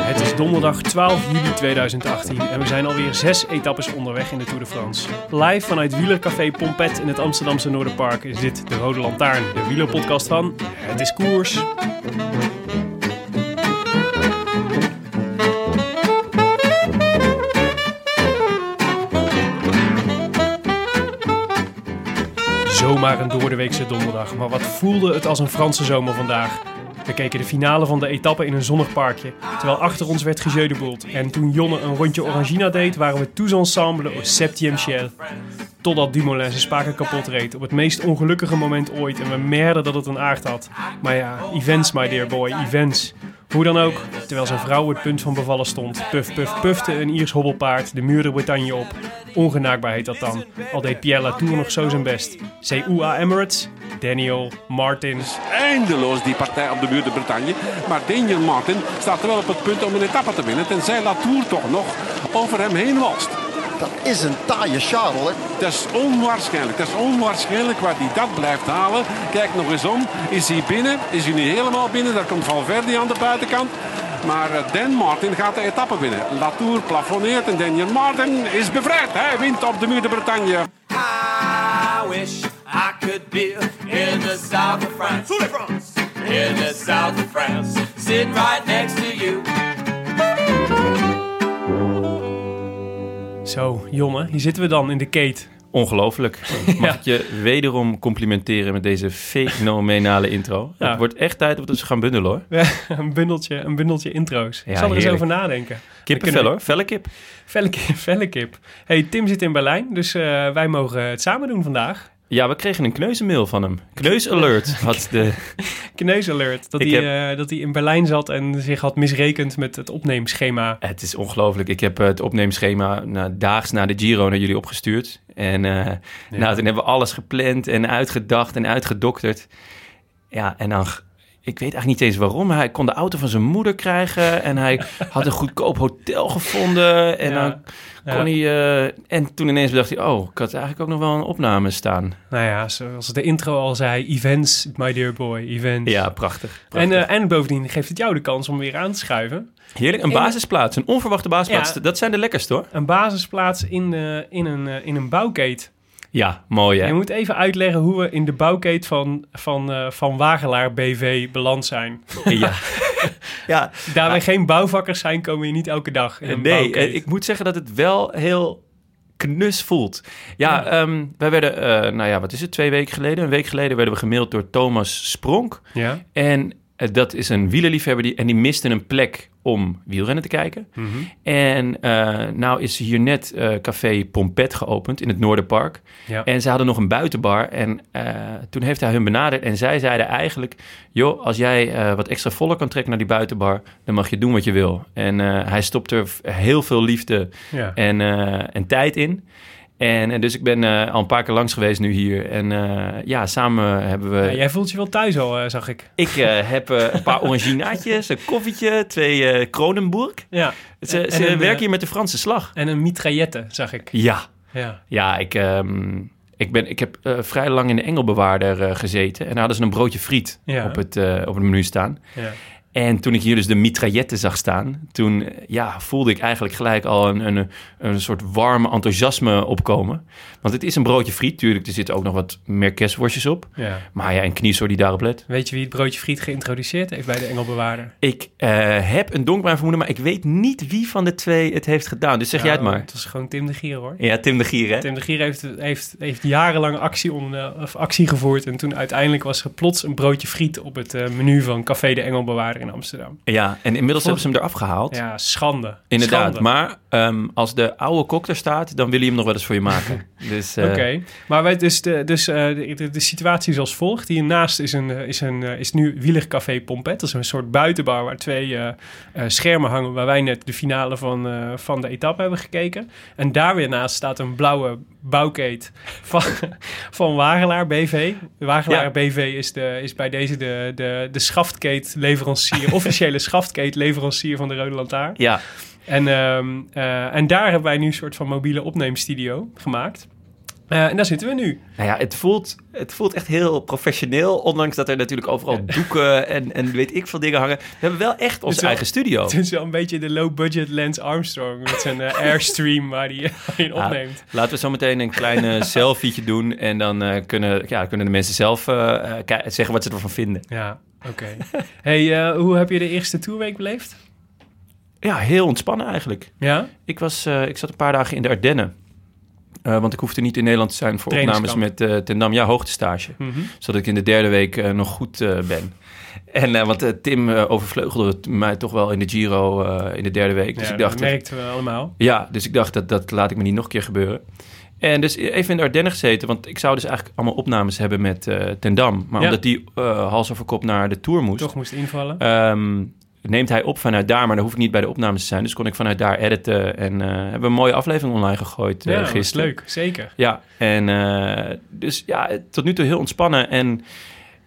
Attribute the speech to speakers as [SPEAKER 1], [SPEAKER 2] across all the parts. [SPEAKER 1] Het is donderdag 12 juli 2018 en we zijn alweer zes etappes onderweg in de Tour de France. Live vanuit wielercafé Pompet in het Amsterdamse Noorderpark is dit de Rode Lantaarn, de wielerpodcast van Het is Koers. Zomaar een doordeweekse donderdag, maar wat voelde het als een Franse zomer vandaag. We keken de finale van de etappe in een zonnig parkje, terwijl achter ons werd gejeudeboeld. En toen Jonne een rondje Orangina deed, waren we tous ensemble au septième ciel. Totdat Dumoulin zijn spaken kapot reed op het meest ongelukkige moment ooit en we merden dat het een aard had. Maar ja, events my dear boy, events. Hoe dan ook, terwijl zijn vrouw het punt van bevallen stond, puf puf pufte een Iers hobbelpaard de muur de Bretagne op. Ongenaakbaar heet dat dan, al deed Pierre Latour nog zo zijn best. CUA Emirates, Daniel, Martin,
[SPEAKER 2] eindeloos die partij op de buurt de Bretagne. Maar Daniel Martin staat wel op het punt om een etappe te winnen. Tenzij Latour toch nog over hem heen walst.
[SPEAKER 3] Dat is een taaie charrel, hè?
[SPEAKER 2] Dat is onwaarschijnlijk. Dat is onwaarschijnlijk waar hij dat blijft halen. Kijk nog eens om. Is hij binnen? Is hij niet helemaal binnen? Daar komt Valverde aan de buitenkant. Maar eh, Dan Martin gaat de etappe winnen. Latour plafonneert en Daniel Martin is bevrijd. Hij wint op de muur de Bretagne.
[SPEAKER 4] I wish I could be in the south of France. In the south of France. Sitting right next to you.
[SPEAKER 1] Zo, jongen, hier zitten we dan in de kate.
[SPEAKER 5] Ongelooflijk. Mag ik je wederom complimenteren met deze fenomenale intro?
[SPEAKER 1] Ja.
[SPEAKER 5] Het wordt echt tijd dat we ze gaan bundelen hoor.
[SPEAKER 1] een, bundeltje, een bundeltje intro's.
[SPEAKER 5] Ja,
[SPEAKER 1] ik zal er eens
[SPEAKER 5] heerlijk.
[SPEAKER 1] over nadenken.
[SPEAKER 5] Kippenvel hoor, felle kip.
[SPEAKER 1] Velle kip. Velle kip. Hey, Tim zit in Berlijn, dus eh, wij mogen het samen doen vandaag.
[SPEAKER 5] Ja, we kregen een kneuzenmail van hem. Kneus alert had de...
[SPEAKER 1] Kneus alert, dat
[SPEAKER 5] Ik
[SPEAKER 1] hij, eh, dat hij in Berlijn zat en zich had misrekend met het opneemschema.
[SPEAKER 5] Het is ongelooflijk. Ik heb eh, het opneemschema na, daags na de Giro naar jullie opgestuurd. En eh, nou, toen hebben we alles gepland en uitgedacht en uitgedokterd. Ja, en dan... g- Ik weet eigenlijk niet eens waarom. Hij kon de auto van zijn moeder krijgen en hij had een goedkoop hotel gevonden. En
[SPEAKER 1] Ja.
[SPEAKER 5] dan Kon hij, eh, en toen ineens bedacht hij, oh, ik had eigenlijk ook nog wel een opname staan.
[SPEAKER 1] Nou ja, zoals de intro al zei, events, my dear boy, events.
[SPEAKER 5] Ja, prachtig.
[SPEAKER 1] en,
[SPEAKER 5] prachtig.
[SPEAKER 1] eh, en bovendien geeft het jou de kans om weer aan te schuiven.
[SPEAKER 5] Heerlijk, een basisplaats, een onverwachte basisplaats.
[SPEAKER 1] Ja.
[SPEAKER 5] Dat zijn de lekkerste hoor.
[SPEAKER 1] Een basisplaats in, eh, in, een, eh, in een bouwketen.
[SPEAKER 5] Ja, mooi hè.
[SPEAKER 1] Je moet even uitleggen hoe we in de bouwkeet van, van, eh, van Wagelaar BV beland zijn.
[SPEAKER 5] Ja. ja.
[SPEAKER 1] Daar wij geen bouwvakkers zijn, komen we hier niet elke dag in een
[SPEAKER 5] Nee,
[SPEAKER 1] bouwkeet.
[SPEAKER 5] Ah. eh, ik moet zeggen dat het wel heel knus voelt. Ja, ehm, wij werden, eh, nou ja, wat is het, twee weken geleden? Een week geleden werden we gemaild door Thomas Spronk.
[SPEAKER 1] Ja,
[SPEAKER 5] En eh, dat is een wielerliefhebber die, en die miste een plek om wielrennen te kijken.
[SPEAKER 1] Mhm.
[SPEAKER 5] En eh, nou is hier net eh, Café Pompet geopend in het Noorderpark.
[SPEAKER 1] ja.
[SPEAKER 5] En ze hadden nog een buitenbar. En eh, toen heeft hij hun benaderd. En zij zeiden eigenlijk... joh, als jij eh, wat extra volk kan trekken naar die buitenbar... dan mag je doen wat je wil. En eh, hij stopt er v- heel veel liefde
[SPEAKER 1] ja.
[SPEAKER 5] en, eh, en tijd in. En, en dus ik ben eh, al een paar keer langs geweest nu hier. En eh, ja, samen hebben we...
[SPEAKER 1] Ja, jij voelt je wel thuis al, eh, zag ik.
[SPEAKER 5] Ik eh, heb eh, een paar oranginaatjes, een koffietje, twee eh Kronenburg.
[SPEAKER 1] Ja,
[SPEAKER 5] Ze,
[SPEAKER 1] En-
[SPEAKER 5] ze
[SPEAKER 1] en een,
[SPEAKER 5] werken
[SPEAKER 1] eh,
[SPEAKER 5] hier met de Franse slag.
[SPEAKER 1] en een mitraillette, zag ik.
[SPEAKER 5] Ja,
[SPEAKER 1] Ja,
[SPEAKER 5] ja ik, ehm, ik, ben, ik heb eh, vrij lang in de Engelbewaarder eh, gezeten. En daar hadden ze een broodje friet
[SPEAKER 1] Ja.
[SPEAKER 5] op, het, eh, op het menu staan.
[SPEAKER 1] ja.
[SPEAKER 5] En toen ik hier dus de mitraillette zag staan... toen eh, ja, voelde ik eigenlijk gelijk al een, een, een soort warm enthousiasme opkomen. Want het is een broodje friet, tuurlijk. Er zitten ook nog wat merkesworstjes op.
[SPEAKER 1] ja.
[SPEAKER 5] Maar ja, en kniesoor die daarop let.
[SPEAKER 1] Weet je wie het broodje friet geïntroduceerd heeft bij de Engelbewaarder?
[SPEAKER 5] Ik eh, heb een donkbaar vermoeden, maar ik weet niet wie van de twee het heeft gedaan. Dus zeg jij het
[SPEAKER 1] Nou,
[SPEAKER 5] maar.
[SPEAKER 1] Het was gewoon Tim de Gier, hoor.
[SPEAKER 5] Ja, Tim de Gier, hè?
[SPEAKER 1] Tim de Gier heeft, heeft, heeft jarenlang actie, on, eh, of actie gevoerd. En toen uiteindelijk was er plots een broodje friet op het eh, menu van Café de Engelbewaarder. daar in Amsterdam.
[SPEAKER 5] Ja, en inmiddels hebben ze hem eraf gehaald.
[SPEAKER 1] Ja, schande.
[SPEAKER 5] Inderdaad,
[SPEAKER 1] Schande.
[SPEAKER 5] maar ehm, als de oude kok er staat, dan wil hij hem nog wel eens voor je maken. dus, eh,
[SPEAKER 1] Oké, maar wij, dus, de, dus eh, de, de, de situatie is als volgt. Hiernaast is, een, eh, is, een, eh, is nu Wielercafé Pompet. Dat is een soort buitenbar waar twee eh, eh, schermen hangen... waar wij net de finale van, eh, van de etappe hebben gekeken. En daar weer naast staat een blauwe bouwkeet van, van Wagelaar BV. Wagelaar
[SPEAKER 5] Ja.
[SPEAKER 1] BV is, de, is bij deze de, de, de schaftkeetleverancier... officiële schaftkeetleverancier van de Rode Lantaarn.
[SPEAKER 5] Ja,
[SPEAKER 1] En, ehm, eh, en daar hebben wij nu een soort van mobiele opneemstudio gemaakt. Eh, en daar zitten we nu.
[SPEAKER 5] nou ja, het voelt, het voelt echt heel professioneel. Ondanks dat er natuurlijk overal doeken en, en weet ik veel dingen hangen. We hebben wel echt
[SPEAKER 1] is
[SPEAKER 5] onze
[SPEAKER 1] wel-
[SPEAKER 5] eigen studio.
[SPEAKER 1] Het is wel een beetje de low-budget Lance Armstrong met zijn eh, Airstream waar hij in
[SPEAKER 5] Ja,
[SPEAKER 1] opneemt.
[SPEAKER 5] laten we zo meteen een kleine selfietje doen. En dan eh, kunnen, ja, kunnen de mensen zelf eh, eh, ki- zeggen wat ze ervan vinden.
[SPEAKER 1] Ja, oké. hey, eh, hoe heb je de eerste tourweek beleefd?
[SPEAKER 5] Ja, heel ontspannen eigenlijk.
[SPEAKER 1] Ja?
[SPEAKER 5] Ik, was, eh, ik zat een paar dagen in de Ardennen. Eh, want ik hoefde niet in Nederland te zijn voor opnames
[SPEAKER 1] Trainingskamp. Mhm.
[SPEAKER 5] met eh Ten Dam. Ja, hoogtestage. Zodat ik in de derde week eh, nog goed eh, ben. En eh, want eh, Tim eh, overvleugelde het mij toch wel in de Giro eh, in de derde week. Dus
[SPEAKER 1] ja,
[SPEAKER 5] ik dacht,
[SPEAKER 1] dat merkten we allemaal.
[SPEAKER 5] Ja, dus ik dacht, dat, dat laat ik me niet nog een keer gebeuren. En dus even in de Ardennen gezeten, want ik zou dus eigenlijk allemaal opnames hebben met eh Ten Dam. Maar
[SPEAKER 1] Ja.
[SPEAKER 5] omdat die eh, hals over kop naar de Tour moest,
[SPEAKER 1] Toch moest invallen.
[SPEAKER 5] ehm, neemt hij op vanuit daar. Maar dan hoef ik niet bij de opnames te zijn, dus kon ik vanuit daar editen. En eh, hebben we een mooie aflevering online gegooid eh
[SPEAKER 1] ja, dat is
[SPEAKER 5] gisteren.
[SPEAKER 1] leuk. Zeker.
[SPEAKER 5] Ja, en eh, dus ja, tot nu toe heel ontspannen en...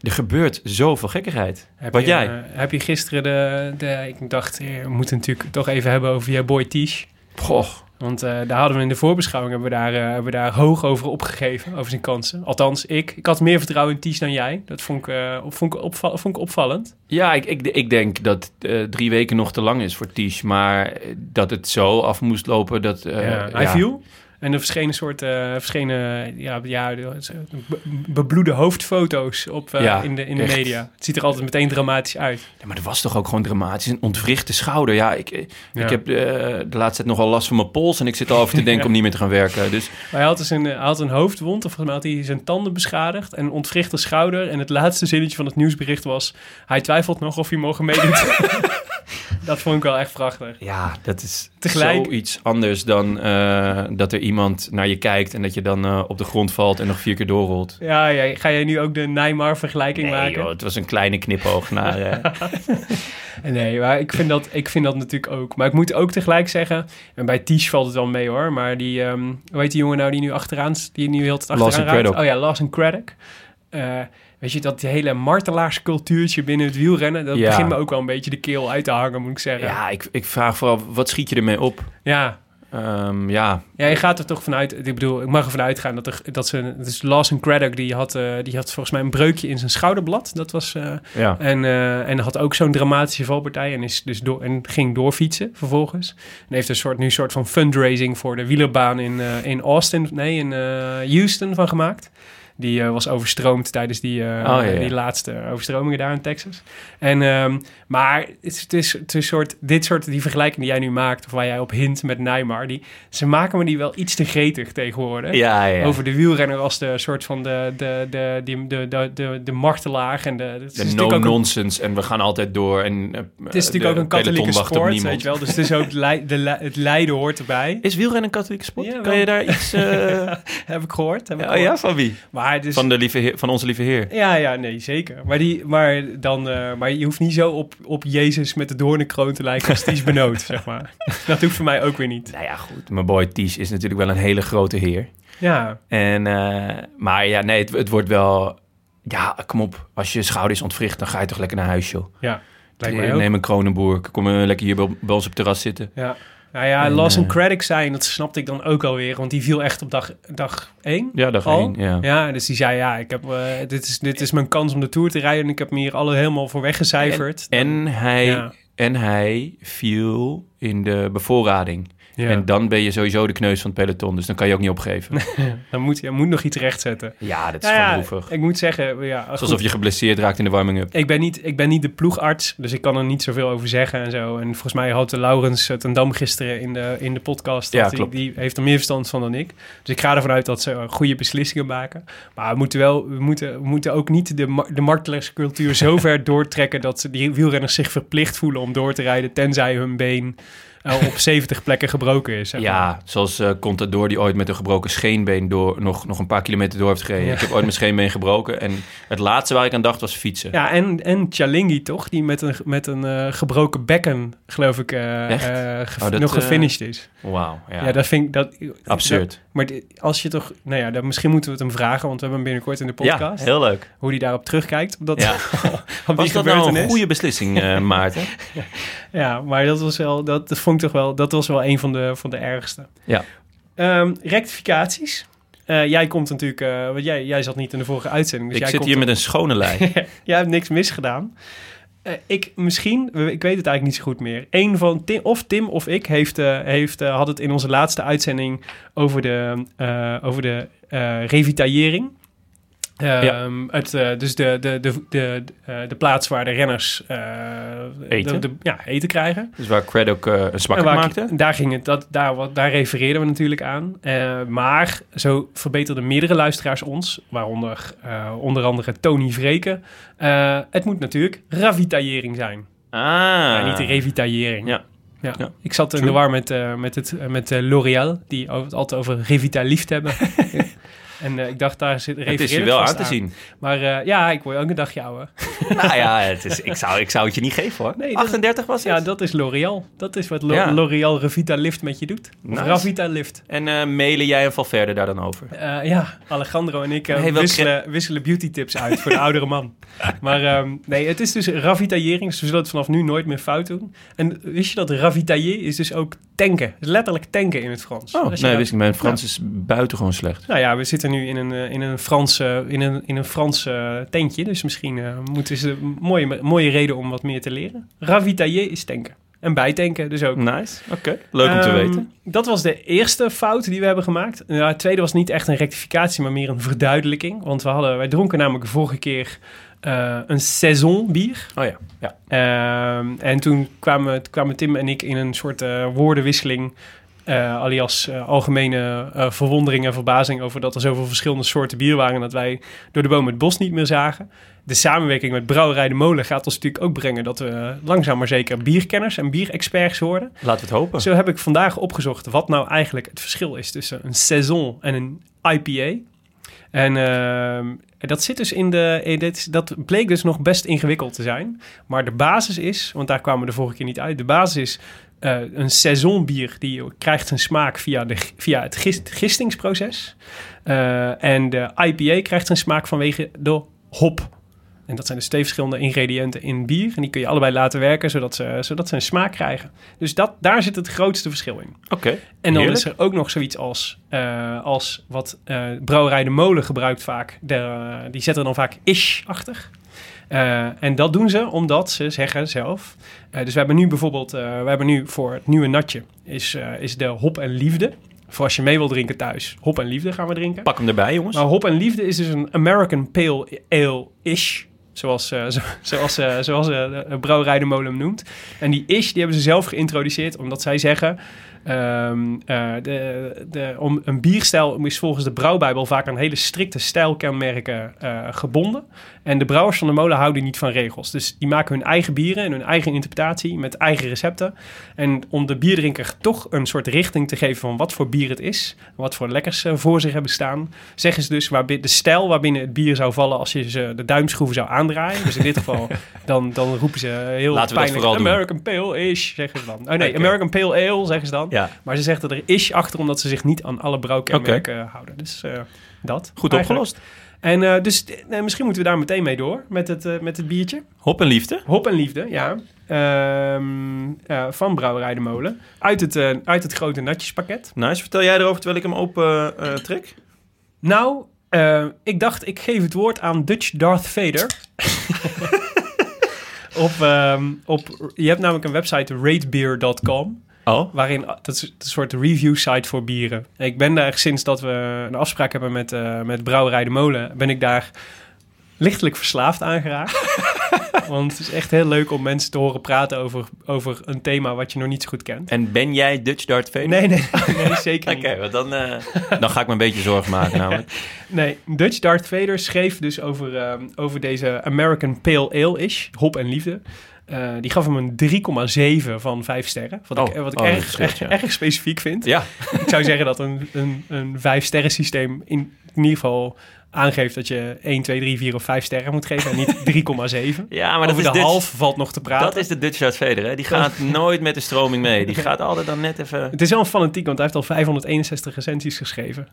[SPEAKER 5] Er gebeurt zoveel gekkigheid.
[SPEAKER 1] Heb
[SPEAKER 5] Wat
[SPEAKER 1] je,
[SPEAKER 5] jij?
[SPEAKER 1] eh, heb je gisteren de, de... Ik dacht, eh, we moeten het natuurlijk toch even hebben over jouw boy Tish.
[SPEAKER 5] Goh,
[SPEAKER 1] Want eh, daar hadden we in de voorbeschouwing hebben we daar, eh, hebben we daar hoog over opgegeven, over zijn kansen. Althans, ik. Ik had meer vertrouwen in Ties dan jij. Dat vond ik, eh, vond ik, opval- vond ik opvallend.
[SPEAKER 5] Ja, ik, ik, ik denk dat eh, drie weken nog te lang is voor Ties. Maar eh, dat het zo af moest lopen dat... eh,
[SPEAKER 1] Ja, hij
[SPEAKER 5] ja.
[SPEAKER 1] viel. En er verschenen soort, eh, verschenen, ja, ja, eh, be- bebloede hoofdfoto's op eh,
[SPEAKER 5] Ja,
[SPEAKER 1] in de, in de
[SPEAKER 5] echt.
[SPEAKER 1] media. Het ziet er altijd meteen dramatisch uit.
[SPEAKER 5] Ja, maar dat was toch ook gewoon dramatisch. Een ontwrichte schouder. Ja, ik, eh,
[SPEAKER 1] Ja.
[SPEAKER 5] ik heb eh, de laatste tijd nogal last van mijn pols. En ik zit al over te denken om niet meer te gaan werken. Dus
[SPEAKER 1] Maar hij had, dus een, hij had een hoofdwond, of volgens mij had hij zijn tanden beschadigd en een ontwrichte schouder. En het laatste zinnetje van het nieuwsbericht was, hij twijfelt nog of hij mogen meedoen. dat vond ik wel echt prachtig.
[SPEAKER 5] ja, dat is
[SPEAKER 1] Tegelijk-
[SPEAKER 5] zoiets anders dan eh, dat er iemand naar je kijkt... en dat je dan eh, op de grond valt en nog vier keer doorrolt.
[SPEAKER 1] Ja, ja, ga jij nu ook de Neymar-vergelijking
[SPEAKER 5] Nee
[SPEAKER 1] maken?
[SPEAKER 5] joh, het was een kleine knipoog naar... eh,
[SPEAKER 1] Nee, maar ik vind, dat, ik vind dat natuurlijk ook. Maar ik moet ook tegelijk zeggen, en bij Tish valt het wel mee hoor, maar die, ehm hoe heet die jongen nou die nu achteraan, s- die nu heel het achteraan
[SPEAKER 5] Lawson
[SPEAKER 1] raakt?
[SPEAKER 5] Craddock.
[SPEAKER 1] Oh ja, Lawson Craddock. Eh, weet je, dat hele martelaarscultuurtje binnen het wielrennen, dat
[SPEAKER 5] Ja.
[SPEAKER 1] begint me ook wel een beetje de keel uit te hangen, moet ik zeggen. Ja,
[SPEAKER 5] ja, ik, ik vraag vooral, wat schiet je ermee op?
[SPEAKER 1] ja.
[SPEAKER 5] Ehm, ja,
[SPEAKER 1] je gaat er toch vanuit, ik bedoel, ik mag ervan uitgaan dat, er, dat ze, dus Lawson Craddock, die had, eh, die had volgens mij een breukje in zijn schouderblad. Dat was... eh,
[SPEAKER 5] ja.
[SPEAKER 1] En, eh, en had ook zo'n dramatische valpartij en, is dus door, en ging doorfietsen vervolgens. En heeft een soort, nu een soort van fundraising voor de wielerbaan in, eh, in Austin, nee, in eh, Houston van gemaakt. Die eh, was overstroomd tijdens die, eh,
[SPEAKER 5] Oh, ja, ja.
[SPEAKER 1] die laatste overstromingen daar in Texas. En, ehm, maar het, is- het is, het is soort, dit soort, die vergelijking die jij nu maakt, of waar jij op hint met Neymar, die, ze maken me die wel iets te gretig tegenwoordig
[SPEAKER 5] Ja, ja.
[SPEAKER 1] over de wielrenner als de soort van de, de, de, die- de, de, de, de martelaar. En de, het is
[SPEAKER 5] de
[SPEAKER 1] natuurlijk ook een-
[SPEAKER 5] no-nonsense en we gaan altijd door. En, eh,
[SPEAKER 1] het is natuurlijk ook een katholieke sport, weet je wel. Dus het is ook lei- de, le- het lijden hoort erbij.
[SPEAKER 5] Is wielrennen een katholieke sport?
[SPEAKER 1] Ja, wel.
[SPEAKER 5] kan je daar iets... eh,
[SPEAKER 1] Heb ik gehoord. Heb ik
[SPEAKER 5] oh ja,
[SPEAKER 1] gehoord.
[SPEAKER 5] van wie?
[SPEAKER 1] Maar het is-
[SPEAKER 5] Van, de lieve heer, van onze lieve heer.
[SPEAKER 1] Ja, ja, nee, zeker. Maar, die, maar, dan, eh, maar je hoeft niet zo op, op Jezus met de doornenkroon te lijken als Ties Benoot, zeg maar. Dat hoeft voor mij ook weer niet.
[SPEAKER 5] Nou ja, goed. Mijn boy Ties is natuurlijk wel een hele grote heer.
[SPEAKER 1] Ja,
[SPEAKER 5] En, eh, maar ja, nee, het, het wordt wel... Ja, kom op. Als je schouders ontwricht, dan ga je toch lekker naar huis, joh.
[SPEAKER 1] ja. Lijkt mij ook.
[SPEAKER 5] Neem een Kronenboer. Kom eh, lekker hier bij, bij ons op het terras zitten.
[SPEAKER 1] Ja. Nou ja,
[SPEAKER 5] En,
[SPEAKER 1] Lawson
[SPEAKER 5] eh,
[SPEAKER 1] Craddock zijn, dat snapte ik dan ook alweer. Want die viel echt op dag, dag één.
[SPEAKER 5] Ja, dag
[SPEAKER 1] al.
[SPEAKER 5] één, ja.
[SPEAKER 1] dus die zei, ja, ik heb, eh, dit, is, dit is mijn kans om de Tour te rijden. En ik heb me hier alle helemaal voor weggecijferd.
[SPEAKER 5] En hij,
[SPEAKER 1] Ja.
[SPEAKER 5] en hij viel in de bevoorrading.
[SPEAKER 1] Ja.
[SPEAKER 5] En dan ben je sowieso de kneus van het peloton. Dus dan kan je ook niet opgeven.
[SPEAKER 1] Dan moet je moet nog iets rechtzetten.
[SPEAKER 5] Ja, dat is
[SPEAKER 1] Nou
[SPEAKER 5] gewoon
[SPEAKER 1] ja,
[SPEAKER 5] droevig.
[SPEAKER 1] ik moet zeggen, ja, goed.
[SPEAKER 5] Alsof je geblesseerd raakt in de warming-up.
[SPEAKER 1] ik, ben niet, ik ben niet de ploegarts, dus ik kan er niet zoveel over zeggen en zo. En volgens mij had de Laurens eh, ten Dam gisteren in de, in de podcast,
[SPEAKER 5] Ja,
[SPEAKER 1] dat die,
[SPEAKER 5] klopt.
[SPEAKER 1] die heeft er meer verstand van dan ik. Dus ik ga ervan uit dat ze eh, goede beslissingen maken. Maar we moeten, wel, we moeten, we moeten ook niet de, mar- de martelaarscultuur zo ver doortrekken dat ze die wielrenners zich verplicht voelen om door te rijden, tenzij hun been eh, op 70 plekken gebroken is. zeg maar.
[SPEAKER 5] Ja, zoals eh Contador die ooit met een gebroken scheenbeen door, nog, nog een paar kilometer door heeft gereden.
[SPEAKER 1] Ja.
[SPEAKER 5] Ik heb ooit mijn scheenbeen gebroken. En het laatste waar ik aan dacht was fietsen.
[SPEAKER 1] Ja, en, en Chalingi toch? Die met een, met een eh, gebroken bekken, geloof ik, eh,
[SPEAKER 5] Echt?
[SPEAKER 1] eh, ge-
[SPEAKER 5] Oh, dat,
[SPEAKER 1] nog
[SPEAKER 5] eh,
[SPEAKER 1] gefinished is.
[SPEAKER 5] Wauw, ja.
[SPEAKER 1] Ja, dat vind ik... Dat,
[SPEAKER 5] absurd.
[SPEAKER 1] dat- maar di- als je toch... Nou ja, dan, misschien moeten we het hem vragen, want we hebben hem binnenkort in de podcast.
[SPEAKER 5] Ja, heel leuk.
[SPEAKER 1] Hoe hij daarop terugkijkt. Op dat,
[SPEAKER 5] Ja.
[SPEAKER 1] op die
[SPEAKER 5] Was dat nou een
[SPEAKER 1] gebeurtenis.
[SPEAKER 5] goede beslissing, eh, Maarten?
[SPEAKER 1] Dus Ja, maar dat was wel... Dat, dat vond ik toch wel... Dat was wel een van de, van de ergste.
[SPEAKER 5] Ja.
[SPEAKER 1] Ehm, rectificaties. Eh, jij komt natuurlijk... eh, want jij, jij zat niet in de vorige uitzending. Dus
[SPEAKER 5] ik
[SPEAKER 1] jij
[SPEAKER 5] zit
[SPEAKER 1] komt
[SPEAKER 5] hier met een schone lijn.
[SPEAKER 1] Jij hebt niks misgedaan. Eh, ik misschien, ik weet het eigenlijk niet zo goed meer. Eén van Tim, of Tim of ik heeft, eh, heeft, eh, had het in onze laatste uitzending over de, eh, over de eh, revitaillering. Ehm, het, eh, dus de, de, de, de, eh, de plaats waar de renners eh,
[SPEAKER 5] Eten.
[SPEAKER 1] De, de- ja, eten krijgen.
[SPEAKER 5] dus waar Cred ook eh, een zwakke
[SPEAKER 1] En waar ik-
[SPEAKER 5] maakte.
[SPEAKER 1] Daar, ging het, dat, daar, wat- daar refereerden we natuurlijk aan. Eh, maar zo verbeterden meerdere luisteraars ons, waaronder eh, onder andere Tony Vreken. Eh, het moet natuurlijk ravitaillering zijn,
[SPEAKER 5] Ah.
[SPEAKER 1] en niet revitaillering.
[SPEAKER 5] Ja.
[SPEAKER 1] Ja.
[SPEAKER 5] Ja.
[SPEAKER 1] Ik zat in de war met, eh, met, het, eh, met eh, L'Oreal, die over- het altijd over revitaliefd hebben. en eh, ik dacht, daar zit
[SPEAKER 5] het is je
[SPEAKER 1] refereert
[SPEAKER 5] wel
[SPEAKER 1] vast
[SPEAKER 5] aan te zien.
[SPEAKER 1] Maar eh, ja, ik word ook een dagje ouder.
[SPEAKER 5] nou ja, het is, ik, zou, ik zou het je niet geven hoor.
[SPEAKER 1] Nee, dat-
[SPEAKER 5] 38 was het.
[SPEAKER 1] Ja, dat is L'Oreal. Dat is wat Lo-
[SPEAKER 5] Ja.
[SPEAKER 1] L'Oreal Revitalift met je doet. Of
[SPEAKER 5] Nice.
[SPEAKER 1] Ravitalift.
[SPEAKER 5] En eh, mailen jij en Valverde daar dan over?
[SPEAKER 1] Eh, ja, Alejandro en ik eh,
[SPEAKER 5] Hey, welke-
[SPEAKER 1] wisselen, wisselen beauty tips uit voor de oudere man. Maar ehm, nee, het is dus ravitaillering. Dus we zullen het vanaf nu nooit meer fout doen. En wist je dat ravitailler is dus ook tanken? Dus letterlijk tanken in het Frans.
[SPEAKER 5] Oh,
[SPEAKER 1] Als je
[SPEAKER 5] nee,
[SPEAKER 1] dat-
[SPEAKER 5] wist ik. Mijn Frans is buitengewoon slecht.
[SPEAKER 1] Nou ja, we zitten nu in een, eh, in een Franse in een, in een Frans, eh, tentje. Dus misschien eh, moeten ze een mooie, mooie reden om wat meer te leren. Ravitailler is tanken. En bijtanken dus ook.
[SPEAKER 5] Nice, oké. Leuk om te
[SPEAKER 1] Ehm,
[SPEAKER 5] weten.
[SPEAKER 1] Dat was de eerste fout die we hebben gemaakt. Nou, het tweede was niet echt een rectificatie, maar meer een verduidelijking. Want we hadden, wij dronken namelijk de vorige keer eh, een saison bier.
[SPEAKER 5] Oh ja, ja.
[SPEAKER 1] Ehm, en toen kwamen, kwamen Tim en ik in een soort eh, woordenwisseling. eh alias eh, algemene eh, verwondering en verbazing over dat er zoveel verschillende soorten bier waren. en dat wij door de boom het bos niet meer zagen. De samenwerking met Brouwerij de Molen gaat ons natuurlijk ook brengen dat we langzaam maar zeker bierkenners en bierexperts worden.
[SPEAKER 5] Laten we het hopen.
[SPEAKER 1] Zo heb ik vandaag opgezocht wat nou eigenlijk het verschil is tussen een saison en een IPA. En ehm, dat zit dus in de. eh, dit is- Dat bleek dus nog best ingewikkeld te zijn. Maar de basis is, want daar kwamen we de vorige keer niet uit. De basis is eh, een saisonbier die krijgt zijn smaak via, de, g- via het gist- gistingsproces. Eh, en de IPA krijgt zijn smaak vanwege de hop. En dat zijn dus twee verschillende ingrediënten in bier. En die kun je allebei laten werken, zodat ze, zodat ze een smaak krijgen. Dus dat, daar zit het grootste verschil in.
[SPEAKER 5] Oké.
[SPEAKER 1] En dan
[SPEAKER 5] Heerlijk.
[SPEAKER 1] is er ook nog zoiets als, eh, als wat eh, Brouwerij de Molen gebruikt vaak. De, eh, die zetten dan vaak ish achter. Eh, en dat doen ze omdat ze zeggen zelf. eh, dus we hebben nu bijvoorbeeld, eh, we hebben nu voor het nieuwe natje is, eh, is de hop en liefde. Voor als je mee wil drinken thuis, hop en liefde gaan we drinken.
[SPEAKER 5] Pak hem erbij, jongens.
[SPEAKER 1] Maar Hop en Liefde is dus een American Pale Ale-ish. Zoals, eh, zo- zoals, eh, zoals eh, de brouwerij de molen hem noemt. En die ish, die hebben ze zelf geïntroduceerd. Omdat zij zeggen... ehm, eh, de, de, om, een bierstijl is volgens de brouwbijbel vaak aan hele strikte stijlkenmerken eh, gebonden. En de brouwers van de molen houden niet van regels. Dus die maken hun eigen bieren en hun eigen interpretatie met eigen recepten. En om de bierdrinker toch een soort richting te geven van wat voor bier het is, wat voor lekkers eh, voor zich hebben staan, zeggen ze dus waarbin, de stijl waarbinnen het bier zou vallen als je ze de duimschroeven zou aandraaien. Dus in dit geval, dan, dan roepen ze heel
[SPEAKER 5] Laten we dat
[SPEAKER 1] pijnlijk
[SPEAKER 5] vooral doen.
[SPEAKER 1] American Pale Ish, zeggen ze dan. Oh nee,
[SPEAKER 5] Oké.
[SPEAKER 1] American Pale Ale, zeggen ze dan.
[SPEAKER 5] Ja.
[SPEAKER 1] Maar ze zeggen er ish achter omdat ze zich niet aan alle brouwkenmerken houden. Dus eh, dat.
[SPEAKER 5] Goed
[SPEAKER 1] Eigenlijk.
[SPEAKER 5] opgelost.
[SPEAKER 1] En eh, dus eh, nou, misschien moeten we daar meteen mee door met het, eh, met het biertje.
[SPEAKER 5] Hop en liefde.
[SPEAKER 1] Hop en Liefde, ja. Ehm, eh, van Brouwerij de Molen. Uit het, eh, uit het grote natjespakket.
[SPEAKER 5] Nice. Vertel jij erover terwijl ik hem open eh, trek?
[SPEAKER 1] Nou, eh, ik dacht ik geef het woord aan Dutch Darth Vader. op, ehm, op, je hebt namelijk een website, ratebeer.com.
[SPEAKER 5] Oh?
[SPEAKER 1] Waarin, dat is een soort review site voor bieren. En ik ben daar sinds dat we een afspraak hebben met, eh, met Brouwerij de Molen, ben ik daar lichtelijk verslaafd aan geraakt. Want het is echt heel leuk om mensen te horen praten over, over een thema wat je nog niet zo goed kent.
[SPEAKER 5] En ben jij Dutch Dart Vader?
[SPEAKER 1] Nee, nee, nee zeker
[SPEAKER 5] Oké,
[SPEAKER 1] niet.
[SPEAKER 5] want dan, eh, dan ga ik me een beetje zorgen maken namelijk.
[SPEAKER 1] Nee, Dutch Darth Vader schreef dus over, ehm, over deze American Pale Ale-ish, hop en liefde. Eh, die gaf hem een 3,7 van 5 sterren. Wat ik,
[SPEAKER 5] Oh,
[SPEAKER 1] wat ik
[SPEAKER 5] oh, dat is
[SPEAKER 1] erg,
[SPEAKER 5] slecht, ja.
[SPEAKER 1] erg, erg specifiek vind.
[SPEAKER 5] Ja,
[SPEAKER 1] Ik zou zeggen dat een, een, een 5-sterren systeem in, in ieder geval aangeeft dat je 1, 2, 3, 4 of 5 sterren moet geven en niet 3,7.
[SPEAKER 5] ja maar dat
[SPEAKER 1] Over de
[SPEAKER 5] is, Dutch,
[SPEAKER 1] half valt nog te praten.
[SPEAKER 5] dat is de Dutch Dart Vader, hè? Die gaat nooit met de stroming mee. Die gaat altijd dan net even...
[SPEAKER 1] Het is wel een fanatiek, want hij heeft al 561 recensies geschreven.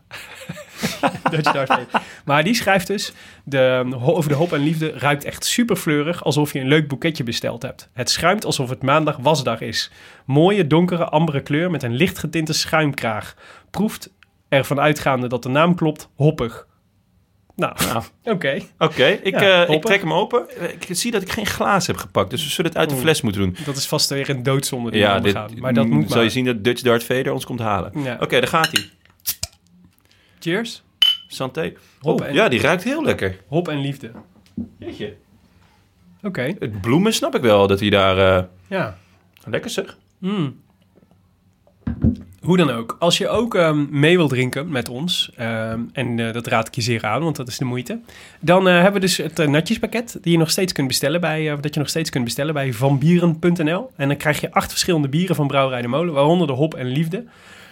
[SPEAKER 1] Dutch Darth Vader. Maar die schrijft dus, de, over de hoop en liefde ruikt echt superfleurig, alsof je een leuk boeketje besteld hebt. Het schuimt alsof het maandag wasdag is. Mooie, donkere, ambere kleur met een licht getinte schuimkraag. Proeft, ervan uitgaande dat de naam klopt, hoppig. Nou,
[SPEAKER 5] Nou.
[SPEAKER 1] oké.
[SPEAKER 5] Oké, ik,
[SPEAKER 1] Ja,
[SPEAKER 5] eh, ik
[SPEAKER 1] hoppen.
[SPEAKER 5] trek hem open. Eh, Ik zie dat ik geen glaas heb gepakt, dus we zullen het uit de
[SPEAKER 1] Oeh.
[SPEAKER 5] fles moeten doen.
[SPEAKER 1] Dat is vast weer een doodzonde die
[SPEAKER 5] Ja,
[SPEAKER 1] ja,
[SPEAKER 5] dit, mm,
[SPEAKER 1] gaan. Maar dat moet
[SPEAKER 5] zal
[SPEAKER 1] maar.
[SPEAKER 5] je zien dat Dutch Dart Vader ons komt halen.
[SPEAKER 1] Ja.
[SPEAKER 5] Oké, daar gaat hij.
[SPEAKER 1] Cheers.
[SPEAKER 5] Santé.
[SPEAKER 1] Hop
[SPEAKER 5] Oh,
[SPEAKER 1] en-
[SPEAKER 5] ja, die ruikt heel lekker.
[SPEAKER 1] Hop en liefde. Oké,
[SPEAKER 5] Jeetje. Het bloemen snap ik wel, dat hij daar... eh,
[SPEAKER 1] ja.
[SPEAKER 5] lekker zeg.
[SPEAKER 1] Hoe dan ook, als je ook ehm, mee wilt drinken met ons, ehm, en eh, dat raad ik je zeer aan, want dat is de moeite, dan eh, hebben we dus het eh, natjespakket die je nog steeds kunt bestellen bij, eh, dat je nog steeds kunt bestellen bij vanbieren.nl. En dan krijg je acht verschillende bieren van Brouwerij de Molen, waaronder de Hop en Liefde,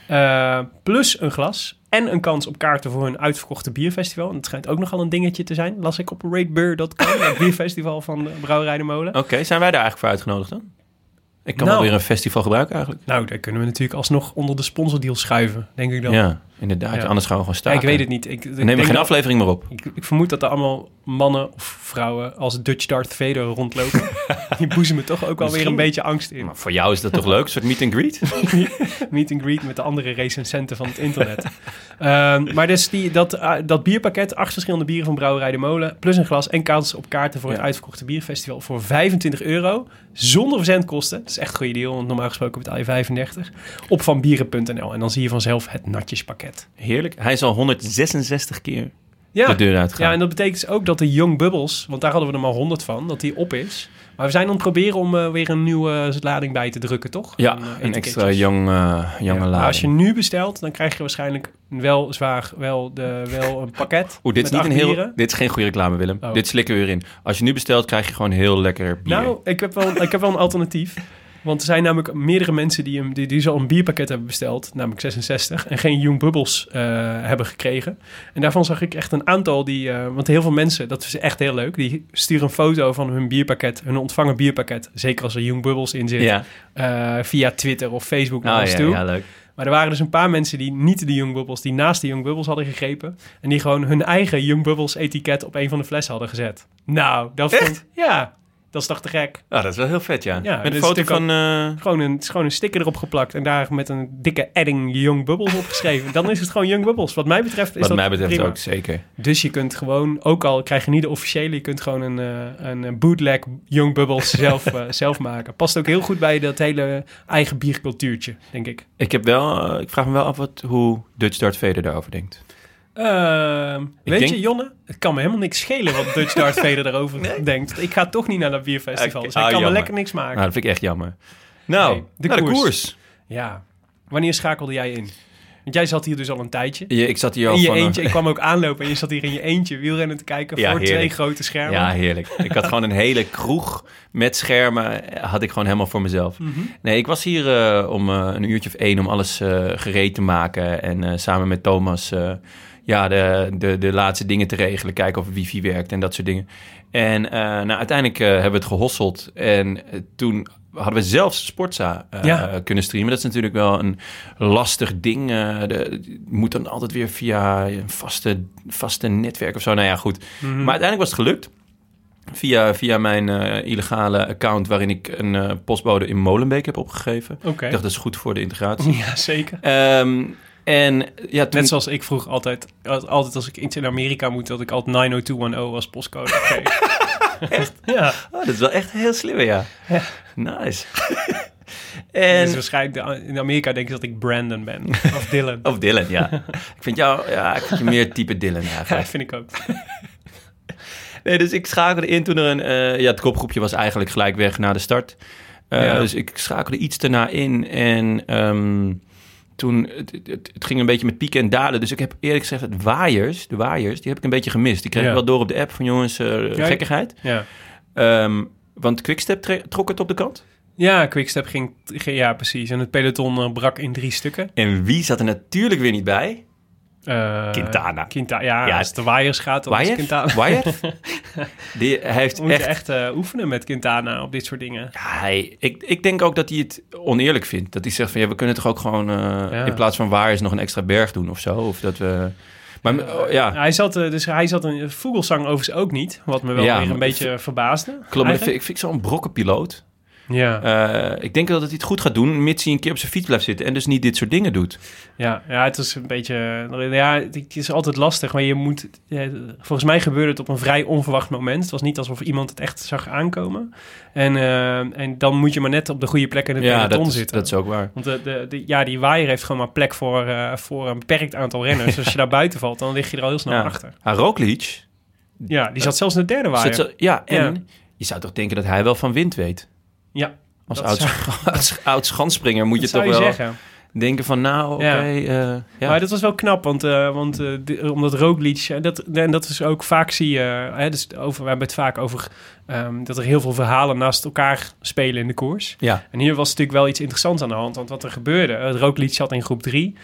[SPEAKER 1] eh, plus een glas en een kans op kaarten voor hun uitverkochte bierfestival. En dat schijnt ook nogal een dingetje te zijn, las ik op ratebeer.com, het bierfestival van eh, Brouwerij de Molen.
[SPEAKER 5] Oké, zijn wij daar eigenlijk voor uitgenodigd dan? Ik kan
[SPEAKER 1] Nou.
[SPEAKER 5] wel weer een festival gebruiken eigenlijk.
[SPEAKER 1] Nou, daar kunnen we natuurlijk alsnog onder de sponsordeal schuiven, denk ik dan.
[SPEAKER 5] Ja, inderdaad.
[SPEAKER 1] Ja.
[SPEAKER 5] Anders gaan we gewoon
[SPEAKER 1] Ja,
[SPEAKER 5] staan.
[SPEAKER 1] ik weet het niet. Ik, ik
[SPEAKER 5] We nemen
[SPEAKER 1] denk
[SPEAKER 5] geen
[SPEAKER 1] dat-
[SPEAKER 5] aflevering meer op.
[SPEAKER 1] Ik, ik vermoed dat er allemaal mannen of vrouwen als Dutch Darth Vader rondlopen. Die boezemen toch ook wel weer
[SPEAKER 5] Misschien.
[SPEAKER 1] een beetje angst in.
[SPEAKER 5] Maar voor jou is dat toch leuk? Een soort meet and greet?
[SPEAKER 1] Meet and greet met de andere recensenten van het internet. Ehm, maar dus die, dat, eh, dat bierpakket, acht verschillende bieren van Brouwerij de Molen, plus een glas en kans op kaarten voor het
[SPEAKER 5] Ja.
[SPEAKER 1] uitverkochte bierfestival voor 25 euro, zonder verzendkosten. Dat is echt een goede deal, want normaal gesproken betaal je 35. Op vanbieren.nl en dan zie je vanzelf het natjespakket.
[SPEAKER 5] Heerlijk. Hij is al 166 keer
[SPEAKER 1] Ja.
[SPEAKER 5] de deur uitgegaan.
[SPEAKER 1] Ja, en dat betekent dus ook dat de Young Bubbles, want daar hadden we er maar 100 van, dat die op is. Maar we zijn aan het proberen om eh, weer een nieuwe eh, lading bij te drukken, toch?
[SPEAKER 5] Ja,
[SPEAKER 1] Aan, eh,
[SPEAKER 5] een
[SPEAKER 1] etiketjes.
[SPEAKER 5] extra jong, eh jonge
[SPEAKER 1] Ja,
[SPEAKER 5] lading.
[SPEAKER 1] maar Als je nu bestelt, dan krijg je waarschijnlijk wel zwaar, wel, de, wel een pakket.
[SPEAKER 5] Oeh, dit is
[SPEAKER 1] met
[SPEAKER 5] niet een
[SPEAKER 1] acht
[SPEAKER 5] heel.
[SPEAKER 1] bieren.
[SPEAKER 5] Dit is geen goede reclame, Willem.
[SPEAKER 1] Oh.
[SPEAKER 5] Dit slikken we weer in. Als je nu bestelt, krijg je gewoon heel lekker bier.
[SPEAKER 1] Nou, ik heb, wel, ik heb wel een alternatief. Want er zijn namelijk meerdere mensen die, hem, die, die zo een bierpakket hebben besteld, namelijk 66, en geen Young Bubbles eh, hebben gekregen. En daarvan zag ik echt een aantal die, eh, want heel veel mensen, dat is echt heel leuk, die sturen een foto van hun bierpakket, hun ontvangen bierpakket, zeker als er Young Bubbles in zit,
[SPEAKER 5] ja.
[SPEAKER 1] eh, via Twitter of Facebook naar
[SPEAKER 5] Ah,
[SPEAKER 1] ons
[SPEAKER 5] ja,
[SPEAKER 1] toe.
[SPEAKER 5] ja, leuk.
[SPEAKER 1] Maar er waren dus een paar mensen die niet de Young Bubbles, die naast de Young Bubbles hadden gegrepen. En die gewoon hun eigen Young Bubbles etiket op een van de flessen hadden gezet. Nou, dat vond... Ja, dat is toch te gek.
[SPEAKER 5] Ah, dat is wel heel vet, ja.
[SPEAKER 1] Ja,
[SPEAKER 5] Met een
[SPEAKER 1] dit
[SPEAKER 5] foto
[SPEAKER 1] is natuurlijk
[SPEAKER 5] van. eh,
[SPEAKER 1] Gewoon een, het is gewoon een sticker erop geplakt en daar met een dikke adding Young Bubbles opgeschreven. Dan is het gewoon Young Bubbles. Wat mij betreft is
[SPEAKER 5] wat
[SPEAKER 1] dat
[SPEAKER 5] mij betreft
[SPEAKER 1] prima.
[SPEAKER 5] ook zeker.
[SPEAKER 1] Dus je kunt gewoon, ook al krijg je niet de officiële, je kunt gewoon een, eh, een eh, bootleg Young Bubbles zelf, eh, zelf maken. Past ook heel goed bij dat hele eigen biercultuurtje, denk ik.
[SPEAKER 5] Ik, heb wel, eh, ik vraag me wel af wat, hoe Dutch Dart Vader daarover denkt.
[SPEAKER 1] Ehm, weet
[SPEAKER 5] denk-
[SPEAKER 1] je, Jonne, het kan me helemaal niks schelen wat Dutch Darth Vader daarover denkt. Ik ga toch niet naar dat bierfestival,
[SPEAKER 5] Oké,
[SPEAKER 1] dus ik
[SPEAKER 5] ah,
[SPEAKER 1] kan me
[SPEAKER 5] jammer.
[SPEAKER 1] lekker niks maken.
[SPEAKER 5] Nou, dat vind ik echt jammer. Nou,
[SPEAKER 1] Nee,
[SPEAKER 5] de,
[SPEAKER 1] de
[SPEAKER 5] naar de
[SPEAKER 1] koers.
[SPEAKER 5] koers.
[SPEAKER 1] Ja. Wanneer schakelde jij in? Want jij zat hier dus al een tijdje.
[SPEAKER 5] Je, ik zat hier al
[SPEAKER 1] In je
[SPEAKER 5] van, eh,
[SPEAKER 1] eentje, ik kwam ook aanlopen en je zat hier in je eentje wielrennen te kijken
[SPEAKER 5] Ja,
[SPEAKER 1] voor twee
[SPEAKER 5] heerlijk.
[SPEAKER 1] grote schermen.
[SPEAKER 5] Ja, heerlijk. Ik had gewoon een hele kroeg met schermen. eh, Had ik gewoon helemaal voor mezelf. Nee, ik was hier eh, om eh, een uurtje of één om alles eh, gereed te maken. En eh, samen met Thomas eh, ja, de, de, de laatste dingen te regelen. Kijken of wifi werkt en dat soort dingen. En eh, nou, uiteindelijk eh, hebben we het gehosseld. En eh, toen hadden we zelfs Sportza eh,
[SPEAKER 1] Ja.
[SPEAKER 5] kunnen streamen. Dat is natuurlijk wel een lastig ding. eh, de, het moet dan altijd weer via een vaste, vaste netwerk of zo. Nou ja, goed. Maar uiteindelijk was het gelukt. Via, via mijn eh, illegale account waarin ik een eh, postbode in Molenbeek heb opgegeven.
[SPEAKER 1] Oké.
[SPEAKER 5] Ik dacht, dat is goed voor de integratie.
[SPEAKER 1] Ja, zeker.
[SPEAKER 5] Ehm, en ja, toen...
[SPEAKER 1] Net zoals ik vroeg altijd, al- altijd als ik iets in Amerika moet, dat ik altijd 90210 als postcode kreeg. Echt? Ja.
[SPEAKER 5] Oh, dat is wel echt heel slim, ja. Nice.
[SPEAKER 1] Dus
[SPEAKER 5] En,
[SPEAKER 1] waarschijnlijk de- in Amerika denken ze dat ik Brandon ben. Of Dylan.
[SPEAKER 5] of Dylan, ja. ik vind jou ja, ik vind je meer type Dylan
[SPEAKER 1] Ja,
[SPEAKER 5] eigenlijk.
[SPEAKER 1] vind ik ook.
[SPEAKER 5] Nee, dus ik schakelde in toen er een... eh, ja, het kopgroepje was eigenlijk gelijk weg na de start. Eh,
[SPEAKER 1] Ja.
[SPEAKER 5] Dus ik schakelde iets daarna in en ehm, toen... Het, het- het, het ging een beetje met pieken en dalen. Dus ik heb eerlijk gezegd, het waaiers, de waaiers, die heb ik een beetje gemist. Die kreeg
[SPEAKER 1] Ja.
[SPEAKER 5] ik wel door op de app van jongens, eh,
[SPEAKER 1] Ja,
[SPEAKER 5] gekkigheid.
[SPEAKER 1] Ja.
[SPEAKER 5] Ehm, want Quickstep tre- trok het op de kant.
[SPEAKER 1] Ja, Quickstep ging, ging- Ja, precies. En het peloton eh, brak in drie stukken.
[SPEAKER 5] En wie zat er natuurlijk weer niet bij?
[SPEAKER 1] Eh,
[SPEAKER 5] Quintana.
[SPEAKER 1] Quinta ja,
[SPEAKER 5] Ja,
[SPEAKER 1] als het de waaiers gaat, dan is Quintana.
[SPEAKER 5] Wyatt? Wyatt? Die, hij heeft
[SPEAKER 1] Dan moet je echt,
[SPEAKER 5] echt...
[SPEAKER 1] eh, oefenen met Quintana op dit soort dingen.
[SPEAKER 5] Ja, hij, ik, ik denk ook dat hij het oneerlijk vindt. Dat hij zegt van ja, we kunnen toch ook gewoon eh, in plaats van waar is nog een extra berg doen of zo. Of dat we. Maar oh, ja,
[SPEAKER 1] Hij zat, eh, dus hij zat een vogelsang overigens ook niet, wat me wel
[SPEAKER 5] Ja,
[SPEAKER 1] weer een
[SPEAKER 5] maar-
[SPEAKER 1] beetje verbaasde.
[SPEAKER 5] klopt. Ik vind,
[SPEAKER 1] eigenlijk.
[SPEAKER 5] ik vind zo'n brokkenpiloot.
[SPEAKER 1] Ja,
[SPEAKER 5] Eh, ik denk dat hij het goed gaat doen, mits hij een keer op zijn fiets blijft zitten en dus niet dit soort dingen doet.
[SPEAKER 1] ja, ja, het is een beetje, ja, het is altijd lastig, maar je moet, ja, volgens mij gebeurde het op een vrij onverwacht moment. Het was niet alsof iemand het echt zag aankomen. En, eh, en dan moet je maar net op de goede plek in het
[SPEAKER 5] ja,
[SPEAKER 1] peloton
[SPEAKER 5] dat is,
[SPEAKER 1] zitten.
[SPEAKER 5] dat is ook waar.
[SPEAKER 1] Want de, de, de- ja, die waaier heeft gewoon maar plek voor, eh, voor een beperkt aantal renners. Dus als je daar buiten valt, dan lig je er al heel snel
[SPEAKER 5] Ja.
[SPEAKER 1] achter.
[SPEAKER 5] Ah, Roglic,
[SPEAKER 1] Ja, die zat zelfs in de derde waaier.
[SPEAKER 5] zit zo- ja, en
[SPEAKER 1] Ja.
[SPEAKER 5] je zou toch denken dat hij wel van wind weet.
[SPEAKER 1] ja,
[SPEAKER 5] Als
[SPEAKER 1] Dat
[SPEAKER 5] oud, als oud schansspringer moet je
[SPEAKER 1] dat
[SPEAKER 5] toch
[SPEAKER 1] zou je
[SPEAKER 5] wel
[SPEAKER 1] zeggen.
[SPEAKER 5] denken van nou, oké.
[SPEAKER 1] Ja.
[SPEAKER 5] eh, ja.
[SPEAKER 1] Maar dat was wel knap, want, eh, want eh, de- omdat Roglic... eh, Dat, en dat is ook vaak zie je... hè, dus over, we hebben het vaak over ehm, dat er heel veel verhalen naast elkaar spelen in de koers.
[SPEAKER 5] ja.
[SPEAKER 1] En hier was natuurlijk wel iets interessants aan de hand. Want wat er gebeurde, eh, Roglic zat in groep 3.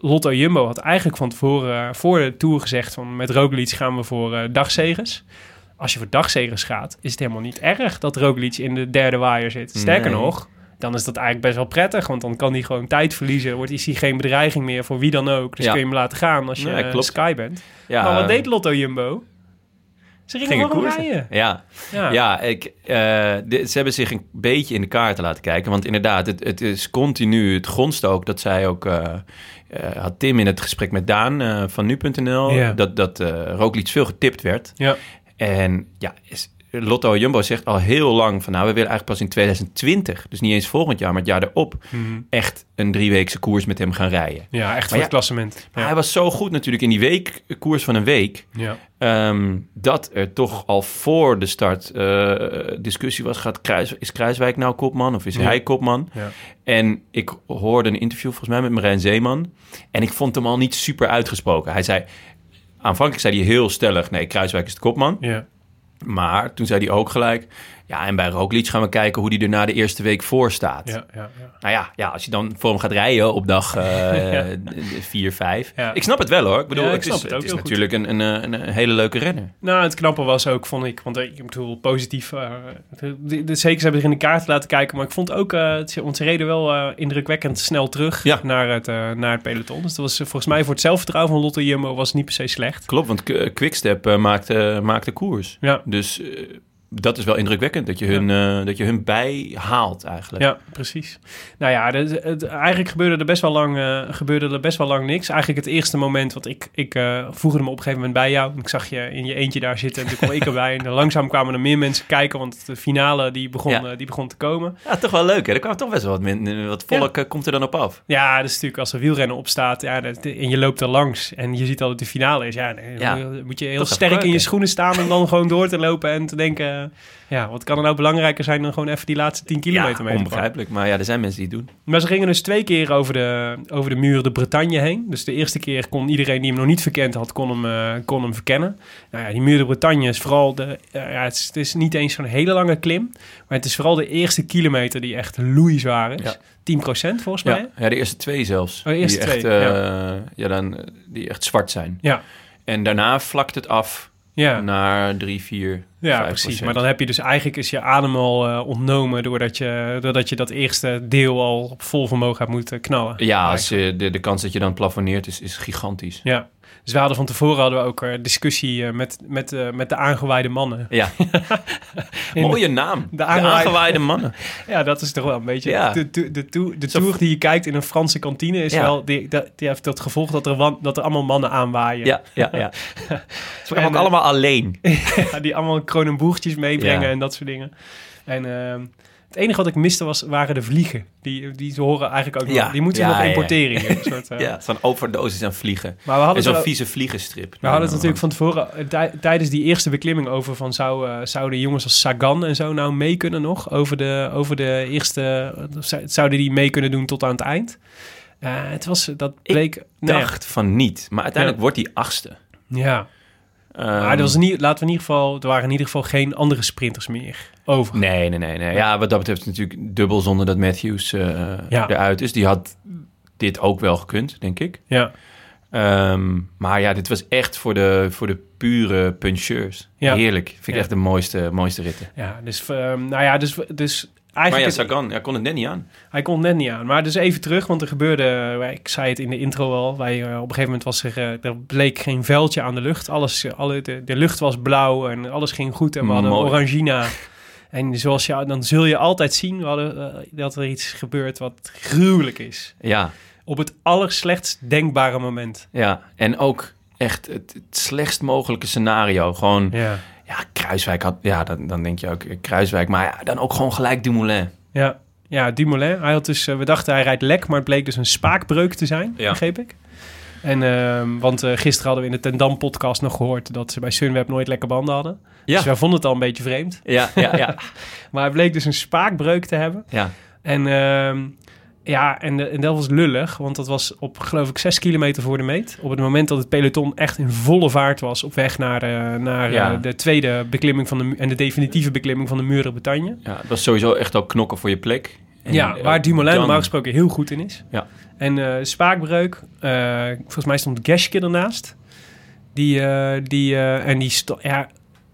[SPEAKER 1] Lotto Jumbo had eigenlijk van tevoren eh, voor de Tour gezegd... Van, met Roglic gaan we voor eh dagzegers. Als je voor dagzegers gaat, is het helemaal niet erg... dat Roglic in de derde waaier zit. Sterker
[SPEAKER 5] Nee.
[SPEAKER 1] nog, dan is dat eigenlijk best wel prettig... want dan kan hij gewoon tijd verliezen. Wordt, is hij geen bedreiging meer voor wie dan ook. Dus
[SPEAKER 5] Ja.
[SPEAKER 1] kun je hem laten gaan als je
[SPEAKER 5] Nee,
[SPEAKER 1] eh,
[SPEAKER 5] klopt.
[SPEAKER 1] Sky bent.
[SPEAKER 5] Ja,
[SPEAKER 1] maar wat
[SPEAKER 5] eh,
[SPEAKER 1] deed Lotto Jumbo? Ze gingen
[SPEAKER 5] gingen
[SPEAKER 1] gewoon
[SPEAKER 5] koersen.
[SPEAKER 1] rijden.
[SPEAKER 5] Ja,
[SPEAKER 1] Ah.
[SPEAKER 5] ja. ik, eh, de- ze hebben zich een beetje in de kaarten laten kijken. Want inderdaad, het, het is continu, het gonst ook dat zij ook... eh, eh, had Tim in het gesprek met Daan eh, van nu.nl...
[SPEAKER 1] Ja.
[SPEAKER 5] dat, dat eh Roglic veel getipt werd.
[SPEAKER 1] ja.
[SPEAKER 5] En ja, is- Lotto Jumbo zegt al heel lang van... nou, we willen eigenlijk pas in 2020, dus niet eens volgend jaar... maar het jaar erop, echt een drieweekse koers met hem gaan rijden.
[SPEAKER 1] Ja, echt voor
[SPEAKER 5] ja,
[SPEAKER 1] het klassement.
[SPEAKER 5] Maar hij was zo goed natuurlijk in die week, koers van een week...
[SPEAKER 1] ja.
[SPEAKER 5] Ehm, dat er toch al voor de start eh, discussie was: gaat Kruis, is Kruiswijk nou kopman of is hij kopman?
[SPEAKER 1] Ja.
[SPEAKER 5] En ik hoorde een interview volgens mij met Marijn Zeeman. En ik vond hem al niet super uitgesproken. Hij zei. Aanvankelijk zei hij heel stellig: nee, Kruiswijk is de kopman.
[SPEAKER 1] ja.
[SPEAKER 5] Maar toen zei hij ook gelijk: ja, en bij Roglic gaan we kijken hoe die er na de eerste week voor staat.
[SPEAKER 1] Ja, ja, ja.
[SPEAKER 5] Nou ja, ja, als je dan voor hem gaat rijden op dag 4, 5.
[SPEAKER 1] Ja.
[SPEAKER 5] Ik snap het wel hoor. Ik bedoel,
[SPEAKER 1] Ja, ik
[SPEAKER 5] het,
[SPEAKER 1] snap
[SPEAKER 5] is,
[SPEAKER 1] het
[SPEAKER 5] het,
[SPEAKER 1] ook
[SPEAKER 5] is
[SPEAKER 1] heel goed.
[SPEAKER 5] natuurlijk een, een, eh, een, een hele leuke renner.
[SPEAKER 1] Nou, het knappe was ook, vond ik, want eh, ik bedoel, positief. eh, de, de, de zekers hebben zich in de kaart laten kijken, maar ik vond ook, eh, het- want ze reden wel eh, indrukwekkend snel terug
[SPEAKER 5] Ja.
[SPEAKER 1] naar, het, eh, naar het peloton. Dus dat was eh, volgens mij voor het zelfvertrouwen van Lotto Jumbo was het niet per se slecht.
[SPEAKER 5] Klopt, want K- eh, Quickstep eh, maakt, eh, maakt de koers.
[SPEAKER 1] Ja,
[SPEAKER 5] Dus eh, dat is wel indrukwekkend dat je hun, eh, dat je hun bijhaalt eigenlijk.
[SPEAKER 1] ja precies. Nou ja, dus het, eigenlijk gebeurde er, best wel lang, eh, gebeurde er best wel lang niks. Eigenlijk het eerste moment, want ik, ik eh, voegde me op een gegeven moment bij jou. Ik zag je in je eentje daar zitten en toen kwam ik erbij. En langzaam kwamen er meer mensen kijken, want de finale die begon,
[SPEAKER 5] Ja.
[SPEAKER 1] eh, die begon te komen.
[SPEAKER 5] Ja, toch wel leuk hè? Er kwam toch best wel wat, min, eh, wat volk eh, komt er dan op af.
[SPEAKER 1] Ja, dat is natuurlijk als er wielrennen op staat ja, dat- en je loopt er langs en je ziet al dat de finale is. Ja, nee,
[SPEAKER 5] Ja.
[SPEAKER 1] dan moet je heel
[SPEAKER 5] Toch even
[SPEAKER 1] sterk in je
[SPEAKER 5] keuken.
[SPEAKER 1] schoenen staan om dan gewoon door te lopen en te denken... Ja, wat kan er nou belangrijker zijn dan gewoon even die laatste 10 kilometer mee te pakken?
[SPEAKER 5] onbegrijpelijk. Maar ja, er zijn mensen die het doen.
[SPEAKER 1] Maar ze gingen dus twee keer over de, over de muur de Bretagne heen. Dus de eerste keer kon iedereen die hem nog niet verkend had, kon hem, eh, kon hem verkennen. Nou ja, die muur de Bretagne is vooral de... eh, ja, het, is, het is niet eens zo'n hele lange klim. Maar het is vooral de eerste kilometer die echt loeizwaar is.
[SPEAKER 5] Ja.
[SPEAKER 1] 10% volgens mij.
[SPEAKER 5] Ja, ja de eerste twee zelfs.
[SPEAKER 1] Oh, de eerste
[SPEAKER 5] die echt,
[SPEAKER 1] twee,
[SPEAKER 5] eh,
[SPEAKER 1] ja.
[SPEAKER 5] ja. dan, eh, die echt zwart zijn.
[SPEAKER 1] Ja,
[SPEAKER 5] En daarna vlakt het af
[SPEAKER 1] ja.
[SPEAKER 5] naar drie, vier,
[SPEAKER 1] Ja,
[SPEAKER 5] vijf
[SPEAKER 1] precies.
[SPEAKER 5] procent.
[SPEAKER 1] Maar dan heb je dus eigenlijk is je adem al eh, ontnomen doordat je, doordat je dat eerste deel al op vol vermogen hebt moeten knallen.
[SPEAKER 5] Ja, als, je- de, de kans dat je dan plafonneert is, is gigantisch.
[SPEAKER 1] Ja. Dus we hadden van tevoren hadden we ook eh, discussie eh, met, met, eh, met de aangewijde mannen.
[SPEAKER 5] Ja. Mooie naam. De
[SPEAKER 1] aangeweide-
[SPEAKER 5] aangewijde mannen.
[SPEAKER 1] Ja, dat is toch wel een beetje...
[SPEAKER 5] Ja.
[SPEAKER 1] De, de, de, to- de
[SPEAKER 5] Zo-
[SPEAKER 1] tour die je kijkt in een Franse kantine is
[SPEAKER 5] Ja.
[SPEAKER 1] wel... Die, dat- die heeft dat gevolg dat er, wan- dat er allemaal mannen aanwaaien.
[SPEAKER 5] Ja, ja, ja. Ze kwamen ook
[SPEAKER 1] eh,
[SPEAKER 5] allemaal alleen.
[SPEAKER 1] Ja, die allemaal kronenboertjes meebrengen
[SPEAKER 5] Ja.
[SPEAKER 1] en dat soort dingen. En ehm, Het enige wat ik miste was, waren de vliegen. Die, die ze horen eigenlijk ook
[SPEAKER 5] Ja,
[SPEAKER 1] nog. Die moeten we
[SPEAKER 5] ja,
[SPEAKER 1] nog
[SPEAKER 5] ja.
[SPEAKER 1] importeren. hier, een soort, eh.
[SPEAKER 5] Ja, het is een overdosis aan vliegen.
[SPEAKER 1] Maar we hadden
[SPEAKER 5] En zo'n
[SPEAKER 1] het er-
[SPEAKER 5] vieze vliegenstrip.
[SPEAKER 1] We Nou, hadden het natuurlijk van tevoren eh, tij- tijdens die eerste beklimming over van zou, eh, zouden jongens als Sagan en zo nou mee kunnen nog over de, over de eerste, eh, zou- zouden die mee kunnen doen tot aan het eind? Eh, het was, dat bleek, nou ja.
[SPEAKER 5] dacht van niet. Maar uiteindelijk wordt die achtste.
[SPEAKER 1] ja. Maar
[SPEAKER 5] Ehm,
[SPEAKER 1] er, Ah, was niet, laten we in ieder geval, er waren in ieder geval geen andere sprinters meer over.
[SPEAKER 5] Ehm, Nee, nee, nee, nee. Ja, wat dat betreft is het natuurlijk dubbel zonder dat Matthews eh,
[SPEAKER 1] Ja.
[SPEAKER 5] eruit is. Die had dit ook wel gekund, denk ik.
[SPEAKER 1] Ja,
[SPEAKER 5] Ehm, maar ja, dit was echt voor de, voor de pure puncheurs.
[SPEAKER 1] Ja.
[SPEAKER 5] Heerlijk. Vind ik
[SPEAKER 1] Ja.
[SPEAKER 5] echt de mooiste, mooiste ritten.
[SPEAKER 1] ja dus, ehm, nou ja, dus, dus
[SPEAKER 5] Maar ja,
[SPEAKER 1] eigenlijk,
[SPEAKER 5] Sagan, hij kon het net niet aan.
[SPEAKER 1] hij kon net niet aan. Maar dus even terug, want er gebeurde, eh, ik zei het in de intro al, wij, eh, op een gegeven moment was er, eh, er bleek geen vuiltje aan de lucht. Alles, eh, alle, de, de lucht was blauw en alles ging goed en we hadden
[SPEAKER 5] Mooi.
[SPEAKER 1] orangina. En zoals je, dan zul je altijd zien we hadden, eh, dat er iets gebeurt wat gruwelijk is.
[SPEAKER 5] Ja,
[SPEAKER 1] Op het allerslechtst denkbare moment.
[SPEAKER 5] ja. En ook echt het, het slechtst mogelijke scenario. Gewoon, ja,
[SPEAKER 1] Ja,
[SPEAKER 5] Kruiswijk had... Ja, dan, dan denk je ook eh, Kruiswijk. Maar ja, dan ook gewoon gelijk Dumoulin.
[SPEAKER 1] Ja, ja Dumoulin. Hij had dus, eh, we dachten hij rijdt lek, maar het bleek dus een spaakbreuk te zijn,
[SPEAKER 5] Ja.
[SPEAKER 1] begreep ik. En, ehm, want eh, gisteren hadden we in de Tendam podcast nog gehoord dat ze bij Sunweb nooit lekker banden hadden.
[SPEAKER 5] Ja.
[SPEAKER 1] Dus wij vonden het al een beetje vreemd.
[SPEAKER 5] Ja, ja, ja.
[SPEAKER 1] Maar hij bleek dus een spaakbreuk te hebben.
[SPEAKER 5] ja.
[SPEAKER 1] En, ehm, ja, en, de- en dat was lullig, want dat was op geloof ik zes kilometer voor de meet. Op het moment dat het peloton echt in volle vaart was op weg naar, eh, naar
[SPEAKER 5] Ja.
[SPEAKER 1] eh, de tweede beklimming van de, mu- en de definitieve beklimming van de Muren Bretagne.
[SPEAKER 5] Ja, het was sowieso echt ook knokken voor je plek. En,
[SPEAKER 1] ja,
[SPEAKER 5] eh,
[SPEAKER 1] waar Dumoulin
[SPEAKER 5] dan-
[SPEAKER 1] normaal gesproken heel goed in is.
[SPEAKER 5] Ja.
[SPEAKER 1] En eh, Spaakbreuk, eh, volgens mij stond Geschke ernaast. Die, eh, die, eh, en die sto- ja,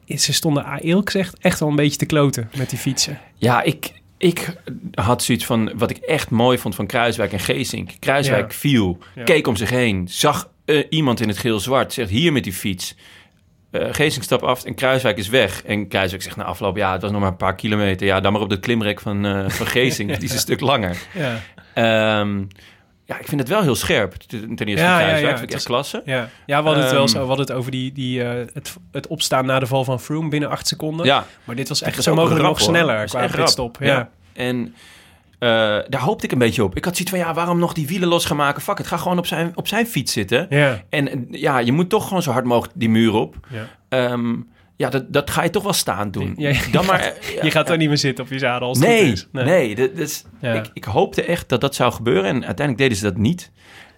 [SPEAKER 1] ze stonden Ailk zegt echt wel een beetje te kloten met die fietsen.
[SPEAKER 5] Ja, ik, ik had zoiets van wat ik echt mooi vond van Kruiswijk en Geesink. Kruiswijk
[SPEAKER 1] Ja.
[SPEAKER 5] viel,
[SPEAKER 1] Ja.
[SPEAKER 5] keek om zich heen, zag eh, iemand in het geel-zwart, zegt hier met die fiets. Eh Geesink stapt af en Kruiswijk is weg. En Kruiswijk zegt na afloop, ja, het was nog maar een paar kilometer. Ja, dan maar op dat klimrek van, eh van Geesink, die is een stuk langer.
[SPEAKER 1] Ja,
[SPEAKER 5] Ehm, ja, ik vind het wel heel scherp ten ten eerste
[SPEAKER 1] Ja,
[SPEAKER 5] van
[SPEAKER 1] ja,
[SPEAKER 5] Kruiswijk.
[SPEAKER 1] ja,
[SPEAKER 5] vind
[SPEAKER 1] het
[SPEAKER 5] ik echt
[SPEAKER 1] is-
[SPEAKER 5] klasse.
[SPEAKER 1] ja. ja we hadden het wel
[SPEAKER 5] Ehm.
[SPEAKER 1] zo, we hadden het over die, die, eh, het, het opstaan na de val van Froome binnen acht seconden.
[SPEAKER 5] Ja,
[SPEAKER 1] Maar dit was
[SPEAKER 5] Dat
[SPEAKER 1] echt
[SPEAKER 5] is
[SPEAKER 1] zo
[SPEAKER 5] ook
[SPEAKER 1] mogelijk
[SPEAKER 5] rap,
[SPEAKER 1] nog
[SPEAKER 5] hoor.
[SPEAKER 1] sneller
[SPEAKER 5] Dat is
[SPEAKER 1] qua
[SPEAKER 5] echt rap.
[SPEAKER 1] pitstop. Ja. Ja.
[SPEAKER 5] En eh, daar hoopte ik een beetje op. Ik had zoiets van, ja, waarom nog die wielen los gaan maken? Fuck, het ga gewoon op zijn, op zijn fiets zitten.
[SPEAKER 1] Ja.
[SPEAKER 5] En eh, ja, je moet toch gewoon zo hard mogelijk die muur op. Ehm, ja, dat, dat ga je toch wel staan doen.
[SPEAKER 1] Ja, je
[SPEAKER 5] Dan maar, eh,
[SPEAKER 1] Je gaat er niet meer zitten op je zadel als het goed
[SPEAKER 5] nee,
[SPEAKER 1] is.
[SPEAKER 5] nee, dat, dat is,
[SPEAKER 1] Ja.
[SPEAKER 5] ik, ik hoopte echt dat dat zou gebeuren. En uiteindelijk deden ze dat niet.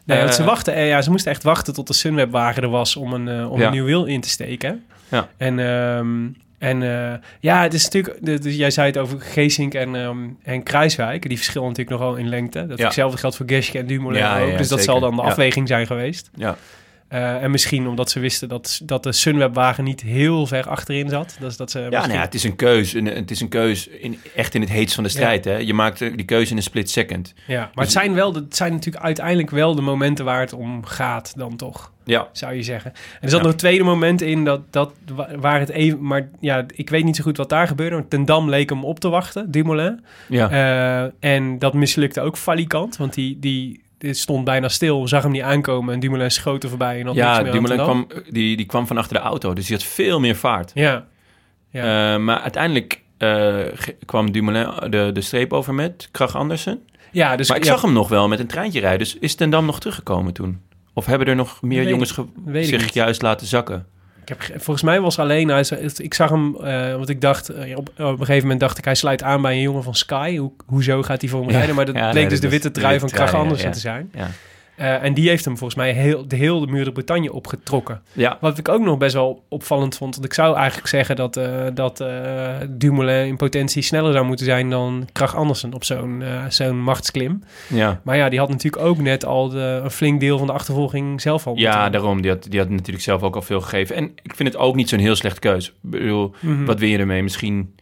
[SPEAKER 1] Nee, want
[SPEAKER 5] Eh,
[SPEAKER 1] ze, wachten, eh, ja, ze moesten echt wachten tot de Sunweb-wagen er was om een, eh, om
[SPEAKER 5] Ja.
[SPEAKER 1] een nieuw wiel in te steken.
[SPEAKER 5] Ja.
[SPEAKER 1] En, ehm, en eh, ja, het is natuurlijk, de- dus jij zei het over Geesink en, ehm, en Kruiswijk. Die verschillen natuurlijk nogal in lengte. Dat
[SPEAKER 5] Ja.
[SPEAKER 1] hetzelfde geldt voor Geschke en Dumoulin
[SPEAKER 5] Ja, ja,
[SPEAKER 1] ook.
[SPEAKER 5] ja,
[SPEAKER 1] dus dat
[SPEAKER 5] zeker.
[SPEAKER 1] zal dan de
[SPEAKER 5] Ja.
[SPEAKER 1] afweging zijn geweest.
[SPEAKER 5] Ja.
[SPEAKER 1] Eh, en misschien omdat ze wisten dat, dat de Sunweb-wagen niet heel ver achterin zat. Dus dat ze
[SPEAKER 5] Ja, nou
[SPEAKER 1] misschien-
[SPEAKER 5] ja, het is een keus. En, eh, Het is een keus in, echt in het heetst van de strijd. Hè? Je maakt eh, die keuze in een split second.
[SPEAKER 1] ja, maar
[SPEAKER 5] Dus-
[SPEAKER 1] het zijn, wel, de- het zijn natuurlijk uiteindelijk wel de momenten waar het om gaat dan toch.
[SPEAKER 5] Ja,
[SPEAKER 1] zou je zeggen. En er zat
[SPEAKER 5] Ja.
[SPEAKER 1] nog een tweede moment in dat, dat wa- waar het even, maar ja, ik weet niet zo goed wat daar gebeurde. Want Ten Dam leek hem op te wachten, Dumoulin.
[SPEAKER 5] ja.
[SPEAKER 1] Eh, en dat mislukte ook valikant, want die, die, die stond bijna stil, zag hem niet aankomen en Dumoulin schoot er voorbij en had niks
[SPEAKER 5] ja
[SPEAKER 1] meer aan
[SPEAKER 5] Dumoulin
[SPEAKER 1] Ten Dam.
[SPEAKER 5] kwam, die, die kwam van achter de auto. Dus die had veel meer vaart.
[SPEAKER 1] Ja, Ja.
[SPEAKER 5] Eh, maar uiteindelijk eh, ge- kwam Dumoulin de, de streep over met Krach Andersen.
[SPEAKER 1] ja, dus
[SPEAKER 5] maar ik
[SPEAKER 1] ja,
[SPEAKER 5] zag hem nog wel met een treintje rijden. Dus is Ten Dam nog teruggekomen toen? Of hebben er nog meer
[SPEAKER 1] Weet
[SPEAKER 5] jongens
[SPEAKER 1] ik-
[SPEAKER 5] ge-
[SPEAKER 1] weet ik
[SPEAKER 5] zich
[SPEAKER 1] niet.
[SPEAKER 5] juist laten zakken?
[SPEAKER 1] Ik heb, ge- volgens mij was alleen, hij, zei- ik zag hem, eh, want ik dacht, eh, op, op een gegeven moment dacht ik, hij sluit aan bij een jongen van Sky. Hoe, hoezo gaat hij voor hem
[SPEAKER 5] Ja.
[SPEAKER 1] rijden? Maar dat
[SPEAKER 5] Ja, nee,
[SPEAKER 1] bleek
[SPEAKER 5] dat
[SPEAKER 1] dus de
[SPEAKER 5] is
[SPEAKER 1] witte
[SPEAKER 5] de
[SPEAKER 1] trui
[SPEAKER 5] witte
[SPEAKER 1] van Krach
[SPEAKER 5] trui, ja,
[SPEAKER 1] Andersen
[SPEAKER 5] ja.
[SPEAKER 1] te zijn.
[SPEAKER 5] Ja.
[SPEAKER 1] Eh, en die heeft hem volgens mij heel, de hele muur de Bretagne opgetrokken.
[SPEAKER 5] Ja.
[SPEAKER 1] Wat ik ook nog best wel opvallend vond. Want ik zou eigenlijk zeggen dat, eh, dat eh, Dumoulin in potentie sneller zou moeten zijn dan Krach Andersen op zo'n eh, zo'n machtsklim.
[SPEAKER 5] Ja.
[SPEAKER 1] Maar ja, die had natuurlijk ook net al de, een flink deel van de achtervolging zelf al.
[SPEAKER 5] Ja,
[SPEAKER 1] moeten-
[SPEAKER 5] daarom. Die had, die had natuurlijk zelf ook al veel gegeven. En ik vind het ook niet zo'n heel slecht keus. Ik bedoel,
[SPEAKER 1] Mhm.
[SPEAKER 5] wat wil je ermee? Misschien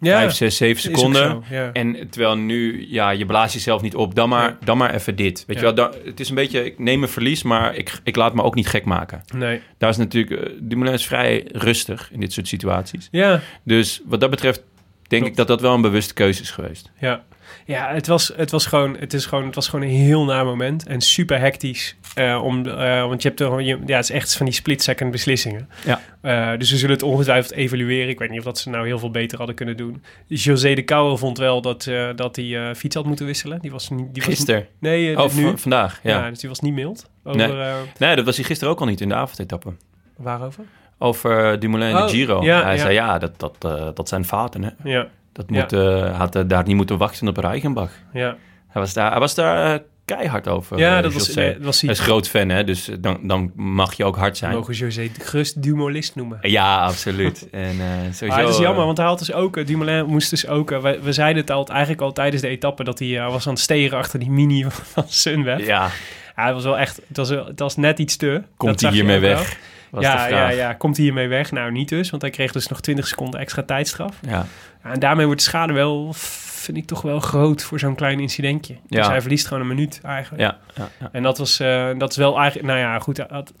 [SPEAKER 1] ja,
[SPEAKER 5] 5, 6, 7
[SPEAKER 1] is ook zo,
[SPEAKER 5] seconden.
[SPEAKER 1] ja.
[SPEAKER 5] En terwijl nu, ja, je blaast jezelf niet op. Dan maar,
[SPEAKER 1] Ja.
[SPEAKER 5] dan maar even dit. Weet
[SPEAKER 1] Ja.
[SPEAKER 5] je wel, dan- het is een beetje, ik neem een verlies, maar ik, ik laat me ook niet gek maken.
[SPEAKER 1] Nee.
[SPEAKER 5] Daar is natuurlijk, eh, Dumoulin is vrij rustig in dit soort situaties.
[SPEAKER 1] Ja,
[SPEAKER 5] Dus wat dat betreft denk
[SPEAKER 1] Klopt.
[SPEAKER 5] ik dat dat wel een bewuste keuze is geweest.
[SPEAKER 1] ja. Ja, het was, het was gewoon, het is gewoon, het was gewoon een heel naar moment en super hectisch. eh, om, eh, want je hebt er, gewoon- je, ja, het is echt van die split second beslissingen.
[SPEAKER 5] Ja.
[SPEAKER 1] Eh, dus ze zullen het ongetwijfeld evalueren. Ik weet niet of dat ze nou heel veel beter hadden kunnen doen. José de Kouwer vond wel dat, eh, dat hij eh, fiets had moeten wisselen. Die was niet. Die
[SPEAKER 5] Gisteren.
[SPEAKER 1] Was, nee, eh,
[SPEAKER 5] Oh,
[SPEAKER 1] nu.
[SPEAKER 5] v- vandaag. Ja.
[SPEAKER 1] ja. dus die was niet mild. Over,
[SPEAKER 5] Nee.
[SPEAKER 1] eh,
[SPEAKER 5] Nee, dat was hij gisteren ook al niet in de avondetappe.
[SPEAKER 1] waarover?
[SPEAKER 5] Over eh, Dumoulin en
[SPEAKER 1] Oh,
[SPEAKER 5] de Giro.
[SPEAKER 1] ja,
[SPEAKER 5] hij
[SPEAKER 1] ja.
[SPEAKER 5] zei, ja, dat, dat, eh, dat zijn fouten. Hè.
[SPEAKER 1] Ja,
[SPEAKER 5] Dat
[SPEAKER 1] Ja.
[SPEAKER 5] moet, eh, had eh, daar niet moeten wachten op Reichenbach.
[SPEAKER 1] ja.
[SPEAKER 5] Hij was daar, hij was daar eh, keihard over.
[SPEAKER 1] ja
[SPEAKER 5] eh,
[SPEAKER 1] dat was,
[SPEAKER 5] José.
[SPEAKER 1] nee, dat was
[SPEAKER 5] Hij
[SPEAKER 1] hij.
[SPEAKER 5] is groot fan, hè, dus eh, dan, dan mag je ook hard zijn.
[SPEAKER 1] Mogen José gerust Dumolist noemen.
[SPEAKER 5] Ja, absoluut. en, eh, sowieso,
[SPEAKER 1] Maar het Ah, is
[SPEAKER 5] eh,
[SPEAKER 1] jammer, want hij had dus ook... eh, Dumoulin moest dus ook... eh, we, we zeiden het al, eigenlijk al tijdens de etappe... dat hij eh, was aan het steren achter die mini van Sunweb. Ja.
[SPEAKER 5] Ja,
[SPEAKER 1] hij was wel echt... Het was, wel- het was net iets te.
[SPEAKER 5] komt
[SPEAKER 1] Dat zag
[SPEAKER 5] hij
[SPEAKER 1] je
[SPEAKER 5] hiermee
[SPEAKER 1] ook wel.
[SPEAKER 5] weg? Was
[SPEAKER 1] Ja,
[SPEAKER 5] de
[SPEAKER 1] ja,
[SPEAKER 5] vraag.
[SPEAKER 1] ja. Komt hij hiermee weg? Nou, niet dus. Want hij kreeg dus nog 20 seconden extra tijdstraf.
[SPEAKER 5] Ja.
[SPEAKER 1] Ja, en daarmee wordt de schade wel... vind ik toch wel groot voor zo'n klein incidentje. Dus
[SPEAKER 5] Ja.
[SPEAKER 1] hij verliest gewoon een minuut eigenlijk.
[SPEAKER 5] Ja, ja, ja.
[SPEAKER 1] En dat was, eh, dat is wel eigenlijk... Nou ja, goed. dat-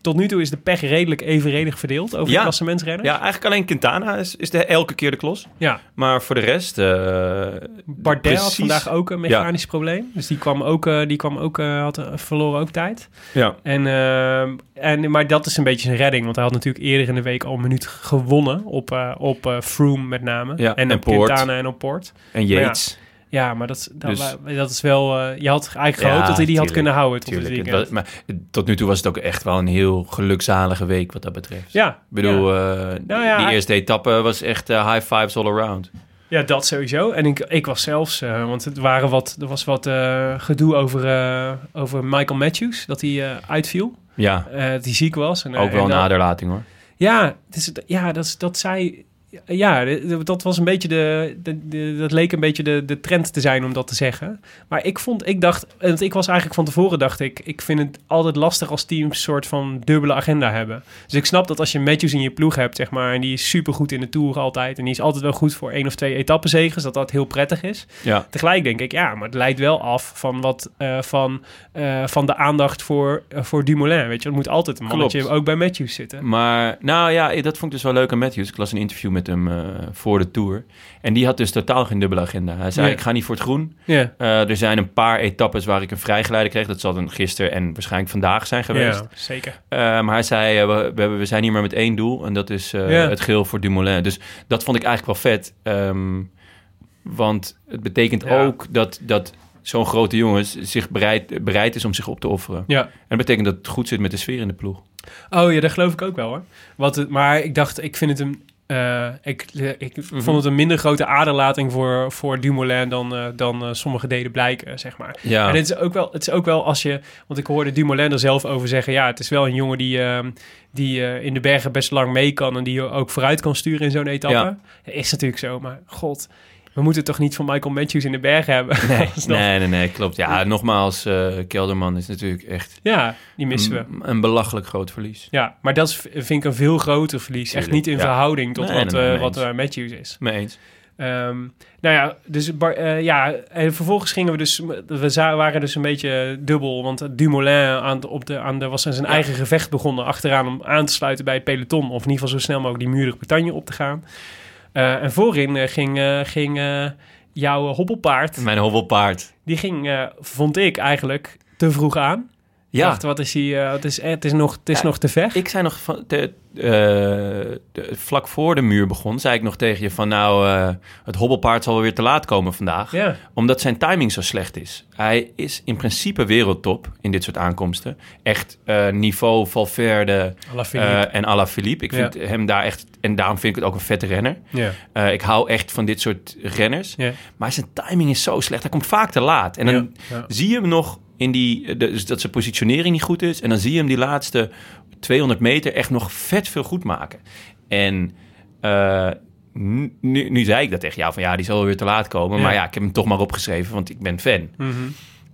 [SPEAKER 1] tot nu toe is de pech redelijk evenredig verdeeld... over
[SPEAKER 5] Ja.
[SPEAKER 1] de klassementsrenners.
[SPEAKER 5] Ja, eigenlijk alleen Quintana is, is de, elke keer de klos.
[SPEAKER 1] ja.
[SPEAKER 5] Maar voor de rest... eh
[SPEAKER 1] Bardet had
[SPEAKER 5] precies-
[SPEAKER 1] vandaag ook een mechanisch probleem. Dus die kwam ook, eh, die kwam ook eh, had, eh, verloren ook tijd.
[SPEAKER 5] Ja.
[SPEAKER 1] En, ehm, en, maar dat is een beetje zijn redding. Want hij had natuurlijk eerder in de week al een minuut gewonnen. Op, eh, op eh, Froome met name.
[SPEAKER 5] Ja,
[SPEAKER 1] en
[SPEAKER 5] en
[SPEAKER 1] op
[SPEAKER 5] Poort.
[SPEAKER 1] Quintana en op Port.
[SPEAKER 5] En Yates.
[SPEAKER 1] Ja, maar dat, dat,
[SPEAKER 5] Dus-
[SPEAKER 1] dat is wel... eh, je had eigenlijk gehoopt
[SPEAKER 5] Ja,
[SPEAKER 1] dat hij die had
[SPEAKER 5] tuurlijk,
[SPEAKER 1] kunnen houden tot
[SPEAKER 5] Tuurlijk.
[SPEAKER 1] het
[SPEAKER 5] Het
[SPEAKER 1] weekend.
[SPEAKER 5] was- maar tot nu toe was het ook echt wel een heel gelukzalige week wat dat betreft.
[SPEAKER 1] ja,
[SPEAKER 5] Ik bedoel, eh,
[SPEAKER 1] Nou ja,
[SPEAKER 5] die
[SPEAKER 1] hij-
[SPEAKER 5] eerste etappe was echt eh, high fives all around.
[SPEAKER 1] Ja, dat sowieso. En ik, ik was zelfs, eh, want het waren wat, er was wat eh, gedoe over, eh, over Michael Matthews, dat hij eh, uitviel,
[SPEAKER 5] Ja,
[SPEAKER 1] eh, dat hij ziek was. En, eh,
[SPEAKER 5] ook wel
[SPEAKER 1] en
[SPEAKER 5] een
[SPEAKER 1] dan-
[SPEAKER 5] aderlating hoor.
[SPEAKER 1] Ja, het is, ja dat, is- dat zij. Ja, d- dat was een beetje de, de, de- Dat leek een beetje de, de trend te zijn om dat te zeggen. Maar ik vond, ik dacht. Want ik was eigenlijk van tevoren, dacht ik. Ik vind het altijd lastig als teams een soort van dubbele agenda hebben. Dus ik snap dat als je Matthews in je ploeg hebt, zeg maar. En die is supergoed in de tour altijd. En die is altijd wel goed voor één of twee etappenzegers. Dat dat heel prettig is.
[SPEAKER 5] Ja.
[SPEAKER 1] Tegelijk denk ik, ja, maar het leidt wel af van, wat, eh, van, eh, van de aandacht voor, eh, voor Dumoulin. Weet je, het moet altijd een
[SPEAKER 5] Klopt.
[SPEAKER 1] mannetje ook bij Matthews zitten.
[SPEAKER 5] Maar nou ja, dat vond ik dus wel leuk aan Matthews. Ik las een interview met hem eh, voor de Tour. En die had dus totaal geen dubbele agenda. Hij zei,
[SPEAKER 1] Nee.
[SPEAKER 5] ik ga niet voor het groen.
[SPEAKER 1] Ja.
[SPEAKER 5] Eh, er zijn een paar etappes waar ik een vrijgeleide kreeg. Dat zal dan gisteren en waarschijnlijk vandaag zijn geweest.
[SPEAKER 1] Ja, zeker.
[SPEAKER 5] Eh, maar hij zei, eh, we, we, hebben- we zijn hier maar met één doel. En dat is eh,
[SPEAKER 1] Ja.
[SPEAKER 5] het geel voor Dumoulin. Dus dat vond ik eigenlijk wel vet. ehm, want het betekent
[SPEAKER 1] Ja.
[SPEAKER 5] ook dat, dat zo'n grote jongen zich bereid, bereid is om zich op te offeren.
[SPEAKER 1] Ja.
[SPEAKER 5] En dat betekent dat het goed zit met de sfeer in de ploeg.
[SPEAKER 1] Oh ja, dat geloof ik ook wel hoor. Wat het, maar ik dacht, ik vind het een. eh, ik ik
[SPEAKER 5] Mhm.
[SPEAKER 1] vond het een minder grote aderlating voor, voor Dumoulin dan, eh, dan eh, sommige deden blijken, zeg maar.
[SPEAKER 5] Ja.
[SPEAKER 1] En het is, ook wel, het is ook wel als je... Want ik hoorde Dumoulin er zelf over zeggen... ja, het is wel een jongen die, ehm, die eh, in de bergen best lang mee kan... en die je ook vooruit kan sturen in zo'n etappe.
[SPEAKER 5] Ja.
[SPEAKER 1] Dat is natuurlijk zo, maar god... we moeten het toch niet van Michael Matthews in de bergen hebben? Als dat-
[SPEAKER 5] Nee, nee, nee, klopt. Ja, nogmaals, eh, Kelderman is natuurlijk echt
[SPEAKER 1] Ja, die missen we.
[SPEAKER 5] een, een belachelijk groot verlies.
[SPEAKER 1] Ja, maar dat is, vind ik een veel groter verlies. Echt
[SPEAKER 5] Tuurlijk,
[SPEAKER 1] niet in
[SPEAKER 5] ja.
[SPEAKER 1] verhouding tot
[SPEAKER 5] Nee,
[SPEAKER 1] wat,
[SPEAKER 5] nee, nee,
[SPEAKER 1] eh, wat
[SPEAKER 5] eens.
[SPEAKER 1] eh, Matthews is.
[SPEAKER 5] Mee eens.
[SPEAKER 1] Ehm, nou ja, dus Bar- eh, ja, en vervolgens gingen we dus... We za- waren dus een beetje dubbel. Want Dumoulin aan het- op de, aan de, was aan zijn eigen gevecht begonnen... achteraan om aan te sluiten bij het peloton. Of in ieder geval zo snel mogelijk die muur Bretagne op te gaan. Eh, en voorin eh, ging... eh, ging eh, Jouw hobbelpaard,
[SPEAKER 5] Mijn hobbelpaard.
[SPEAKER 1] die ging, eh, vond ik eigenlijk, te vroeg aan.
[SPEAKER 5] Ja,
[SPEAKER 1] Dacht, wat is hij? het, is, eh, het is nog, het is
[SPEAKER 5] Ja,
[SPEAKER 1] nog te ver.
[SPEAKER 5] ik zei nog van, te- eh, de- vlak voor de muur begon, zei ik nog tegen je van nou, eh, het hobbelpaard zal wel weer te laat komen vandaag.
[SPEAKER 1] Ja.
[SPEAKER 5] Omdat zijn timing zo slecht is. Hij is in principe wereldtop in dit soort aankomsten. Echt eh, niveau Valverde
[SPEAKER 1] Alaphilippe.
[SPEAKER 5] eh, en Alaphilippe. Ik vind
[SPEAKER 1] Ja.
[SPEAKER 5] hem daar echt, en daarom vind ik het ook een vette renner.
[SPEAKER 1] Ja.
[SPEAKER 5] Eh, ik hou echt van dit soort renners.
[SPEAKER 1] Ja.
[SPEAKER 5] Maar zijn timing is zo slecht. Hij komt vaak te laat. En dan
[SPEAKER 1] Ja, ja.
[SPEAKER 5] zie je hem nog in die, de- dus dat zijn positionering niet goed is. En dan zie je hem die laatste 200 meter echt nog vet veel goed maken. En eh, nu, nu, nu zei ik dat tegen jou van ja, die zal wel weer te laat komen. Maar ja, ik heb hem toch maar opgeschreven, want ik ben fan.
[SPEAKER 1] Mhm.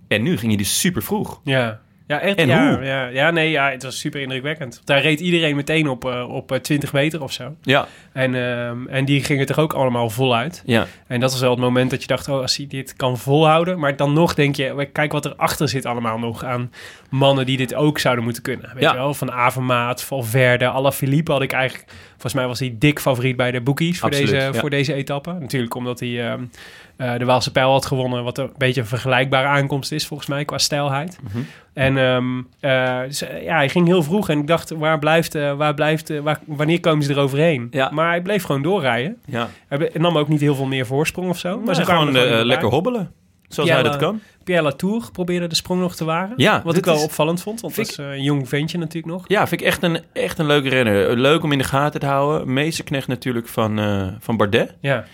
[SPEAKER 5] En nu ging hij dus super vroeg.
[SPEAKER 1] Ja. Ja, echt.
[SPEAKER 5] En
[SPEAKER 1] ja,
[SPEAKER 5] hoe?
[SPEAKER 1] Ja, ja, nee, ja, het was super indrukwekkend. Daar reed iedereen meteen op, eh, op eh, 20 meter of zo.
[SPEAKER 5] Ja,
[SPEAKER 1] En, ehm, en die gingen toch ook allemaal voluit.
[SPEAKER 5] ja.
[SPEAKER 1] En dat was wel het moment dat je dacht, oh, als hij dit kan volhouden. Maar dan nog denk je, kijk wat erachter zit allemaal nog aan mannen die dit ook zouden moeten kunnen. Weet
[SPEAKER 5] Ja.
[SPEAKER 1] je wel, van Avermaat, Valverde, Alaphilippe had ik eigenlijk... Volgens mij was hij dik favoriet bij de bookies voor,
[SPEAKER 5] Absoluut,
[SPEAKER 1] deze,
[SPEAKER 5] ja.
[SPEAKER 1] voor deze etappe. Natuurlijk omdat hij ehm, eh, de Waalse Pijl had gewonnen. Wat een beetje een vergelijkbare aankomst is volgens mij qua stijlheid.
[SPEAKER 5] Mhm.
[SPEAKER 1] En ehm, eh, dus, eh, ja, hij ging heel vroeg en ik dacht, waar blijft, eh, waar blijft, eh, waar, wanneer komen ze eroverheen?
[SPEAKER 5] Ja.
[SPEAKER 1] Maar hij bleef gewoon doorrijden.
[SPEAKER 5] Ja.
[SPEAKER 1] Hij ble- nam ook niet heel veel meer voorsprong of zo.
[SPEAKER 5] Maar
[SPEAKER 1] Maar
[SPEAKER 5] ze
[SPEAKER 1] ze gaan
[SPEAKER 5] gewoon eh, lekker hobbelen. Zoals
[SPEAKER 1] Ja,
[SPEAKER 5] hij dat
[SPEAKER 1] maar-
[SPEAKER 5] kan.
[SPEAKER 1] Pierre Latour probeerde de sprong nog te waren.
[SPEAKER 5] Ja,
[SPEAKER 1] wat
[SPEAKER 5] dit
[SPEAKER 1] ik wel
[SPEAKER 5] is-
[SPEAKER 1] opvallend vond, want
[SPEAKER 5] Vind
[SPEAKER 1] dat is eh, een jong ventje natuurlijk nog.
[SPEAKER 5] Ja, vind ik echt een, echt een leuke renner. Leuk om in de gaten te houden. Meesterknecht natuurlijk van, eh, van Bardet.
[SPEAKER 1] Ja,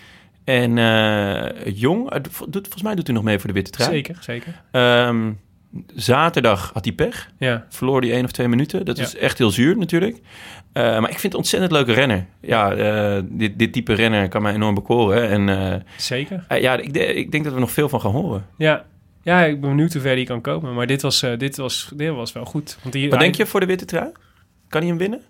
[SPEAKER 5] En eh, Jong, eh, vo- doet, volgens mij doet hij nog mee voor de witte trui.
[SPEAKER 1] zeker, zeker.
[SPEAKER 5] Ehm, zaterdag had hij pech.
[SPEAKER 1] Ja,
[SPEAKER 5] Verloor hij één of twee minuten. Dat
[SPEAKER 1] Ja.
[SPEAKER 5] is echt heel zuur natuurlijk. Eh, maar ik vind het een ontzettend leuke renner. Ja, eh, dit, dit type renner kan mij enorm bekoren. En eh,
[SPEAKER 1] zeker.
[SPEAKER 5] eh, ja, ik, de- ik denk dat we nog veel van gaan horen.
[SPEAKER 1] Ja. ja, ik ben benieuwd hoe ver die kan komen. Maar dit was, eh, dit was, dit was wel goed. Want hier,
[SPEAKER 5] Wat denk je voor de witte trui? Kan hij hem winnen?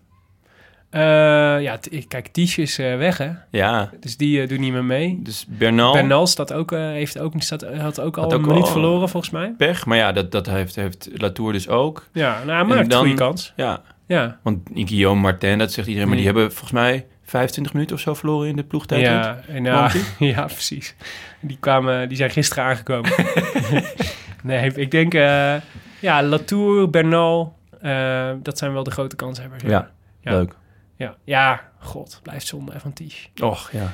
[SPEAKER 1] Eh, ja, t- kijk, Tisch is eh, weg, hè.
[SPEAKER 5] Ja,
[SPEAKER 1] Dus die eh, doet niet meer mee.
[SPEAKER 5] dus Bernal,
[SPEAKER 1] Bernal staat ook, eh, heeft ook, staat, had ook al
[SPEAKER 5] Had ook
[SPEAKER 1] een minuut
[SPEAKER 5] al-
[SPEAKER 1] verloren, volgens mij.
[SPEAKER 5] pech. Maar ja, dat, dat heeft, heeft Latour dus ook.
[SPEAKER 1] Ja, nou, maar een
[SPEAKER 5] dan-
[SPEAKER 1] goede kans.
[SPEAKER 5] Ja,
[SPEAKER 1] Ja,
[SPEAKER 5] want Guillaume Martin, dat zegt iedereen. Maar die
[SPEAKER 1] Hmm.
[SPEAKER 5] hebben volgens mij 25 minuten of zo verloren in de ploegtijd.
[SPEAKER 1] ja, en, nou,
[SPEAKER 5] Want
[SPEAKER 1] ja, precies. Die, kwamen, die zijn gisteren aangekomen. nee, ik denk... eh, ja, Latour, Bernal, eh, dat zijn wel de grote kanshebbers.
[SPEAKER 5] Ja,
[SPEAKER 1] Ja.
[SPEAKER 5] leuk.
[SPEAKER 1] Ja, ja god, blijft zonde hè, van Tisch.
[SPEAKER 5] Och, ja.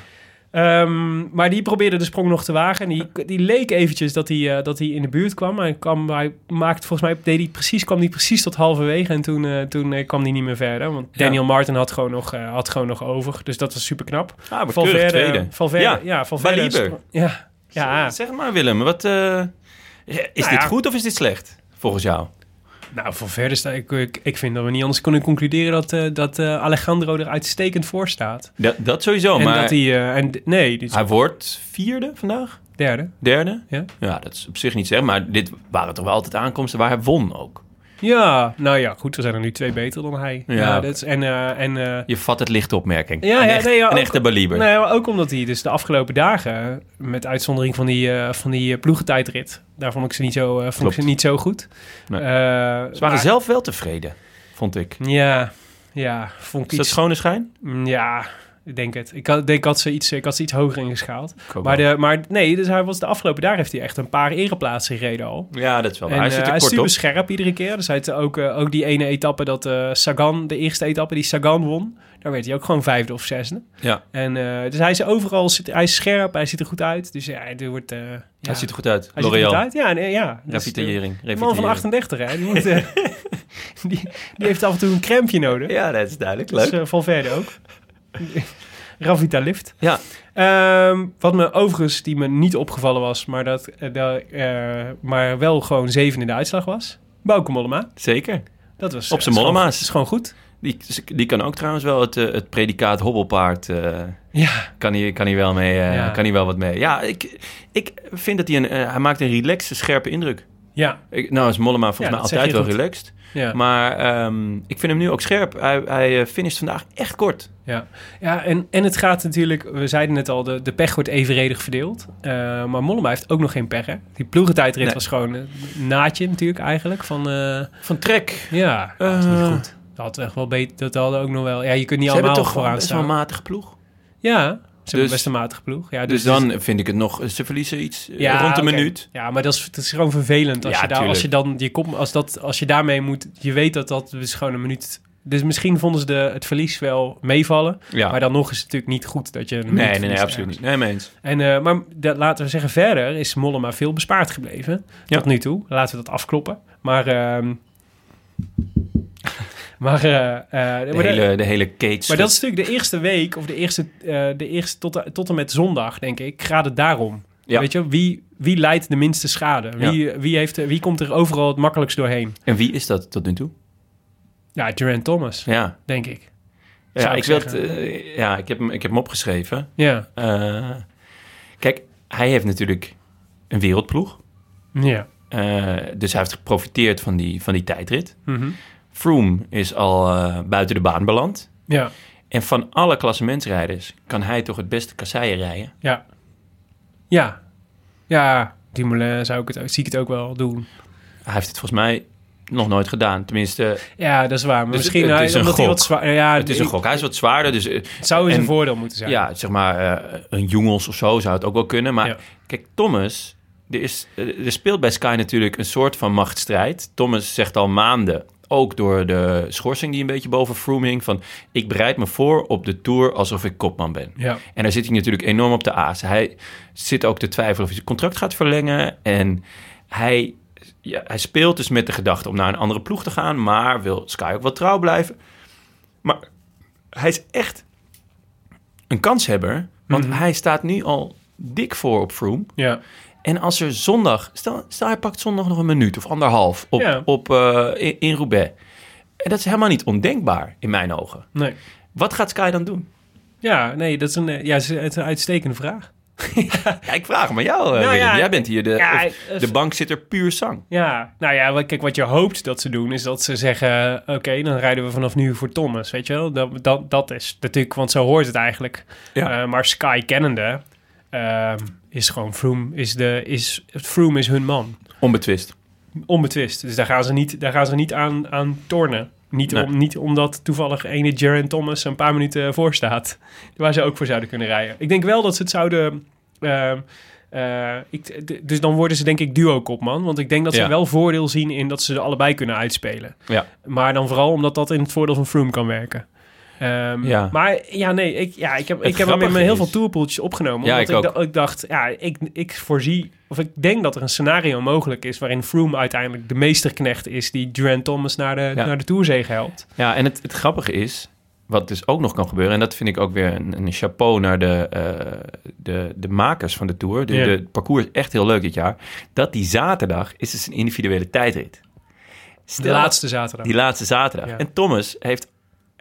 [SPEAKER 1] Ehm, maar die probeerde de sprong nog te wagen. En die, die leek eventjes dat hij, eh, dat hij in de buurt kwam. Maar hij, kwam, hij maakte volgens mij deed hij precies, kwam hij precies tot halverwege. En toen, eh, toen eh, kwam hij niet meer verder. Want
[SPEAKER 5] Ja.
[SPEAKER 1] Daniel Martin had gewoon, nog, eh, had gewoon nog over. Dus dat was super knap.
[SPEAKER 5] Ah, wordt keurig tweede.
[SPEAKER 1] Valverde. Ja,
[SPEAKER 5] Ja.
[SPEAKER 1] ja Valverde.
[SPEAKER 5] Balieber.
[SPEAKER 1] sprong- Ja, ja.
[SPEAKER 5] Zeg maar Willem, wat, eh, is dit
[SPEAKER 1] Ah. Nou ja.
[SPEAKER 5] goed of is dit slecht volgens jou?
[SPEAKER 1] Nou, Valverde sta ik, ik. Ik vind dat we niet anders kunnen concluderen dat, eh, dat eh, Alejandro er uitstekend voor staat.
[SPEAKER 5] Dat, dat sowieso,
[SPEAKER 1] en
[SPEAKER 5] Oh, maar
[SPEAKER 1] dat hij. eh, en, d- nee, dus
[SPEAKER 5] hij wordt vierde vandaag,
[SPEAKER 1] derde.
[SPEAKER 5] derde.
[SPEAKER 1] Ja.
[SPEAKER 5] ja, dat is op zich niet zeg, maar dit waren toch wel altijd aankomsten waar hij won ook.
[SPEAKER 1] Ja, nou ja, goed, we zijn er nu twee beter dan hij. Ja,
[SPEAKER 5] Ja,
[SPEAKER 1] dat is, en, eh, en eh,
[SPEAKER 5] Je vat het lichte opmerking.
[SPEAKER 1] Ja,
[SPEAKER 5] een,
[SPEAKER 1] ja,
[SPEAKER 5] echt-
[SPEAKER 1] nee, ja,
[SPEAKER 5] een
[SPEAKER 1] ook-
[SPEAKER 5] echte belieber.
[SPEAKER 1] Nee, maar ook omdat hij dus de afgelopen dagen, met uitzondering van die, eh, van die eh, ploegentijdrit, daar vond ik ze niet zo, eh, vond
[SPEAKER 5] Klopt.
[SPEAKER 1] ik ze niet zo goed.
[SPEAKER 5] Nee.
[SPEAKER 1] Eh,
[SPEAKER 5] Ze waren
[SPEAKER 1] maar-
[SPEAKER 5] zelf wel tevreden, vond ik.
[SPEAKER 1] Ja, ja, vond ik
[SPEAKER 5] Is dat
[SPEAKER 1] iets. mm,
[SPEAKER 5] schone schijn?
[SPEAKER 1] Ja, ik denk het. Ik had, denk dat ze iets, ik had ze iets hoger ingeschaald.
[SPEAKER 5] Ik ook
[SPEAKER 1] Maar,
[SPEAKER 5] wel.
[SPEAKER 1] de, maar nee, dus hij was de afgelopen dagen heeft hij echt een paar ereplaatsen gereden al.
[SPEAKER 5] Ja, dat is wel waar.
[SPEAKER 1] En,
[SPEAKER 5] Oh, Hij
[SPEAKER 1] eh,
[SPEAKER 5] zit
[SPEAKER 1] hij
[SPEAKER 5] er
[SPEAKER 1] is
[SPEAKER 5] kort
[SPEAKER 1] super
[SPEAKER 5] op.
[SPEAKER 1] scherp iedere keer. Dus hij had ook, eh, ook die ene etappe dat eh, Sagan, de eerste etappe die Sagan won, daar werd hij ook gewoon vijfde of zesde.
[SPEAKER 5] Ja,
[SPEAKER 1] En, eh, dus hij is overal, zit, hij is scherp, hij ziet er goed uit. Dus ja, hij wordt... eh, ja.
[SPEAKER 5] hij ziet er goed uit.
[SPEAKER 1] Hij ziet er goed
[SPEAKER 5] L'Oreal,
[SPEAKER 1] uit, ja. nee, ja. Dus,
[SPEAKER 5] revitalisering.
[SPEAKER 1] eh, man van
[SPEAKER 5] revitalisering.
[SPEAKER 1] 38, hè. Die, moet, eh, die, die heeft af en toe een crampje nodig.
[SPEAKER 5] Ja, dat is duidelijk.
[SPEAKER 1] Dus
[SPEAKER 5] Leuk.
[SPEAKER 1] eh, Valverde ook. Ravitalift.
[SPEAKER 5] Ja,
[SPEAKER 1] Ehm, wat me overigens, die me niet opgevallen was, maar, dat, eh, dat, eh, maar wel gewoon zeven in de uitslag was. Bouke Mollema.
[SPEAKER 5] zeker.
[SPEAKER 1] Dat was, eh,
[SPEAKER 5] Op zijn
[SPEAKER 1] is gewoon-
[SPEAKER 5] Mollema's.
[SPEAKER 1] is gewoon goed.
[SPEAKER 5] Die, die kan ook trouwens wel het, eh, het predicaat hobbelpaard... eh,
[SPEAKER 1] Ja,
[SPEAKER 5] kan hij, kan hij wel mee, eh,
[SPEAKER 1] Ja.
[SPEAKER 5] kan hij wel wat mee. Ja, ik, ik vind dat hij een, eh, hij maakt een relaxed, scherpe indruk.
[SPEAKER 1] ja,
[SPEAKER 5] Ik, nou is Mollema volgens
[SPEAKER 1] Ja,
[SPEAKER 5] mij
[SPEAKER 1] dat zeg
[SPEAKER 5] altijd wel
[SPEAKER 1] je goed.
[SPEAKER 5] relaxed.
[SPEAKER 1] ja.
[SPEAKER 5] Maar ehm, ik vind hem nu ook scherp. Hij, hij eh, finisht vandaag echt kort.
[SPEAKER 1] Ja, ja en, en het gaat natuurlijk, we zeiden het al, de, de pech wordt evenredig verdeeld. Eh, maar Mollema heeft ook nog geen pech, hè? Die ploegentijdrit
[SPEAKER 5] Nee.
[SPEAKER 1] was gewoon een naadje natuurlijk eigenlijk. Van, eh,
[SPEAKER 5] Van Trek.
[SPEAKER 1] ja, dat was
[SPEAKER 5] Eh.
[SPEAKER 1] niet goed. Dat had echt wel beter, dat hadden ook nog wel... Ja, je kunt niet
[SPEAKER 5] Ze hebben
[SPEAKER 1] allemaal
[SPEAKER 5] toch
[SPEAKER 1] vooraan
[SPEAKER 5] best wel een
[SPEAKER 1] staan.
[SPEAKER 5] matige ploeg.
[SPEAKER 1] Ja, ze hebben
[SPEAKER 5] Dus-
[SPEAKER 1] best een matige ploeg. Ja,
[SPEAKER 5] Dus, dan vind ik het nog... Ze verliezen iets eh,
[SPEAKER 1] ja,
[SPEAKER 5] rond een
[SPEAKER 1] oké.
[SPEAKER 5] minuut.
[SPEAKER 1] Ja, maar dat is, dat is gewoon vervelend. Als,
[SPEAKER 5] Ja,
[SPEAKER 1] je, daar, als
[SPEAKER 5] tuurlijk.
[SPEAKER 1] je dan je kop, als, dat, als je daarmee moet, je weet dat dat dus gewoon een minuut... Dus misschien vonden ze de, het verlies wel meevallen.
[SPEAKER 5] Ja.
[SPEAKER 1] Maar dan nog is het natuurlijk niet goed dat je een minuut
[SPEAKER 5] nee, nee, nee,
[SPEAKER 1] verliest
[SPEAKER 5] absoluut
[SPEAKER 1] ergens.
[SPEAKER 5] niet. Nee, meens.
[SPEAKER 1] En, eh, maar dat, laten we zeggen, verder is Mollema veel bespaard gebleven.
[SPEAKER 5] Ja.
[SPEAKER 1] Tot nu toe. Laten we dat afkloppen. Maar. ehm, maar. eh, eh,
[SPEAKER 5] De,
[SPEAKER 1] maar,
[SPEAKER 5] hele, de hele Kate...
[SPEAKER 1] maar dat is natuurlijk de eerste week, of de eerste. eh, de eerste tot, tot en met zondag, denk ik. Gaat het daarom.
[SPEAKER 5] Ja.
[SPEAKER 1] Weet je, wie, wie leidt de minste schade? Wie, wie, heeft, wie komt er overal het makkelijkst doorheen?
[SPEAKER 5] En wie is dat tot nu toe?
[SPEAKER 1] Ja, Durant Thomas,
[SPEAKER 5] Ja.
[SPEAKER 1] denk ik.
[SPEAKER 5] Ja,
[SPEAKER 1] Zou
[SPEAKER 5] ik,
[SPEAKER 1] ik
[SPEAKER 5] wil het,
[SPEAKER 1] zeggen.
[SPEAKER 5] eh, ja ik, heb hem, ik heb hem opgeschreven.
[SPEAKER 1] Ja.
[SPEAKER 5] Eh, kijk, hij heeft natuurlijk een wereldploeg.
[SPEAKER 1] Ja.
[SPEAKER 5] Eh, dus hij heeft geprofiteerd van die, van die tijdrit.
[SPEAKER 1] Mhm.
[SPEAKER 5] Froome is al eh, buiten de baan beland.
[SPEAKER 1] Ja.
[SPEAKER 5] En van alle klassementsrijders kan hij toch het beste kasseien rijden.
[SPEAKER 1] Ja. Ja. Ja. Dumoulin zou ik het, ook- zie ik het ook wel doen.
[SPEAKER 5] Hij heeft het volgens mij nog nooit gedaan. Tenminste,
[SPEAKER 1] Ja, dat is waar. Maar
[SPEAKER 5] Dus
[SPEAKER 1] misschien
[SPEAKER 5] het
[SPEAKER 1] hij-
[SPEAKER 5] is een
[SPEAKER 1] omdat hij
[SPEAKER 5] gok.
[SPEAKER 1] wat zwaar... Ja,
[SPEAKER 5] het is een
[SPEAKER 1] ik-
[SPEAKER 5] gok. Hij is wat zwaarder, dus... eh,
[SPEAKER 1] Het zou eens
[SPEAKER 5] En-
[SPEAKER 1] een voordeel moeten zijn.
[SPEAKER 5] Ja, zeg maar eh, een jongens of zo zou het ook wel kunnen. Maar
[SPEAKER 1] Ja.
[SPEAKER 5] kijk, Thomas, er, is, eh, er speelt bij Sky natuurlijk een soort van machtsstrijd. Thomas zegt al maanden, ook door de schorsing die een beetje boven Froome hing... van ik bereid me voor op de Tour alsof ik kopman ben.
[SPEAKER 1] Ja.
[SPEAKER 5] En daar zit hij natuurlijk enorm op de aas. Hij zit ook te twijfelen of hij zijn contract gaat verlengen. En hij, ja, hij speelt dus met de gedachte om naar een andere ploeg te gaan... maar wil Sky ook wel trouw blijven. Maar hij is echt een kanshebber. Want hij staat nu al dik voor op Froome.
[SPEAKER 1] Mhm. Ja.
[SPEAKER 5] En als er zondag... Stel, stel hij pakt zondag nog een minuut of anderhalf op,
[SPEAKER 1] Ja.
[SPEAKER 5] op, eh, in, in Roubaix. En dat is helemaal niet ondenkbaar in mijn ogen.
[SPEAKER 1] Nee.
[SPEAKER 5] Wat gaat Sky dan doen?
[SPEAKER 1] Ja, nee, dat is een, eh, ja, het is een uitstekende vraag.
[SPEAKER 5] Ja, ik vraag hem aan jou, eh,
[SPEAKER 1] Nou
[SPEAKER 5] Willem.
[SPEAKER 1] ja,
[SPEAKER 5] Jij bent hier de,
[SPEAKER 1] ja,
[SPEAKER 5] of
[SPEAKER 1] eh,
[SPEAKER 5] de bankzitter puur zang.
[SPEAKER 1] Ja, nou ja, wat- kijk, wat je hoopt dat ze doen, is dat ze zeggen... Oké, dan rijden we vanaf nu voor Thomas, weet je wel? Dat, dat, dat is natuurlijk, want zo hoort het eigenlijk.
[SPEAKER 5] Ja.
[SPEAKER 1] Eh, maar Sky kennende ehm, is gewoon Froome is de... Is, Froome is hun man.
[SPEAKER 5] Eh, Onbetwist.
[SPEAKER 1] onbetwist. Dus daar gaan ze niet, daar gaan ze niet aan, aan tornen. Niet,
[SPEAKER 5] Nee.
[SPEAKER 1] om, niet omdat toevallig ene Geraint Thomas een paar minuten voor staat. Waar ze ook voor zouden kunnen rijden. Ik denk wel dat ze het zouden... ehm, eh, ik, d- dus dan worden ze denk ik duo-kopman. Want ik denk dat ze
[SPEAKER 5] Ja.
[SPEAKER 1] wel voordeel zien in dat ze er allebei kunnen uitspelen.
[SPEAKER 5] Ja.
[SPEAKER 1] Maar dan vooral omdat dat in het voordeel van Froome kan werken. Ehm,
[SPEAKER 5] Ja.
[SPEAKER 1] Maar ja, nee, ik, ja, ik heb, ik heb hem in
[SPEAKER 5] grappige
[SPEAKER 1] mijn heel
[SPEAKER 5] is-
[SPEAKER 1] veel tourpoeltjes opgenomen.
[SPEAKER 5] Ja,
[SPEAKER 1] omdat
[SPEAKER 5] ik
[SPEAKER 1] ik,
[SPEAKER 5] ook.
[SPEAKER 1] da- ik dacht, ja, ik, ik voorzie, of ik denk dat er een scenario mogelijk is... waarin Froome uiteindelijk de meesterknecht is... die Duran Thomas naar de,
[SPEAKER 5] Ja.
[SPEAKER 1] naar de toerzege helpt.
[SPEAKER 5] Ja, en het, het grappige is, wat dus ook nog kan gebeuren... en dat vind ik ook weer een, een chapeau naar de, eh, de, de makers van de Tour. De,
[SPEAKER 1] Ja.
[SPEAKER 5] de- het parcours is echt heel leuk dit jaar. Dat die zaterdag is dus een individuele tijdrit.
[SPEAKER 1] De
[SPEAKER 5] Stel-
[SPEAKER 1] laatste zaterdag.
[SPEAKER 5] Die laatste zaterdag.
[SPEAKER 1] Ja.
[SPEAKER 5] En Thomas heeft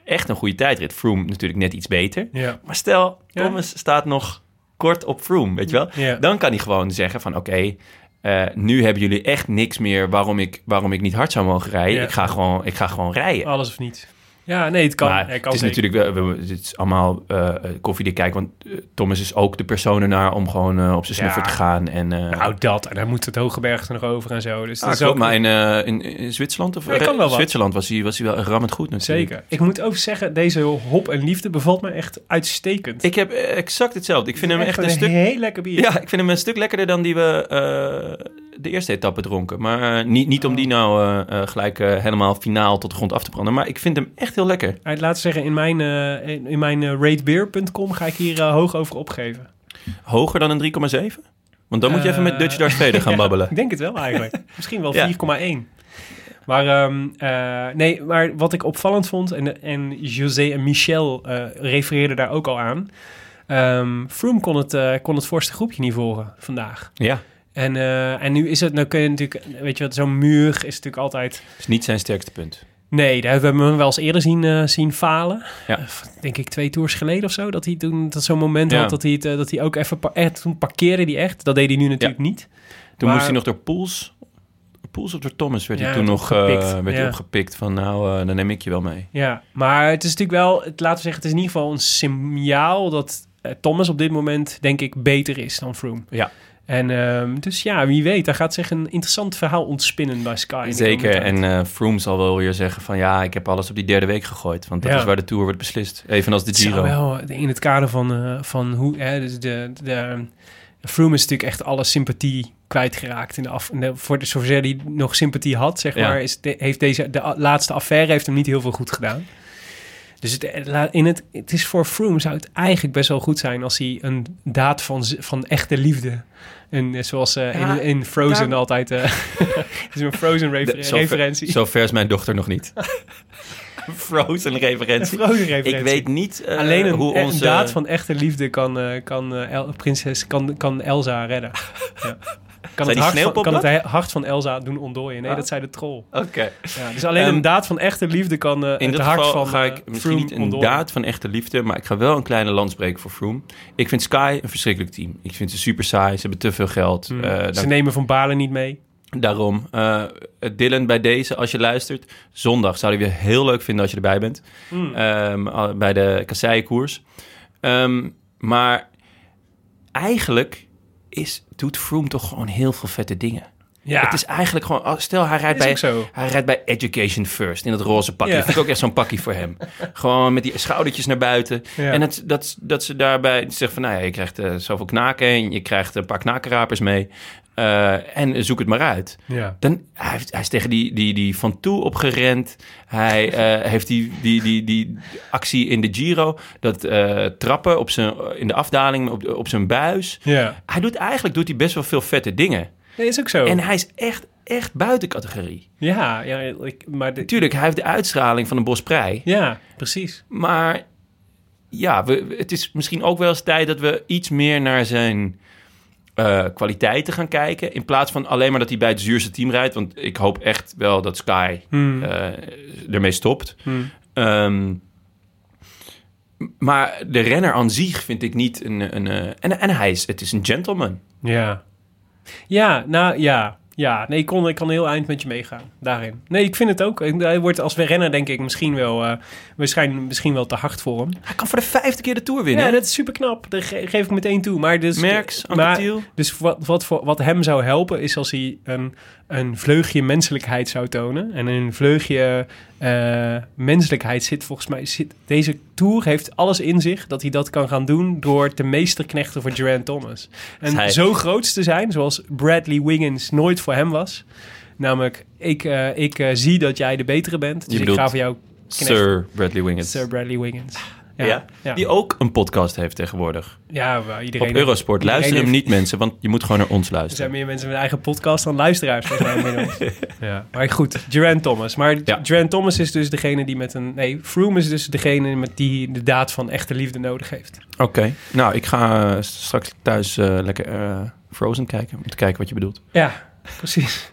[SPEAKER 5] echt een goede tijdrit. Froome natuurlijk net iets beter.
[SPEAKER 1] Ja.
[SPEAKER 5] Maar stel,
[SPEAKER 1] Ja.
[SPEAKER 5] Thomas staat nog kort op Froome, weet je wel?
[SPEAKER 1] Ja.
[SPEAKER 5] Dan kan hij gewoon zeggen van, oké, eh, nu hebben jullie echt niks meer waarom ik, waarom ik niet hard zou mogen rijden.
[SPEAKER 1] Ja.
[SPEAKER 5] Ik, ga gewoon, ik ga gewoon rijden.
[SPEAKER 1] Alles of niet. Ja, nee, het kan.
[SPEAKER 5] maar
[SPEAKER 1] Ja,
[SPEAKER 5] het
[SPEAKER 1] kan
[SPEAKER 5] is
[SPEAKER 1] zeker.
[SPEAKER 5] natuurlijk wel, we- we- het is allemaal eh koffiedik kijken, want eh, Thomas is ook de persoon ernaar om gewoon eh, op zijn
[SPEAKER 1] Ja.
[SPEAKER 5] snuffer te gaan. En, eh,
[SPEAKER 1] Nou, dat. En dan moet het Hogebergte nog over en zo. Dus
[SPEAKER 5] ah,
[SPEAKER 1] dat is
[SPEAKER 5] klopt,
[SPEAKER 1] ook...
[SPEAKER 5] maar in, eh, in, in Zwitserland, of,
[SPEAKER 1] Hij kan wel wat.
[SPEAKER 5] Zwitserland was hij, was hij wel rammend goed natuurlijk.
[SPEAKER 1] Zeker. Ik moet ook zeggen, deze hop en liefde bevalt me echt uitstekend.
[SPEAKER 5] Ik heb eh, exact hetzelfde. Ik vind hem echt een stuk
[SPEAKER 1] heel lekker bier.
[SPEAKER 5] Ja, ik vind hem een stuk lekkerder dan die we eh, de eerste etappe dronken. Maar eh, niet, niet om
[SPEAKER 1] Oh.
[SPEAKER 5] die nou eh, eh, gelijk eh, helemaal finaal tot de grond af te branden. Maar ik vind hem echt heel lekker.
[SPEAKER 1] Laat laten zeggen, in mijn, eh, in, in mijn eh, ratebeer.com ga ik hier eh, hoog over opgeven.
[SPEAKER 5] Hoger dan een 3,7? Want dan moet je even met
[SPEAKER 1] Eh,
[SPEAKER 5] Dutch Darth Vader gaan babbelen.
[SPEAKER 1] Ik denk het wel eigenlijk. Misschien wel
[SPEAKER 5] Ja.
[SPEAKER 1] 4,1. Maar, ehm, eh, nee, maar wat ik opvallend vond, en, en José en Michel eh, refereerden daar ook al aan. Ehm Froome kon het, eh, kon het voorste groepje niet volgen vandaag.
[SPEAKER 5] Ja,
[SPEAKER 1] En, eh, en nu is het, nou kun je natuurlijk, weet je wat, zo'n muur is natuurlijk altijd...
[SPEAKER 5] is niet zijn sterkste punt.
[SPEAKER 1] Nee, daar hebben we hem wel eens eerder zien, eh, zien falen.
[SPEAKER 5] Ja.
[SPEAKER 1] Eh, denk ik twee tours geleden of zo. Dat hij toen dat zo'n moment
[SPEAKER 5] Ja.
[SPEAKER 1] had dat hij, het, eh, dat hij ook even... pa- echt, toen parkeerde hij echt. Dat deed hij nu natuurlijk niet.
[SPEAKER 5] Toen
[SPEAKER 1] Maar-
[SPEAKER 5] moest hij nog door Pools. Pools of door Thomas werd
[SPEAKER 1] Ja,
[SPEAKER 5] hij toen nog eh,
[SPEAKER 1] opgepikt.
[SPEAKER 5] werd hij
[SPEAKER 1] Ja.
[SPEAKER 5] opgepikt. Van nou, eh, dan neem ik je wel mee.
[SPEAKER 1] Ja, maar het is natuurlijk wel... Het, laten we zeggen, het is in ieder geval een signaal dat eh, Thomas op dit moment, denk ik, beter is dan Froome.
[SPEAKER 5] Ja.
[SPEAKER 1] En ehm, dus ja, wie weet. Daar gaat zich een interessant verhaal ontspinnen bij Sky. in de komende
[SPEAKER 5] Zeker.
[SPEAKER 1] tijd.
[SPEAKER 5] En eh, Froome zal wel weer zeggen van ja, ik heb alles op die derde week gegooid. Want dat
[SPEAKER 1] Ja.
[SPEAKER 5] is waar de Tour wordt beslist. Evenals de
[SPEAKER 1] Het zou
[SPEAKER 5] Giro.
[SPEAKER 1] wel in het kader van, eh, van hoe... Hè, dus de, de, Froome is natuurlijk echt alle sympathie kwijtgeraakt. In de af, in de- voor de, zover hij nog sympathie had, zeg
[SPEAKER 5] Ja.
[SPEAKER 1] maar... Is de, heeft deze, de a- laatste affaire heeft hem niet heel veel goed gedaan. Dus het, eh, la- in het, het is voor Froome zou het eigenlijk best wel goed zijn... als hij een daad van, z- van echte liefde... En eh, zoals eh,
[SPEAKER 5] Ja,
[SPEAKER 1] in, in Frozen
[SPEAKER 5] daar-
[SPEAKER 1] altijd... eh is een Frozen refer-
[SPEAKER 5] De-
[SPEAKER 1] referentie.
[SPEAKER 5] Zo ver is mijn dochter nog niet. Frozen
[SPEAKER 1] Een
[SPEAKER 5] referentie.
[SPEAKER 1] Frozen referentie.
[SPEAKER 5] Ik weet niet eh,
[SPEAKER 1] Alleen een,
[SPEAKER 5] hoe
[SPEAKER 1] een
[SPEAKER 5] onze...
[SPEAKER 1] daad van echte liefde kan, eh, kan, eh, El- prinses, kan, kan Elsa redden. ja. Kan, het
[SPEAKER 5] die
[SPEAKER 1] hart van,
[SPEAKER 5] sneeuwpop
[SPEAKER 1] kan het
[SPEAKER 5] dat?
[SPEAKER 1] he- hart van Elsa doen ontdooien? Nee,
[SPEAKER 5] Ah.
[SPEAKER 1] dat zei de troll.
[SPEAKER 5] Oké.
[SPEAKER 1] Ja, dus alleen
[SPEAKER 5] Ehm,
[SPEAKER 1] een daad van echte liefde kan eh,
[SPEAKER 5] In
[SPEAKER 1] het
[SPEAKER 5] dat
[SPEAKER 1] hart
[SPEAKER 5] geval
[SPEAKER 1] van
[SPEAKER 5] ga
[SPEAKER 1] eh,
[SPEAKER 5] ik misschien
[SPEAKER 1] Froome
[SPEAKER 5] niet een
[SPEAKER 1] ontdooien.
[SPEAKER 5] daad van echte liefde, maar ik ga wel een kleine lans breken voor Froome. Ik vind Sky een verschrikkelijk team. Ik vind ze super saai, ze hebben te veel geld.
[SPEAKER 1] Hmm.
[SPEAKER 5] Eh, daar-
[SPEAKER 1] Ze nemen Van Balen niet mee.
[SPEAKER 5] daarom, eh, Dylan bij deze, als je luistert, zondag zou hij weer heel leuk vinden als je erbij bent.
[SPEAKER 1] Hmm.
[SPEAKER 5] Ehm, al- bij de kasseienkoers. Ehm, maar eigenlijk is, doet Froome toch gewoon heel veel vette dingen.
[SPEAKER 1] Ja.
[SPEAKER 5] Het is eigenlijk gewoon, als- stel hij rijdt,
[SPEAKER 1] Is
[SPEAKER 5] bij,
[SPEAKER 1] ook zo.
[SPEAKER 5] hij rijdt bij Education First in dat roze pakje.
[SPEAKER 1] Ja.
[SPEAKER 5] Dat vind ik ook echt zo'n pakje voor hem. gewoon met die schoudertjes naar buiten.
[SPEAKER 1] Ja.
[SPEAKER 5] En dat, dat, dat ze daarbij zegt van, nou ja, je krijgt eh, zoveel knaken en je krijgt een paar knakenrapers mee. Eh, en zoek het maar uit.
[SPEAKER 1] Ja.
[SPEAKER 5] Dan, hij, heeft- hij is tegen die, die, die Van Toe opgerend. Hij eh, heeft die, die, die, die actie in de Giro. Dat eh, trappen op zijn, in de afdaling op, op zijn buis.
[SPEAKER 1] Ja.
[SPEAKER 5] Hij doet eigenlijk doet hij best wel veel vette dingen.
[SPEAKER 1] Nee, is ook zo.
[SPEAKER 5] En hij is echt, echt buiten categorie.
[SPEAKER 1] Ja, ja, ik, maar de,
[SPEAKER 5] Natuurlijk, hij heeft de uitstraling van een bosprei.
[SPEAKER 1] ja, precies.
[SPEAKER 5] Maar ja, we, we- het is misschien ook wel eens tijd dat we iets meer naar zijn eh, kwaliteiten gaan kijken. In plaats van alleen maar dat hij bij het zuurste team rijdt. Want ik hoop echt wel dat Sky
[SPEAKER 1] Hmm.
[SPEAKER 5] eh, ermee stopt. Ehm, maar de renner aan zich vind ik niet een... een eh, en en hij is, het is een gentleman.
[SPEAKER 1] Ja. Ja, nou ja. Ja, nee, ik kon, ik kan heel eind met je meegaan daarin. Nee, ik vind het ook. Ik- Hij wordt als renner denk ik misschien wel, eh, waarschijn, misschien wel te hard voor hem.
[SPEAKER 5] Hij kan voor de vijfde keer de Tour
[SPEAKER 1] Ja,
[SPEAKER 5] winnen.
[SPEAKER 1] dat is super knap. Dat ge- geef ik meteen toe. Maar dus,
[SPEAKER 5] Merks,
[SPEAKER 1] maar,
[SPEAKER 5] Anquetil.
[SPEAKER 1] Dus wat, wat, voor, wat hem zou helpen is als hij een, een vleugje menselijkheid zou tonen. En een vleugje eh, menselijkheid zit volgens mij... Zit, deze Tour heeft alles in zich dat hij dat kan gaan doen... door te meesterknechten voor Geraint Thomas. En
[SPEAKER 5] Hij-
[SPEAKER 1] zo groot te zijn, zoals Bradley Wiggins nooit voor hem was... Namelijk, ik, eh, ik eh, zie dat jij de betere bent. Dus ik
[SPEAKER 5] bedoelt
[SPEAKER 1] ga voor jou knechten.
[SPEAKER 5] Sir Bradley Wiggins.
[SPEAKER 1] Sir Bradley Wiggins.
[SPEAKER 5] ja,
[SPEAKER 1] ja.
[SPEAKER 5] Die ook een podcast heeft tegenwoordig.
[SPEAKER 1] Ja, maar iedereen.
[SPEAKER 5] Op Eurosport.
[SPEAKER 1] iedereen
[SPEAKER 5] Luister hem
[SPEAKER 1] heeft-
[SPEAKER 5] niet, mensen, want je moet gewoon naar ons
[SPEAKER 1] Er zijn
[SPEAKER 5] luisteren.
[SPEAKER 1] meer mensen met eigen podcast dan luisteraars. volgens mij inmiddels. ja. Maar goed, Duran Thomas. Maar
[SPEAKER 5] Ja.
[SPEAKER 1] Duran Thomas is dus degene die met een... Nee, Froome is dus degene met die de daad van echte liefde nodig heeft.
[SPEAKER 5] Oké. Nou, ik ga eh, straks thuis eh, lekker eh, Frozen kijken. Om te kijken wat je bedoelt.
[SPEAKER 1] Ja, precies.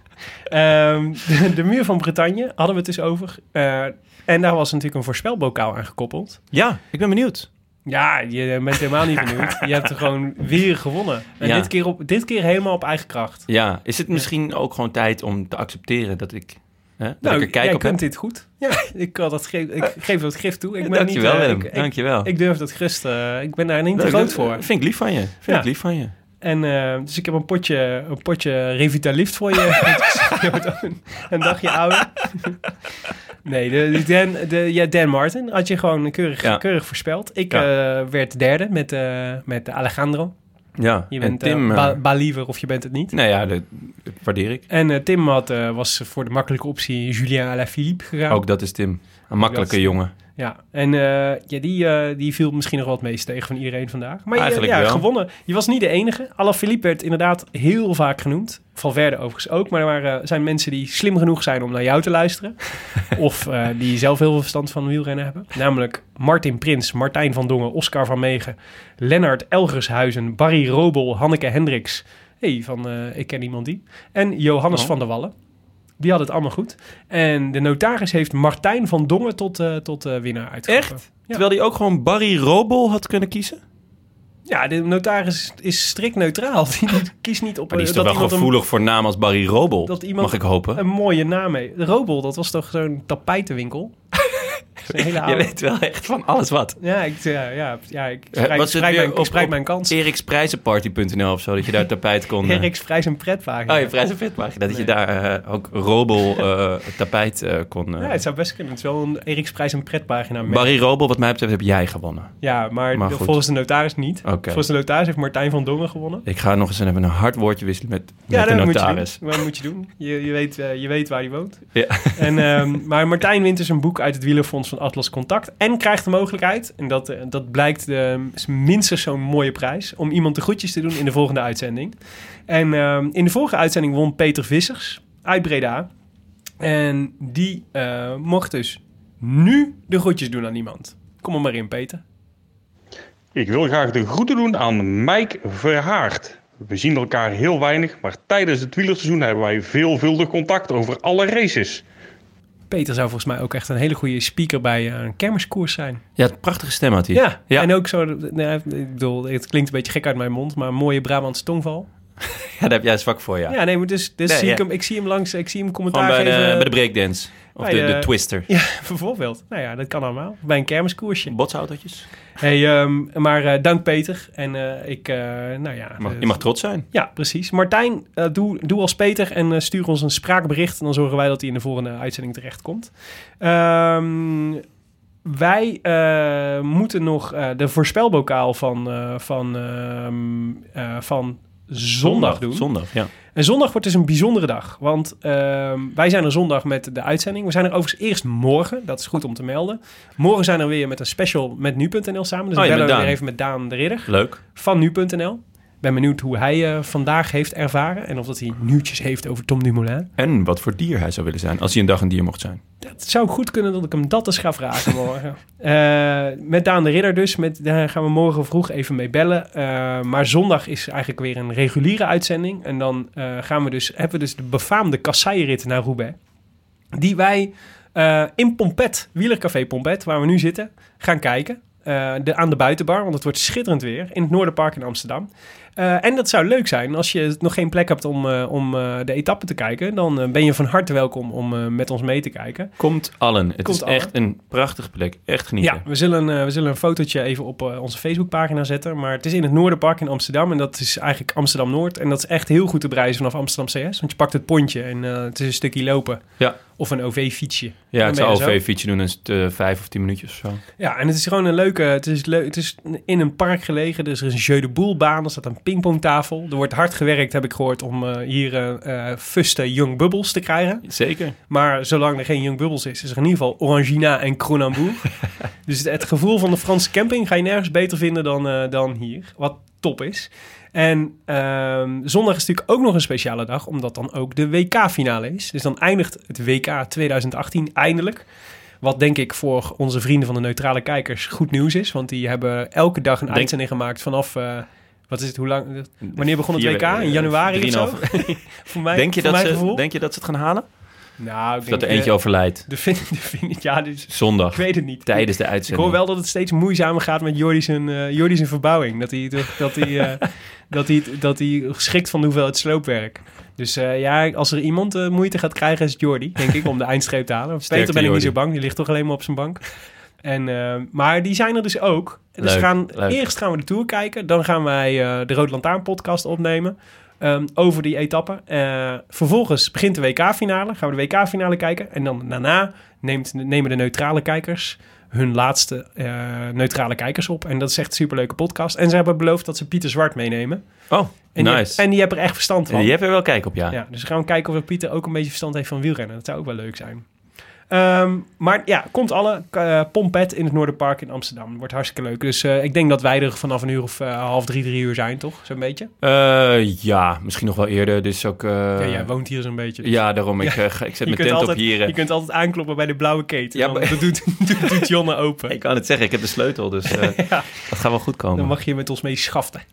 [SPEAKER 1] Ehm, de, de muur van Bretagne hadden we het dus over. Eh, en daar was natuurlijk een voorspelbokaal aan gekoppeld.
[SPEAKER 5] Ja, ik ben benieuwd.
[SPEAKER 1] Ja, je bent helemaal niet benieuwd. Je hebt er gewoon weer gewonnen. En
[SPEAKER 5] Ja.
[SPEAKER 1] dit, keer op, dit keer helemaal op eigen kracht.
[SPEAKER 5] Ja, is het misschien ook gewoon tijd om te accepteren dat ik, hè, dat ik er kijk
[SPEAKER 1] Nou, jij
[SPEAKER 5] op
[SPEAKER 1] kunt
[SPEAKER 5] heb?
[SPEAKER 1] dit goed. Ja, ik, kan dat geef, ik geef dat gif toe. Ik ben
[SPEAKER 5] Dankjewel,
[SPEAKER 1] niet, eh,
[SPEAKER 5] Willem.
[SPEAKER 1] ik- ik-
[SPEAKER 5] Dankjewel.
[SPEAKER 1] Ik durf dat gerust. eh, ik ben daar niet te
[SPEAKER 5] Leuk,
[SPEAKER 1] groot
[SPEAKER 5] dat-
[SPEAKER 1] voor.
[SPEAKER 5] Vind ik lief van je. Vind
[SPEAKER 1] Ja.
[SPEAKER 5] ik lief van je.
[SPEAKER 1] En, eh, dus ik heb een potje, een potje Revitalift voor Dus je. een dagje ouder. nee, de, de Dan, de, ja, Dan Martin had je gewoon keurig,
[SPEAKER 5] Ja.
[SPEAKER 1] keurig voorspeld. Ik eh, werd derde met, eh, met Alejandro.
[SPEAKER 5] Ja,
[SPEAKER 1] Je
[SPEAKER 5] en
[SPEAKER 1] bent
[SPEAKER 5] Tim...
[SPEAKER 1] Tim,
[SPEAKER 5] eh,
[SPEAKER 1] Baliever of je bent het niet.
[SPEAKER 5] nou ja, dat, dat waardeer ik.
[SPEAKER 1] En eh, Tim had, eh, was voor de makkelijke optie Julien Alaphilippe gegaan.
[SPEAKER 5] Ook dat is Tim. Een makkelijke
[SPEAKER 1] dat-
[SPEAKER 5] jongen.
[SPEAKER 1] Ja, en eh, ja, die, eh, die viel misschien nog wat meest tegen van iedereen vandaag. Maar je-
[SPEAKER 5] Eigenlijk
[SPEAKER 1] ja,
[SPEAKER 5] wel.
[SPEAKER 1] gewonnen. Je was niet de enige. Alaphilippe werd inderdaad heel vaak genoemd. Valverde overigens ook. Maar er waren, eh, zijn mensen die slim genoeg zijn om naar jou te luisteren. of eh, die zelf heel veel verstand van wielrennen hebben. Namelijk Martin Prins, Martijn van Dongen, Oscar van Megen... Lennart Elgershuizen, Barry Robel, Hanneke Hendricks. hey, van eh, Ik ken iemand die. En Johannes
[SPEAKER 5] Oh.
[SPEAKER 1] van der Wallen. Die had het allemaal goed. En de notaris heeft Martijn van Dongen tot, eh, tot eh, winnaar uitgeroepen.
[SPEAKER 5] Echt?
[SPEAKER 1] Ja.
[SPEAKER 5] Terwijl hij ook gewoon Barry Robel had kunnen kiezen?
[SPEAKER 1] Ja, de notaris is strikt neutraal. Die kiest niet op
[SPEAKER 5] Maar die is
[SPEAKER 1] eh,
[SPEAKER 5] toch wel
[SPEAKER 1] iemand een-
[SPEAKER 5] gevoelig voor naam als Barry Robel?
[SPEAKER 1] dat iemand
[SPEAKER 5] mag ik hopen?
[SPEAKER 1] Een mooie naam mee. Robel, dat was toch zo'n tapijtenwinkel? Dat is een hele
[SPEAKER 5] Je
[SPEAKER 1] oude...
[SPEAKER 5] weet wel echt van alles wat.
[SPEAKER 1] Ja, ik, ja, ja, ja, ik
[SPEAKER 5] Eh,
[SPEAKER 1] spreid,
[SPEAKER 5] was het
[SPEAKER 1] spreid
[SPEAKER 5] weer
[SPEAKER 1] mijn, ik
[SPEAKER 5] op-
[SPEAKER 1] spreid
[SPEAKER 5] op
[SPEAKER 1] mijn kans.
[SPEAKER 5] Eriksprijzenparty.nl of zo, dat je daar tapijt kon... eh,
[SPEAKER 1] Eric's Prijs en Pretwagen.
[SPEAKER 5] Oh, je prijzenpitpagina. Dat je daar eh, ook Robel eh, tapijt eh, kon... eh.
[SPEAKER 1] Ja, het zou best kunnen. Het is wel een Eric's Prijs en Pretpagina. merk.
[SPEAKER 5] Barry Robel, wat mij betreft, heb jij gewonnen.
[SPEAKER 1] Ja, maar,
[SPEAKER 5] Maar goed.
[SPEAKER 1] volgens de notaris niet.
[SPEAKER 5] Oké.
[SPEAKER 1] Volgens de notaris heeft Martijn van Dongen gewonnen.
[SPEAKER 5] Ik ga nog eens even een hard woordje wisselen met,
[SPEAKER 1] Ja,
[SPEAKER 5] met de
[SPEAKER 1] dat moet je
[SPEAKER 5] notaris.
[SPEAKER 1] doen. Dat moet je doen. Je, je, weet, eh, je weet waar hij woont.
[SPEAKER 5] Ja.
[SPEAKER 1] En, ehm, maar Martijn wint dus een boek uit het wielerfonds van Atlas Contact. En krijgt de mogelijkheid, en dat, eh, dat blijkt de, is minstens zo'n mooie prijs... om iemand de groetjes te doen in de volgende uitzending. En ehm, in de vorige uitzending won Peter Vissers uit Breda. En die eh, mocht dus nu de groetjes doen aan iemand. Kom er maar in, Peter.
[SPEAKER 6] Ik wil graag de groeten doen aan Mike Verhaard. We zien elkaar heel weinig, maar tijdens het wielerseizoen hebben wij veelvuldig contact over alle races.
[SPEAKER 1] Peter zou volgens mij ook echt een hele goede speaker bij eh, een kermiskoers zijn.
[SPEAKER 5] Ja, prachtige stem had hij.
[SPEAKER 1] Ja,
[SPEAKER 5] ja.
[SPEAKER 1] eh, en ook zo, nou, ik bedoel, het klinkt een beetje gek uit mijn mond, maar een mooie Brabants tongval.
[SPEAKER 5] Ja, daar heb jij een zwak voor, ja.
[SPEAKER 1] Ja, nee, maar dus, dus
[SPEAKER 5] Nee,
[SPEAKER 1] zie
[SPEAKER 5] ja.
[SPEAKER 1] ik, hem, ik zie hem langs, ik zie hem
[SPEAKER 5] Gewoon
[SPEAKER 1] commentaar
[SPEAKER 5] bij de,
[SPEAKER 1] geven.
[SPEAKER 5] bij de breakdance. Of
[SPEAKER 1] bij eh,
[SPEAKER 5] de, de
[SPEAKER 1] de-
[SPEAKER 5] twister.
[SPEAKER 1] Ja, bijvoorbeeld. Nou ja, dat kan allemaal. Bij een kermiskoersje.
[SPEAKER 5] Botsautootjes.
[SPEAKER 1] Hey, ehm, maar eh, dank Peter. En eh, ik, eh, nou ja...
[SPEAKER 5] Je mag,
[SPEAKER 1] eh,
[SPEAKER 5] je mag trots zijn.
[SPEAKER 1] Ja, precies. Martijn, eh, doe, doe als Peter en eh, stuur ons een spraakbericht. Dan zorgen wij dat hij in de volgende uitzending terechtkomt. Ehm wij eh, moeten nog eh, de voorspelbokaal van, eh, van, ehm, eh, van zondag doen.
[SPEAKER 5] Zondag, ja.
[SPEAKER 1] En zondag wordt dus een bijzondere dag. Want ehm, wij zijn er zondag met de uitzending. We zijn er overigens eerst morgen. Dat is goed om te melden. Morgen zijn we weer met een special met nu.nl samen. Dus
[SPEAKER 5] Oh,
[SPEAKER 1] we
[SPEAKER 5] ja,
[SPEAKER 1] bellen
[SPEAKER 5] met
[SPEAKER 1] we
[SPEAKER 5] Daan.
[SPEAKER 1] weer even met Daan de Ridder
[SPEAKER 5] Leuk.
[SPEAKER 1] van nu.nl. Ik ben benieuwd hoe hij eh, vandaag heeft ervaren. En of dat hij nieuwtjes heeft over Tom Dumoulin.
[SPEAKER 5] En wat voor dier hij zou willen zijn, als hij een dag een dier mocht zijn.
[SPEAKER 1] Het zou goed kunnen dat ik hem dat eens ga vragen morgen. Eh, met Daan de Ridder dus. Met, daar gaan we morgen vroeg even mee bellen. Eh, maar zondag is eigenlijk weer een reguliere uitzending. En dan eh, gaan we dus, hebben we dus de befaamde kasseirit naar Roubaix. Die wij eh, in Pompet, wielercafé Pompet, waar we nu zitten, gaan kijken. Eh, de, aan de buitenbar, want het wordt schitterend weer. In het Noorderpark in Amsterdam. Eh, en dat zou leuk zijn als je nog geen plek hebt om, eh, om eh, de etappe te kijken. Dan eh, ben je van harte welkom om eh, met ons mee te kijken.
[SPEAKER 5] Komt allen. Het
[SPEAKER 1] Komt
[SPEAKER 5] is
[SPEAKER 1] allen.
[SPEAKER 5] echt een prachtige plek. Echt genieten.
[SPEAKER 1] Ja, we zullen, eh, we zullen een fotootje even op eh, onze Facebookpagina zetten. Maar het is in het Noorderpark in Amsterdam. En dat is eigenlijk Amsterdam-Noord. En dat is echt heel goed te bereizen vanaf Amsterdam CS. Want je pakt het pontje en eh, het is een stukje lopen.
[SPEAKER 5] Ja.
[SPEAKER 1] Of een OV-fietsje.
[SPEAKER 5] Ja, ik
[SPEAKER 1] Dan ben
[SPEAKER 5] zou
[SPEAKER 1] je zo.
[SPEAKER 5] OV-fietsje doen, dan is het eh, vijf of tien minuutjes of zo.
[SPEAKER 1] Ja, en het is gewoon een leuke... Het is, leuk, het is in een park gelegen. Dus er is een jeu de boule baan. Er staat een pingpongtafel. Er wordt hard gewerkt, heb ik gehoord, om eh, hier eh eh, fuste Young Bubbles te krijgen.
[SPEAKER 5] Zeker.
[SPEAKER 1] Maar zolang er geen Young Bubbles is, is er in ieder geval Orangina en Kronenboer. dus het, het gevoel van de Franse camping ga je nergens beter vinden dan, eh, dan hier. Wat top is. En ehm, zondag is natuurlijk ook nog een speciale dag, omdat dan ook de WK-finale is. Dus dan eindigt het WK 2018 eindelijk. Wat denk ik voor onze vrienden van de neutrale kijkers goed nieuws is. Want die hebben elke dag een
[SPEAKER 5] Denk-
[SPEAKER 1] uitzending gemaakt vanaf... eh, wat is het, hoe lang? Wanneer begon het
[SPEAKER 5] Vier,
[SPEAKER 1] WK?
[SPEAKER 5] eh,
[SPEAKER 1] In januari of zo?
[SPEAKER 5] drieënhalf.
[SPEAKER 1] voor mij,
[SPEAKER 5] Denk je,
[SPEAKER 1] voor
[SPEAKER 5] dat
[SPEAKER 1] mijn
[SPEAKER 5] ze,
[SPEAKER 1] gevoel.
[SPEAKER 5] denk je dat ze het gaan halen?
[SPEAKER 1] nou, ik
[SPEAKER 5] Of dat
[SPEAKER 1] denk,
[SPEAKER 5] er eentje
[SPEAKER 1] eh,
[SPEAKER 5] overlijdt?
[SPEAKER 1] de fin- de finish, ja, dus ik
[SPEAKER 5] Zondag,
[SPEAKER 1] weet het niet.
[SPEAKER 5] tijdens de
[SPEAKER 1] ik
[SPEAKER 5] uitzending.
[SPEAKER 1] hoor wel dat het steeds moeizamer gaat met Jordi zijn, eh, Jordi zijn verbouwing. Dat hij, toch- dat, hij, eh, dat, hij, dat hij geschikt van de hoeveelheid sloopwerk. Dus eh, ja, als er iemand eh, moeite gaat krijgen is het Jordi, denk ik, om de eindstreep te halen.
[SPEAKER 5] Sterkte,
[SPEAKER 1] Peter ben ik niet
[SPEAKER 5] Jordi.
[SPEAKER 1] zo bang, die ligt toch alleen maar op zijn bank. En, eh, maar die zijn er dus ook. Dus
[SPEAKER 5] Leuk,
[SPEAKER 1] we gaan,
[SPEAKER 5] leuk.
[SPEAKER 1] eerst gaan we de Tour kijken. Dan gaan wij eh, de Rood Lantaarn podcast opnemen. ehm, over die etappe. Eh, vervolgens begint de WK-finale. Gaan we de WK-finale kijken. En dan daarna neemt, nemen de neutrale kijkers hun laatste eh, neutrale kijkers op. En dat is echt een superleuke podcast. En ze hebben beloofd dat ze Pieter Zwart meenemen.
[SPEAKER 5] Oh,
[SPEAKER 1] En Die
[SPEAKER 5] nice.
[SPEAKER 1] heb, en die heb er echt verstand van.
[SPEAKER 5] je hebt er wel kijk op, ja.
[SPEAKER 1] Ja, dus we gaan kijken of Pieter ook een beetje verstand heeft van wielrennen. Dat zou ook wel leuk zijn. Ehm, maar ja, komt alle. eh Pompet in het Noorderpark in Amsterdam. Wordt hartstikke leuk. Dus eh, ik denk dat wij er vanaf een uur of eh, half drie, drie uur zijn, toch? Zo'n beetje.
[SPEAKER 5] Eh, ja, misschien nog wel eerder. Dus ook... eh,
[SPEAKER 1] ja, jij woont hier zo'n beetje. dus
[SPEAKER 5] ja, daarom. Ik, eh, ga- ik zet
[SPEAKER 1] je,
[SPEAKER 5] mijn
[SPEAKER 1] kunt
[SPEAKER 5] tent
[SPEAKER 1] altijd,
[SPEAKER 5] op hier. eh.
[SPEAKER 1] je kunt altijd aankloppen bij de blauwe keten.
[SPEAKER 5] Ja,
[SPEAKER 1] Dan-
[SPEAKER 5] maar-
[SPEAKER 1] Dat doet, doet, doet Jonne open.
[SPEAKER 5] Ik kan het zeggen, ik heb de sleutel, dus eh, dat gaat wel goed komen.
[SPEAKER 1] Dan mag je met ons mee schaften.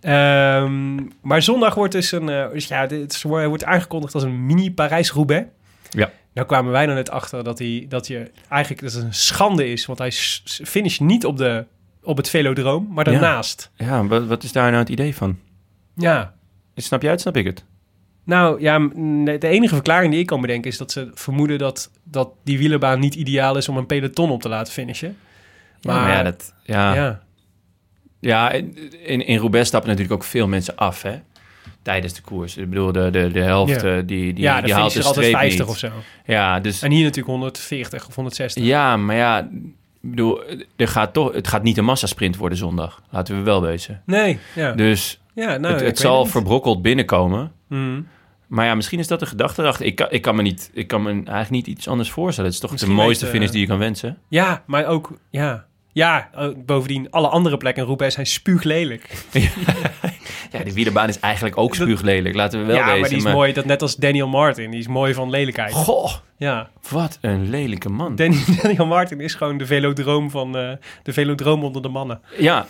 [SPEAKER 1] Ehm, maar zondag wordt dus een... eh, dus ja, dit is- wordt aangekondigd als een mini Parijs-Roubaix.
[SPEAKER 5] Ja.
[SPEAKER 1] Nou kwamen wij er net achter dat, hij, dat je eigenlijk dat het een schande is. Want hij s- s- finisht niet op, de, op het velodroom, maar
[SPEAKER 5] Ja.
[SPEAKER 1] daarnaast.
[SPEAKER 5] Ja, wat, wat is daar nou het idee van?
[SPEAKER 1] Ja.
[SPEAKER 5] Snap jij het, snap ik het?
[SPEAKER 1] Nou ja, m- nee, de enige verklaring die ik kan bedenken is dat ze vermoeden dat, dat die wielerbaan niet ideaal is om een peloton op te laten finishen. Maar,
[SPEAKER 5] Maar ja, dat, ah, ja, ja.
[SPEAKER 1] ja.
[SPEAKER 5] in, in Roubaix stappen natuurlijk ook veel mensen af, hè? Tijdens de koers. Ik bedoel, de, de, de helft,
[SPEAKER 1] Ja.
[SPEAKER 5] eh, die, die,
[SPEAKER 1] ja, dan
[SPEAKER 5] die haalt
[SPEAKER 1] finish
[SPEAKER 5] de
[SPEAKER 1] er altijd
[SPEAKER 5] streep
[SPEAKER 1] 50
[SPEAKER 5] niet.
[SPEAKER 1] of zo.
[SPEAKER 5] Ja, dus...
[SPEAKER 1] En hier natuurlijk 140 of 160.
[SPEAKER 5] Ja, maar ja, ik bedoel, er gaat toch, het gaat niet een massasprint worden zondag. Laten we wel wezen.
[SPEAKER 1] Nee, ja.
[SPEAKER 5] Dus
[SPEAKER 1] ja nou,
[SPEAKER 5] het,
[SPEAKER 1] ik
[SPEAKER 5] het
[SPEAKER 1] weet
[SPEAKER 5] zal
[SPEAKER 1] niet.
[SPEAKER 5] verbrokkeld binnenkomen.
[SPEAKER 1] Mm.
[SPEAKER 5] Maar ja, misschien is dat de gedachte erachter. Ik kan, ik kan me, niet, ik kan me eigenlijk niet iets anders voorstellen. Het is toch
[SPEAKER 1] Misschien
[SPEAKER 5] de mooiste
[SPEAKER 1] weet, eh,
[SPEAKER 5] finish die je kan wensen.
[SPEAKER 1] Ja, maar ook, ja. Ja, eh, bovendien, alle andere plekken in Roubaix zijn spuuglelijk.
[SPEAKER 5] Ja, de wielerbaan is eigenlijk ook
[SPEAKER 1] Dat-
[SPEAKER 5] spuuglelijk. Laten we wel
[SPEAKER 1] ja,
[SPEAKER 5] wezen.
[SPEAKER 1] maar die is mooi, dat net als Daniel Martin. Die is mooi van lelijkheid.
[SPEAKER 5] Goh,
[SPEAKER 1] Ja,
[SPEAKER 5] wat een lelijke man.
[SPEAKER 1] Danny, Daniel Martin is gewoon de velodroom van eh, de velodroom onder de mannen.
[SPEAKER 5] Ja,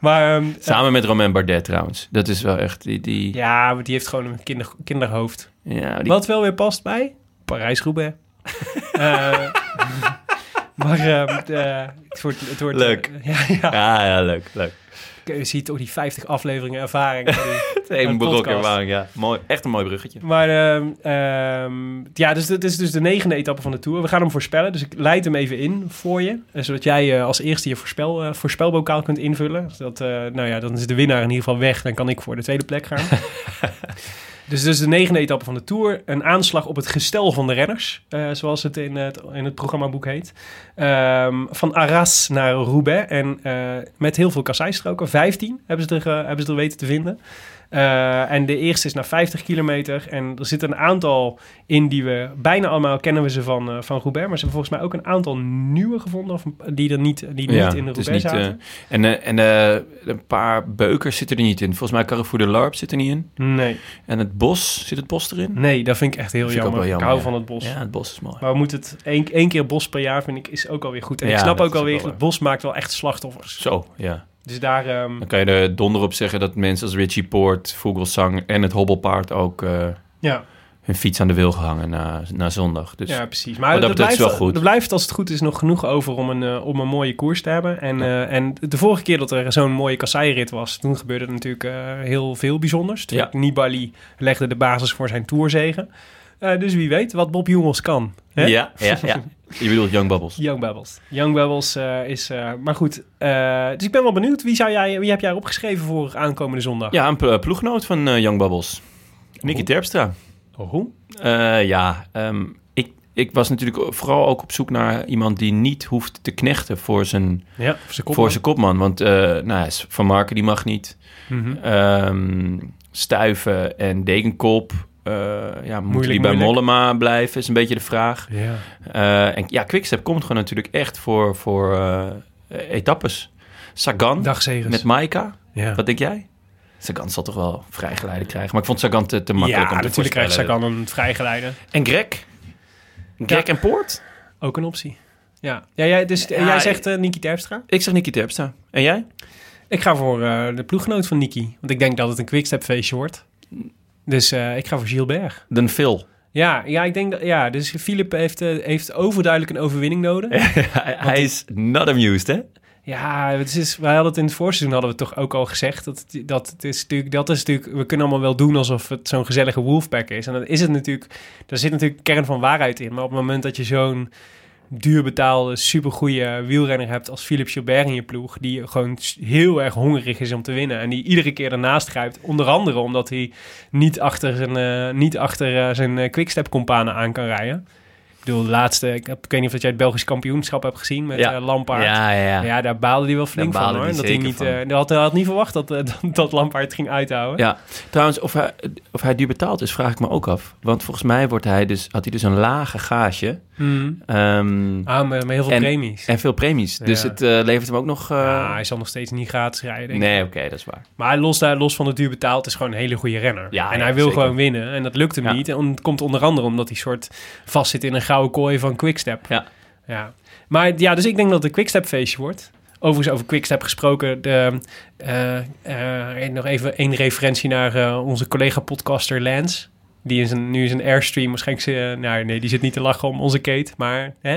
[SPEAKER 1] Maar ehm, eh,
[SPEAKER 5] samen met Romain Bardet trouwens. Dat is wel echt die... die ja.
[SPEAKER 1] ja, maar die heeft gewoon een kinder, kinderhoofd.
[SPEAKER 5] die-
[SPEAKER 1] Wat wel weer past bij Parijs-Roubaix. Eh, maar ehm, eh, het wordt... Het wordt
[SPEAKER 5] Leuk.
[SPEAKER 1] ja, ja.
[SPEAKER 5] Ja, ja, leuk, leuk.
[SPEAKER 1] je ziet ook die 50 afleveringen ervaring. van die-
[SPEAKER 5] Een
[SPEAKER 1] Een
[SPEAKER 5] brok
[SPEAKER 1] podcast.
[SPEAKER 5] ervaring, ja. Mooi, echt een mooi bruggetje.
[SPEAKER 1] Maar ehm, ehm, ja, dus dit is dus de negende etappe van de Tour. We gaan hem voorspellen, dus ik leid hem even in voor je. eh, Zodat jij eh, als eerste je voorspel, eh, voorspelbokaal kunt invullen. Zodat, eh, nou ja, dan is de winnaar in ieder geval weg. Dan kan ik voor de tweede plek gaan. dus dus de negende etappe van de Tour. Een aanslag op het gestel van de renners. eh, zoals het in het, in het programmaboek heet. Ehm, van Arras naar Roubaix. En eh, met heel veel kasseistroken. 15 hebben ze er, eh, hebben ze er weten te vinden. Eh, en de eerste is na 50 kilometer. En er zitten een aantal in die we bijna allemaal kennen we ze van, eh, van Roubaix. Maar ze hebben volgens mij ook een aantal nieuwe gevonden. Of die er niet, die niet in de
[SPEAKER 5] het is
[SPEAKER 1] Roubaix
[SPEAKER 5] niet,
[SPEAKER 1] zaten.
[SPEAKER 5] eh, en eh, en eh, een paar beukers zitten er niet in. Volgens mij Carrefour de Larp zit er niet in.
[SPEAKER 1] Nee,
[SPEAKER 5] En het bos, zit het bos erin?
[SPEAKER 1] nee, dat vind ik echt heel
[SPEAKER 5] Vind ik ook
[SPEAKER 1] jammer.
[SPEAKER 5] wel
[SPEAKER 1] Ik,
[SPEAKER 5] jammer,
[SPEAKER 1] hou
[SPEAKER 5] ja.
[SPEAKER 1] van het Mm, bos.
[SPEAKER 5] Ja, het bos is mooi.
[SPEAKER 1] Maar we moeten het één, één keer bos per jaar, vind ik, is ook alweer goed. En ik
[SPEAKER 5] Ja,
[SPEAKER 1] snap
[SPEAKER 5] dat
[SPEAKER 1] ook
[SPEAKER 5] is ook
[SPEAKER 1] alweer,
[SPEAKER 5] wel
[SPEAKER 1] het bos maakt wel echt slachtoffers.
[SPEAKER 5] Zo, ja.
[SPEAKER 1] Dus daar... ehm,
[SPEAKER 5] Dan kan je er donder op zeggen dat mensen als Richie Poort, Vogelsang en het hobbelpaard ook eh,
[SPEAKER 1] ja,
[SPEAKER 5] hun fiets aan de wil gehangen na, na zondag. Dus
[SPEAKER 1] ja, precies. Maar dat,
[SPEAKER 5] wat dat betreft
[SPEAKER 1] blijft,
[SPEAKER 5] is wel goed.
[SPEAKER 1] er blijft als het goed is nog genoeg over om een, eh, om een mooie koers te hebben. En, eh, en de vorige keer dat er zo'n mooie kasseirit was, toen gebeurde er natuurlijk eh, heel veel bijzonders. Toen
[SPEAKER 5] Ja.
[SPEAKER 1] Nibali legde de basis voor zijn toerzegen. Eh, dus wie weet wat Bob Jongels kan. Hè?
[SPEAKER 5] ja, ja, ja. Je bedoelt Young Bubbles.
[SPEAKER 1] Young Bubbles. Young Bubbles eh, is... eh, maar goed, eh, dus ik ben wel benieuwd. Wie, zou jij, wie heb jij opgeschreven voor aankomende zondag?
[SPEAKER 5] Ja, een plo- ploeggenoot van eh, Young Bubbles. Nicky Terpstra.
[SPEAKER 1] Oh.
[SPEAKER 5] Eh, ja, ehm, ik, ik was natuurlijk vooral ook op zoek naar iemand die niet hoeft te knechten voor zijn,
[SPEAKER 1] Ja, voor zijn kop.
[SPEAKER 5] voor zijn kopman. Want eh, nou, ja, Van Marken die mag niet.
[SPEAKER 1] Mhm.
[SPEAKER 5] Ehm, stuiven en Dekenkop. eh, ja, moet
[SPEAKER 1] Moeilijk,
[SPEAKER 5] die bij
[SPEAKER 1] moeilijk.
[SPEAKER 5] Mollema blijven, is een beetje de vraag.
[SPEAKER 1] Ja.
[SPEAKER 5] Eh, en ja, Quickstep komt gewoon natuurlijk echt voor, voor eh, etappes. Sagan
[SPEAKER 1] Dag Segers.
[SPEAKER 5] met Maika.
[SPEAKER 1] ja.
[SPEAKER 5] Wat denk jij? Sagan zal toch wel vrijgeleide krijgen. Maar ik vond Sagan te, te makkelijk om
[SPEAKER 1] ja,
[SPEAKER 5] te
[SPEAKER 1] natuurlijk krijgt
[SPEAKER 5] voorspellen.
[SPEAKER 1] Sagan een vrijgeleide.
[SPEAKER 5] En Greg? Greg en Poort?
[SPEAKER 1] Ook een optie. Ja, ja jij, dus,
[SPEAKER 5] Ja,
[SPEAKER 1] jij zegt eh Niki Terpstra.
[SPEAKER 5] Ik zeg Nicky Terpstra. En jij?
[SPEAKER 1] Ik ga voor eh, de ploeggenoot van Niki. Want ik denk dat het een quickstep feestje wordt. Dus eh, ik ga voor Gilbert.
[SPEAKER 5] Dan Phil.
[SPEAKER 1] Ja, ja, ik denk dat... Ja, dus Philip heeft, eh, heeft overduidelijk een overwinning nodig.
[SPEAKER 5] hij, hij is not amused, hè?
[SPEAKER 1] Ja, het is, wij hadden het in het voorseizoen hadden we het toch ook al gezegd. Dat, het- dat, het is natuurlijk, dat is natuurlijk, we kunnen allemaal wel doen alsof het zo'n gezellige wolfpack is. En dat is het natuurlijk, daar zit natuurlijk een kern van waarheid in. Maar op het moment dat je zo'n duur betaalde, supergoeie wielrenner hebt als Philip Gilbert in je ploeg, die gewoon s- heel erg hongerig is om te winnen en die iedere keer ernaast grijpt, onder andere omdat hij niet achter zijn, eh, niet achter, eh, zijn eh, quickstep-companen aan kan rijden. Ik bedoel, de laatste, ik, heb- ik weet niet of dat jij het Belgisch kampioenschap hebt gezien met
[SPEAKER 5] Ja.
[SPEAKER 1] eh, Lampaard.
[SPEAKER 5] Ja, ja, ja.
[SPEAKER 1] Ja, daar baalde hij wel flink
[SPEAKER 5] Daar
[SPEAKER 1] van.
[SPEAKER 5] baalde
[SPEAKER 1] Hoor.
[SPEAKER 5] hij
[SPEAKER 1] Dat hij
[SPEAKER 5] zeker
[SPEAKER 1] niet,
[SPEAKER 5] van.
[SPEAKER 1] eh, hij had, hij had niet verwacht dat, eh, dat, dat Lampaard ging uithouden.
[SPEAKER 5] Ja, trouwens, of hij, of hij duur betaald is, vraag ik me ook af. Want volgens mij wordt hij dus, had hij dus een lage gage.
[SPEAKER 1] Mm.
[SPEAKER 5] ehm,
[SPEAKER 1] Ah, met, met heel veel
[SPEAKER 5] en,
[SPEAKER 1] premies.
[SPEAKER 5] En veel premies. Dus
[SPEAKER 1] Ja.
[SPEAKER 5] het eh, levert hem ook nog... eh,
[SPEAKER 1] Ah, hij zal nog steeds niet gratis rijden. denk ik.
[SPEAKER 5] nee, oké, dat is waar.
[SPEAKER 1] Maar hij los, daar, los van het duur betaald is gewoon een hele goede renner.
[SPEAKER 5] Ja,
[SPEAKER 1] en
[SPEAKER 5] ja,
[SPEAKER 1] hij wil
[SPEAKER 5] zeker.
[SPEAKER 1] gewoon winnen. En dat lukt hem
[SPEAKER 5] Ja.
[SPEAKER 1] niet. En het komt onder andere omdat hij soort vastzit in een gouden kooi van Quickstep.
[SPEAKER 5] Ja.
[SPEAKER 1] Ja. Maar ja, dus ik denk dat het een Quickstep feestje wordt. Overigens over Quickstep gesproken. De, eh, eh, nog even één referentie naar eh, onze collega podcaster Lance. Die is een, nu is een Airstream waarschijnlijk... eh, nou nee, die zit niet te lachen om onze Kate. Maar hè?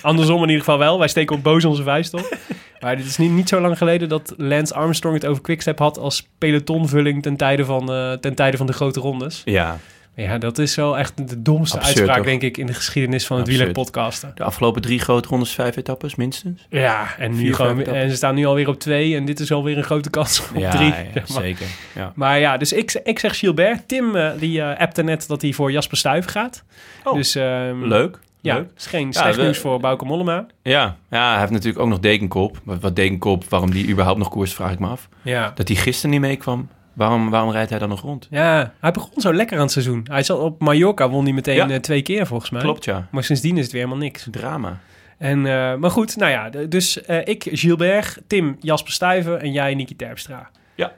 [SPEAKER 1] andersom in ieder geval wel. Wij steken op boos onze vuist op. Maar dit is niet, niet zo lang geleden dat Lance Armstrong het over Quickstep had... als pelotonvulling ten tijde van, eh, ten tijde van de grote rondes.
[SPEAKER 5] Ja.
[SPEAKER 1] Ja, dat is wel echt de domste
[SPEAKER 5] Absurd,
[SPEAKER 1] uitspraak,
[SPEAKER 5] toch?
[SPEAKER 1] denk ik, in de geschiedenis van het
[SPEAKER 5] Absurd.
[SPEAKER 1] wielerpodcasten.
[SPEAKER 5] De afgelopen drie grote rondes, vijf etappes minstens.
[SPEAKER 1] Ja, en, nu
[SPEAKER 5] Vier,
[SPEAKER 1] gewoon,
[SPEAKER 5] vijf etappes.
[SPEAKER 1] en ze staan nu alweer op twee en dit is alweer een grote kans op
[SPEAKER 5] ja,
[SPEAKER 1] drie.
[SPEAKER 5] ja,
[SPEAKER 1] zeg maar.
[SPEAKER 5] zeker. Ja.
[SPEAKER 1] Maar ja, dus ik, ik zeg Gilbert. Tim eh, die eh, appte net dat hij voor Jasper Stuyven gaat.
[SPEAKER 5] Oh.
[SPEAKER 1] dus, ehm,
[SPEAKER 5] Leuk.
[SPEAKER 1] Ja,
[SPEAKER 5] Leuk.
[SPEAKER 1] is geen slecht
[SPEAKER 5] we-
[SPEAKER 1] nieuws voor Bauke Mollema.
[SPEAKER 5] Ja. ja, hij heeft natuurlijk ook nog Dekenkop. Wat wat Dekenkop, waarom die überhaupt nog koers, vraag ik me af.
[SPEAKER 1] Ja.
[SPEAKER 5] Dat hij gisteren niet meekwam, waarom, waarom rijdt hij dan nog rond?
[SPEAKER 1] ja, hij begon zo lekker aan het seizoen. Hij zat op Mallorca, won hij meteen
[SPEAKER 5] Ja.
[SPEAKER 1] eh, twee keer volgens mij.
[SPEAKER 5] Klopt, ja.
[SPEAKER 1] Maar sindsdien is het weer helemaal niks.
[SPEAKER 5] Drama.
[SPEAKER 1] En, eh, maar goed, nou ja, d- dus eh, ik, Gilbert, Tim, Jasper Stuyven en jij, Niki Terpstra.
[SPEAKER 5] Ja.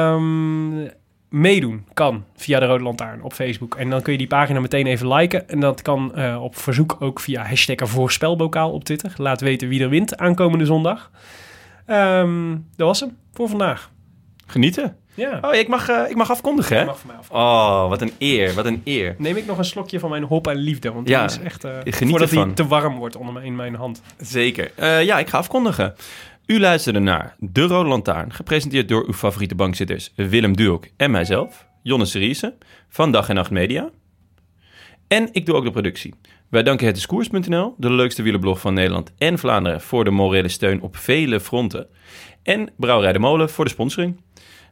[SPEAKER 1] Ehm, meedoen kan via de Rode Lantaarn op Facebook. En dan kun je die pagina meteen even liken. En dat kan eh, op verzoek ook via hashtag een voorspelbokaal op Twitter. Laat weten wie er wint aankomende zondag. Ehm, dat was hem voor vandaag.
[SPEAKER 5] Genieten.
[SPEAKER 1] Ja,
[SPEAKER 5] Oh, ik mag, eh, ik mag afkondigen, hè?
[SPEAKER 1] mag van mij af.
[SPEAKER 5] Oh, wat een eer, wat een eer.
[SPEAKER 1] Neem ik nog een slokje van mijn hop en liefde. Want
[SPEAKER 5] Ja,
[SPEAKER 1] die is echt. eh,
[SPEAKER 5] ik geniet
[SPEAKER 1] voordat
[SPEAKER 5] ervan.
[SPEAKER 1] hij te warm wordt onder mijn, in mijn hand.
[SPEAKER 5] Zeker. Eh, ja, ik ga afkondigen. U luisterde naar De Rode Lantaarn, gepresenteerd door uw favoriete bankzitters Willem Duok en mijzelf, Jonne Seriese, van Dag en Nacht Media. En ik doe ook de productie. Wij danken het discours.nl, de leukste wielerblog van Nederland en Vlaanderen, voor de morele steun op vele fronten. En Brouwerij de Molen voor de sponsoring.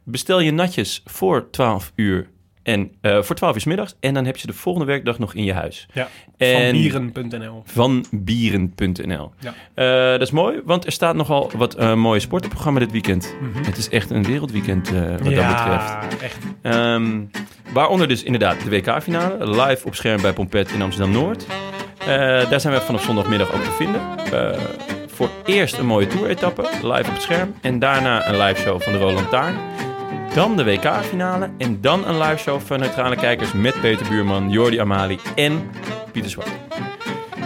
[SPEAKER 5] Bestel je natjes voor 12 uur en eh, voor 12 uur 's middags en dan heb je ze de volgende werkdag nog in je huis.
[SPEAKER 1] Ja,
[SPEAKER 5] En-
[SPEAKER 1] van bieren.nl.
[SPEAKER 5] Van bieren.nl.
[SPEAKER 1] Ja.
[SPEAKER 5] Eh, dat is mooi, want er staat nogal wat eh, mooie sportenprogramma dit weekend. Het is echt een wereldweekend eh, wat dat betreft.
[SPEAKER 1] Mhm. Ja, echt.
[SPEAKER 5] Ehm, waaronder dus inderdaad de WK-finale. Live op scherm bij Pompet in Amsterdam-Noord. Eh, daar zijn we vanaf zondagmiddag ook te vinden. Eh, voor eerst een mooie tour-etappe, live op het scherm. En daarna een live show van de Roland Taarn. Dan de WK-finale. En dan een live show van neutrale kijkers met Peter Buurman, Jordi Amali en Pieter Zwart.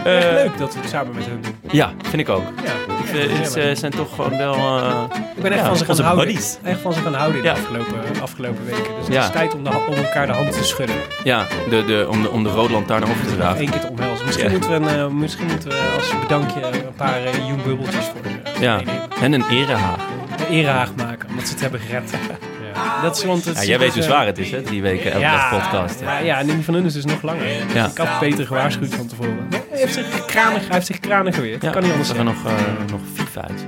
[SPEAKER 5] Eh,
[SPEAKER 1] Echt leuk dat we samen met hun doen.
[SPEAKER 5] Ja, vind ik ook.
[SPEAKER 1] Ja,
[SPEAKER 5] Ik, vind- het
[SPEAKER 1] ik
[SPEAKER 5] eh, zijn toch gewoon wel... eh,
[SPEAKER 1] ik ben echt
[SPEAKER 5] ja,
[SPEAKER 1] van ze gaan
[SPEAKER 5] onze
[SPEAKER 1] houden.
[SPEAKER 5] buddies.
[SPEAKER 1] Echt van ze gaan houden in
[SPEAKER 5] Ja.
[SPEAKER 1] de afgelopen, eh, afgelopen weken. Dus het
[SPEAKER 5] Ja.
[SPEAKER 1] is tijd om, de, ha- om elkaar de hand te schudden.
[SPEAKER 5] ja, de, de, om de, om de Rode Lantaarn over te dragen.
[SPEAKER 1] Eén keer te omhelzen. Misschien,
[SPEAKER 5] Ja.
[SPEAKER 1] moeten we een, eh, misschien moeten we als bedankje een paar eh, jong bubbeltjes voor eh,
[SPEAKER 5] Ja,
[SPEAKER 1] meenemen.
[SPEAKER 5] en een erehaag.
[SPEAKER 1] de erehaag maken, omdat ze het hebben gered. Ja. Dat is, want het
[SPEAKER 5] Ja,
[SPEAKER 1] is-
[SPEAKER 5] jij weet dus hoe
[SPEAKER 1] eh,
[SPEAKER 5] zwaar het is, hè? Drie weken elke
[SPEAKER 1] ja,
[SPEAKER 5] dag podcast. hè.
[SPEAKER 1] Ja, ja, en die van hun is dus nog langer.
[SPEAKER 5] Ja.
[SPEAKER 1] Ik had Peter gewaarschuwd van tevoren. Hij heeft zich kranig, hij heeft zich kranig geweerd.
[SPEAKER 5] Ja,
[SPEAKER 1] kan niet anders
[SPEAKER 5] er
[SPEAKER 1] zijn.
[SPEAKER 5] gaan nog, eh, nog vijf uit.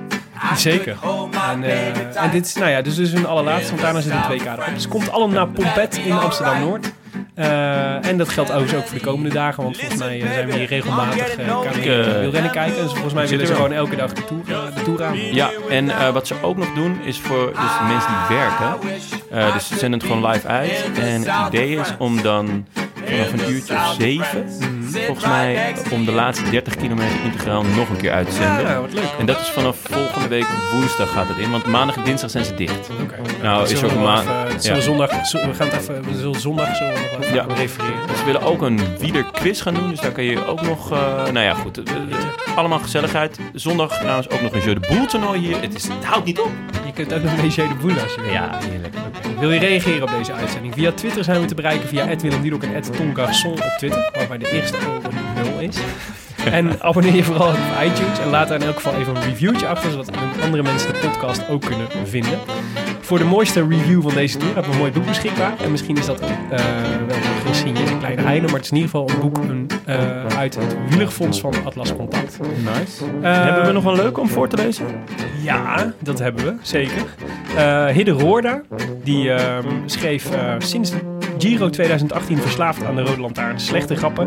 [SPEAKER 1] Zeker.
[SPEAKER 4] oh,
[SPEAKER 1] En, eh, en dit is, nou ja, dus dit is hun allerlaatste, want daarna zit het WK erop. Dus komt allemaal naar Pompet in Amsterdam-Noord. Eh, en dat geldt overigens ook voor de komende dagen, want volgens mij eh, zijn we hier regelmatig eh kan
[SPEAKER 5] Ik, eh,
[SPEAKER 1] weer wielrennen kijken. Dus volgens mij
[SPEAKER 5] zit
[SPEAKER 1] willen ze
[SPEAKER 5] er wel.
[SPEAKER 1] gewoon elke dag de tour, eh, de tour aan.
[SPEAKER 5] Ja, en eh, wat ze ook nog doen is voor dus de mensen die werken. eh, dus ze zenden het gewoon live uit. En het idee is om dan vanaf een uurtje of zeven, volgens mij, om de laatste 30 kilometer integraal nog een keer uit te
[SPEAKER 1] Ja,
[SPEAKER 5] zenden.
[SPEAKER 1] wat leuk.
[SPEAKER 5] En dat is vanaf volgende week woensdag gaat het in, want maandag en dinsdag zijn ze dicht. Nou, is
[SPEAKER 1] Zullen
[SPEAKER 5] ook
[SPEAKER 1] we
[SPEAKER 5] een
[SPEAKER 1] nog
[SPEAKER 5] maand.
[SPEAKER 1] even-
[SPEAKER 5] ja.
[SPEAKER 1] zullen we zondag, zullen we gaan het even, we zullen zondag zullen we nog even
[SPEAKER 5] Ja.
[SPEAKER 1] aan refereren.
[SPEAKER 5] Ze willen ook een wielerquiz gaan doen, dus daar kan je ook nog... eh, nou ja, goed. eh, eh, allemaal gezelligheid. Zondag trouwens ook nog een Jeu de Boel toernooi hier. Het, is, het houdt niet op.
[SPEAKER 1] Je kunt ook nog een beetje de boel als je wil.
[SPEAKER 5] Ja, heerlijk.
[SPEAKER 1] Wil je reageren op deze uitzending? Via Twitter zijn we te bereiken via @willemdierok en @tongarson op Twitter, waarbij de eerste O een nul is. En abonneer je vooral op iTunes en laat daar in elk geval even een reviewtje achter, zodat andere mensen de podcast ook kunnen vinden. Voor de mooiste review van deze tour hebben we een mooi boek beschikbaar. En misschien is dat eh, wel een gesigneerde kleine heine, maar het is in ieder geval een boek een, eh, uit het wielerfonds van Atlas Contact.
[SPEAKER 5] Nice.
[SPEAKER 1] Eh,
[SPEAKER 5] Hebben we nog wel leuk om voor te lezen?
[SPEAKER 1] ja, dat hebben we, zeker. Eh Hidde Roorda, die ehm, schreef eh, sinds Giro 2018 verslaafd aan de Rode Lantaarn. Slechte grappen,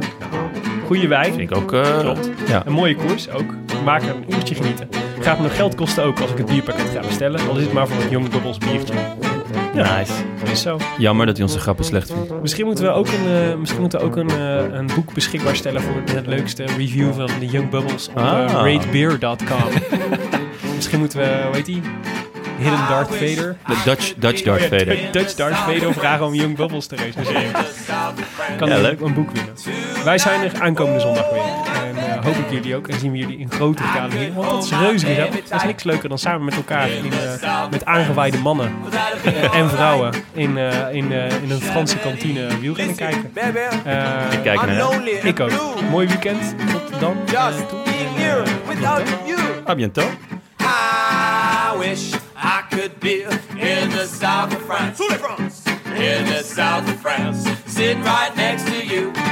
[SPEAKER 1] goede wijn.
[SPEAKER 5] Vind ik ook... eh,
[SPEAKER 1] Klopt.
[SPEAKER 5] Ja.
[SPEAKER 1] Een mooie koers ook. Maak er een uurtje genieten. Gaat me nog geld kosten ook als ik het bierpakket ga bestellen. Al is het maar voor een jong dubbels biertje.
[SPEAKER 5] Nice.
[SPEAKER 1] Is zo.
[SPEAKER 5] Jammer dat hij onze grappen slecht vindt.
[SPEAKER 1] Misschien moeten we ook een, eh, misschien moeten we ook een, eh, een boek beschikbaar stellen voor het leukste review van de Young Bubbles op eh,
[SPEAKER 5] Ah.
[SPEAKER 1] ratebeer.com. misschien moeten we, hoe heet die? Hidden Darth Vader.
[SPEAKER 5] De Dutch, Dutch Darth Vader.
[SPEAKER 1] Dutch Darth Vader vragen om Young Bubbles te recenseren. Kan
[SPEAKER 5] Ja,
[SPEAKER 1] ja,
[SPEAKER 5] leuk.
[SPEAKER 1] leuk een boek winnen. Wij zijn er aankomende zondag weer. En eh, hoop ik jullie ook. En zien we jullie in grote vergadering hier. Want dat is reuze gezellig. Er is niks leuker dan samen met elkaar in, eh, met aangewijde mannen eh, en vrouwen in, eh, in, eh, in een Franse kantine wielrennen kijken. Eh,
[SPEAKER 5] Ik kijk naar hem.
[SPEAKER 1] ik ook. Mooi weekend. Tot dan.
[SPEAKER 5] A bientôt.
[SPEAKER 4] I wish I could be in the south of France. In the south of France, sitting right next to you.